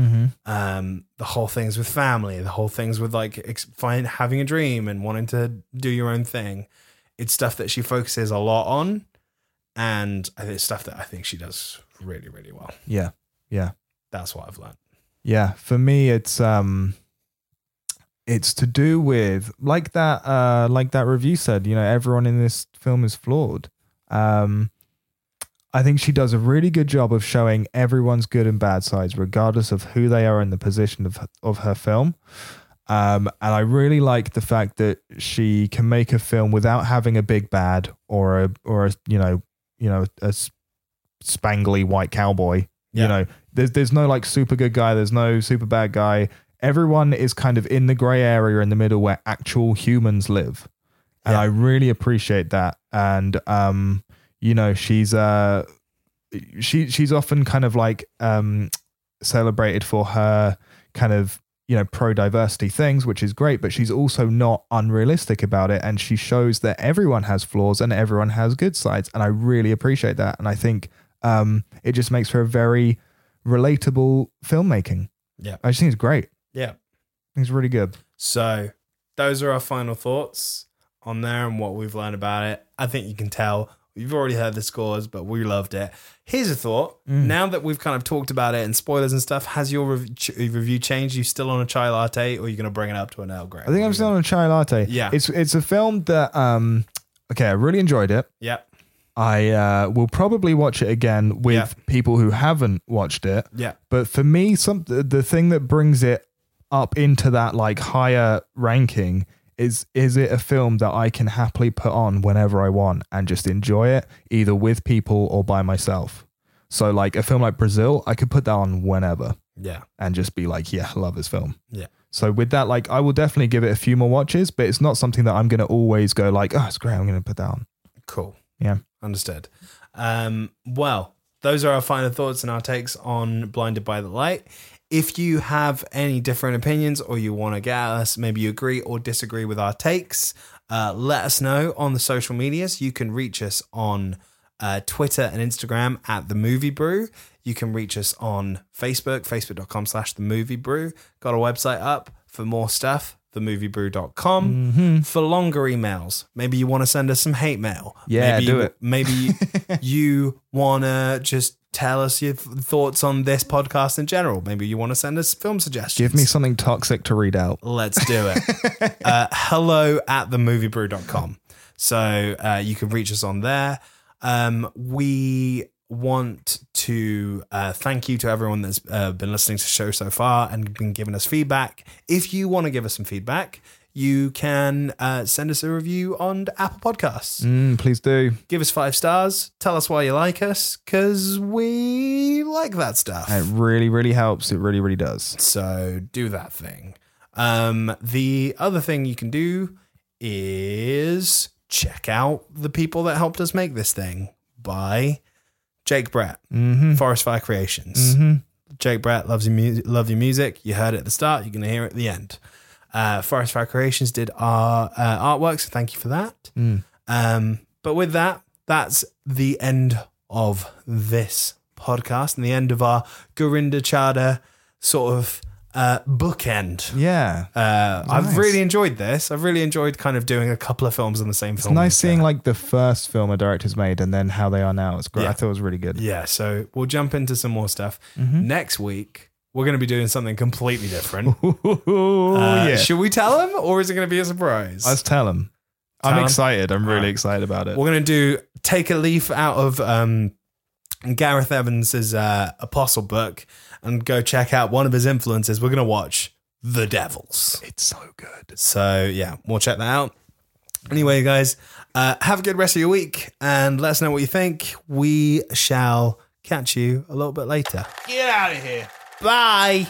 Speaker 1: Um, the whole things with family, the whole things with like ex- find, having a dream and wanting to do your own thing. It's stuff that she focuses a lot on, and I think it's stuff that I think she does really, really well.
Speaker 2: Yeah. Yeah.
Speaker 1: That's what I've learned.
Speaker 2: Yeah, for me it's um it's to do with like that uh like that review said, you know, everyone in this film is flawed. Um I think she does a really good job of showing everyone's good and bad sides regardless of who they are in the position of of her film. Um and I really like the fact that she can make a film without having a big bad or a or a, you know, you know, a s- spangly white cowboy.
Speaker 1: Yeah.
Speaker 2: You know, there's there's no like super good guy, there's no super bad guy. Everyone is kind of in the gray area in the middle where actual humans live. And
Speaker 1: Yeah.
Speaker 2: I really appreciate that. And um, you know, she's uh she she's often kind of like um celebrated for her kind of you know pro diversity things which is great but she's also not unrealistic about it and she shows that everyone has flaws and everyone has good sides and i really appreciate that and i think um it just makes for a very relatable filmmaking
Speaker 1: Yeah.
Speaker 2: i just think it's great
Speaker 1: Yeah.
Speaker 2: I think it's really good
Speaker 1: So those are our final thoughts on there and what we've learned about it. I think you can tell you've already heard the scores, but we loved it. Here's a thought:
Speaker 2: Mm.
Speaker 1: now that we've kind of talked about it and spoilers and stuff, has your rev- ch- review changed? you still on a chai latte, or are you going to bring it up to an Earl Grey?
Speaker 2: i think i'm still on a chai latte
Speaker 1: Yeah.
Speaker 2: it's it's a film that um okay i really enjoyed it
Speaker 1: Yep.
Speaker 2: I uh, will probably watch it again with
Speaker 1: Yeah.
Speaker 2: people who haven't watched it.
Speaker 1: Yeah.
Speaker 2: But for me, some the- the thing that brings it up into that like higher ranking is is it a film that I can happily put on whenever I want and just enjoy it either with people or by myself. So like a film like Brazil, I could put that on whenever
Speaker 1: Yeah.
Speaker 2: and just be like, yeah, I love this film.
Speaker 1: Yeah.
Speaker 2: So with that, like I will definitely give it a few more watches, but it's not something that I'm gonna always go like, oh, it's great, I'm gonna put that on.
Speaker 1: Cool.
Speaker 2: Yeah.
Speaker 1: Understood. Um, well, those are our final thoughts and our takes on Blinded by the Light. If you have any different opinions or you want to get at us, maybe you agree or disagree with our takes, uh, let us know on the social medias. You can reach us on uh, Twitter and Instagram at The Movie Brew. You can reach us on Facebook, facebook.com slash The Movie Brew. Got a website up for more stuff, themoviebrew.com.
Speaker 2: Mm-hmm.
Speaker 1: For longer emails, maybe you want to send us some hate mail.
Speaker 2: Yeah,
Speaker 1: maybe
Speaker 2: do
Speaker 1: you-
Speaker 2: it.
Speaker 1: Maybe
Speaker 2: <laughs>
Speaker 1: you- you want to just tell us your th- thoughts on this podcast in general. Maybe you want to send us film suggestions.
Speaker 2: Give me something toxic to read out.
Speaker 1: Let's do it.
Speaker 2: <laughs>
Speaker 1: uh, hello at themoviebrew.com. So uh, you can reach us on there. Um, we want to uh, thank you to everyone that's uh, been listening to the show so far and been giving us feedback. If you want to give us some feedback, you can uh, send us a review on Apple Podcasts.
Speaker 2: Mm, please do.
Speaker 1: Give us five stars. Tell us why you like us because we like that stuff.
Speaker 2: It really, really helps. It really, really does.
Speaker 1: So do that thing. Um, the other thing you can do is check out the people that helped us make this thing by Jake Brett,
Speaker 2: Mm-hmm.
Speaker 1: Forest Fire Creations. Jake Brett loves your music. Love your music. You heard it at the start. You're gonna hear it at the end. Uh, Forest Fire Creations did our uh, artwork, so thank you for that.
Speaker 2: Mm.
Speaker 1: Um, but with that, that's the end of this podcast and the end of our Gorinda Chada sort of uh, bookend.
Speaker 2: Yeah.
Speaker 1: Uh, I've
Speaker 2: Nice.
Speaker 1: really enjoyed this. I've really enjoyed kind of doing a couple of films on the same film.
Speaker 2: nice seeing like the first film a director's made and then how they are now. It's great.
Speaker 1: Yeah.
Speaker 2: I thought it was really good. <laughs>
Speaker 1: Yeah, so we'll jump into some more stuff
Speaker 2: Mm-hmm.
Speaker 1: next week. We're going to be doing something completely different.
Speaker 2: <laughs> Ooh,
Speaker 1: Uh,
Speaker 2: Oh, yeah.
Speaker 1: Should we tell them, or is it going to be a surprise?
Speaker 2: Let's tell him. I'm
Speaker 1: Tell 'em.
Speaker 2: excited. I'm really excited about it.
Speaker 1: We're going to do take a leaf out of um, Gareth Evans's uh, Apostle book and go check out one of his influences. We're going to watch The Devils.
Speaker 2: It's so good.
Speaker 1: So yeah, we'll check that out. Anyway, guys, uh, have a good rest of your week and let us know what you think. We shall catch you a little bit later. Get out of here. Bye.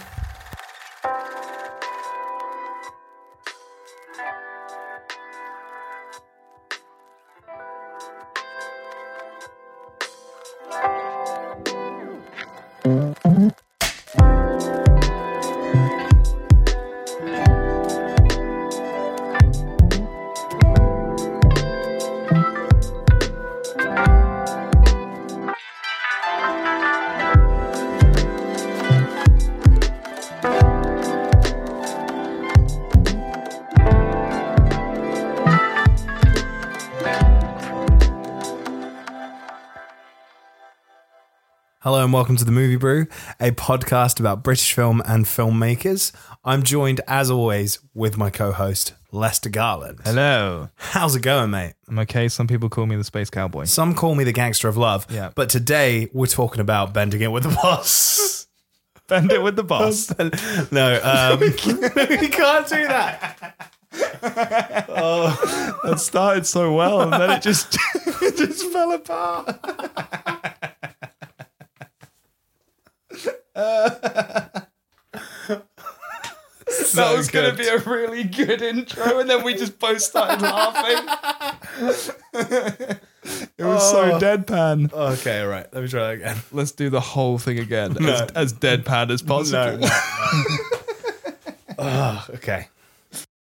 Speaker 1: Hello and welcome to The Movie Brew, a podcast about British film and filmmakers. I'm joined, as always, with my co host, Lester Garland.
Speaker 2: Hello.
Speaker 1: How's it going, mate?
Speaker 2: I'm okay. Some people call me the space cowboy.
Speaker 1: Some call me the gangster of love,
Speaker 2: Yeah.
Speaker 1: but today we're talking about bending it with the boss.
Speaker 2: Bend it with the boss.
Speaker 1: <laughs> no,
Speaker 2: <laughs>
Speaker 1: um, we can't do that.
Speaker 2: It Oh, started so well, and then it just <laughs> it just fell apart. that was going to be a really good intro, and then we just both started laughing. it was so deadpan.
Speaker 1: Okay, all right. Let me try that
Speaker 2: <laughs>
Speaker 1: again.
Speaker 2: Oh. Let's do the whole thing again as, as deadpan as possible.
Speaker 1: Okay.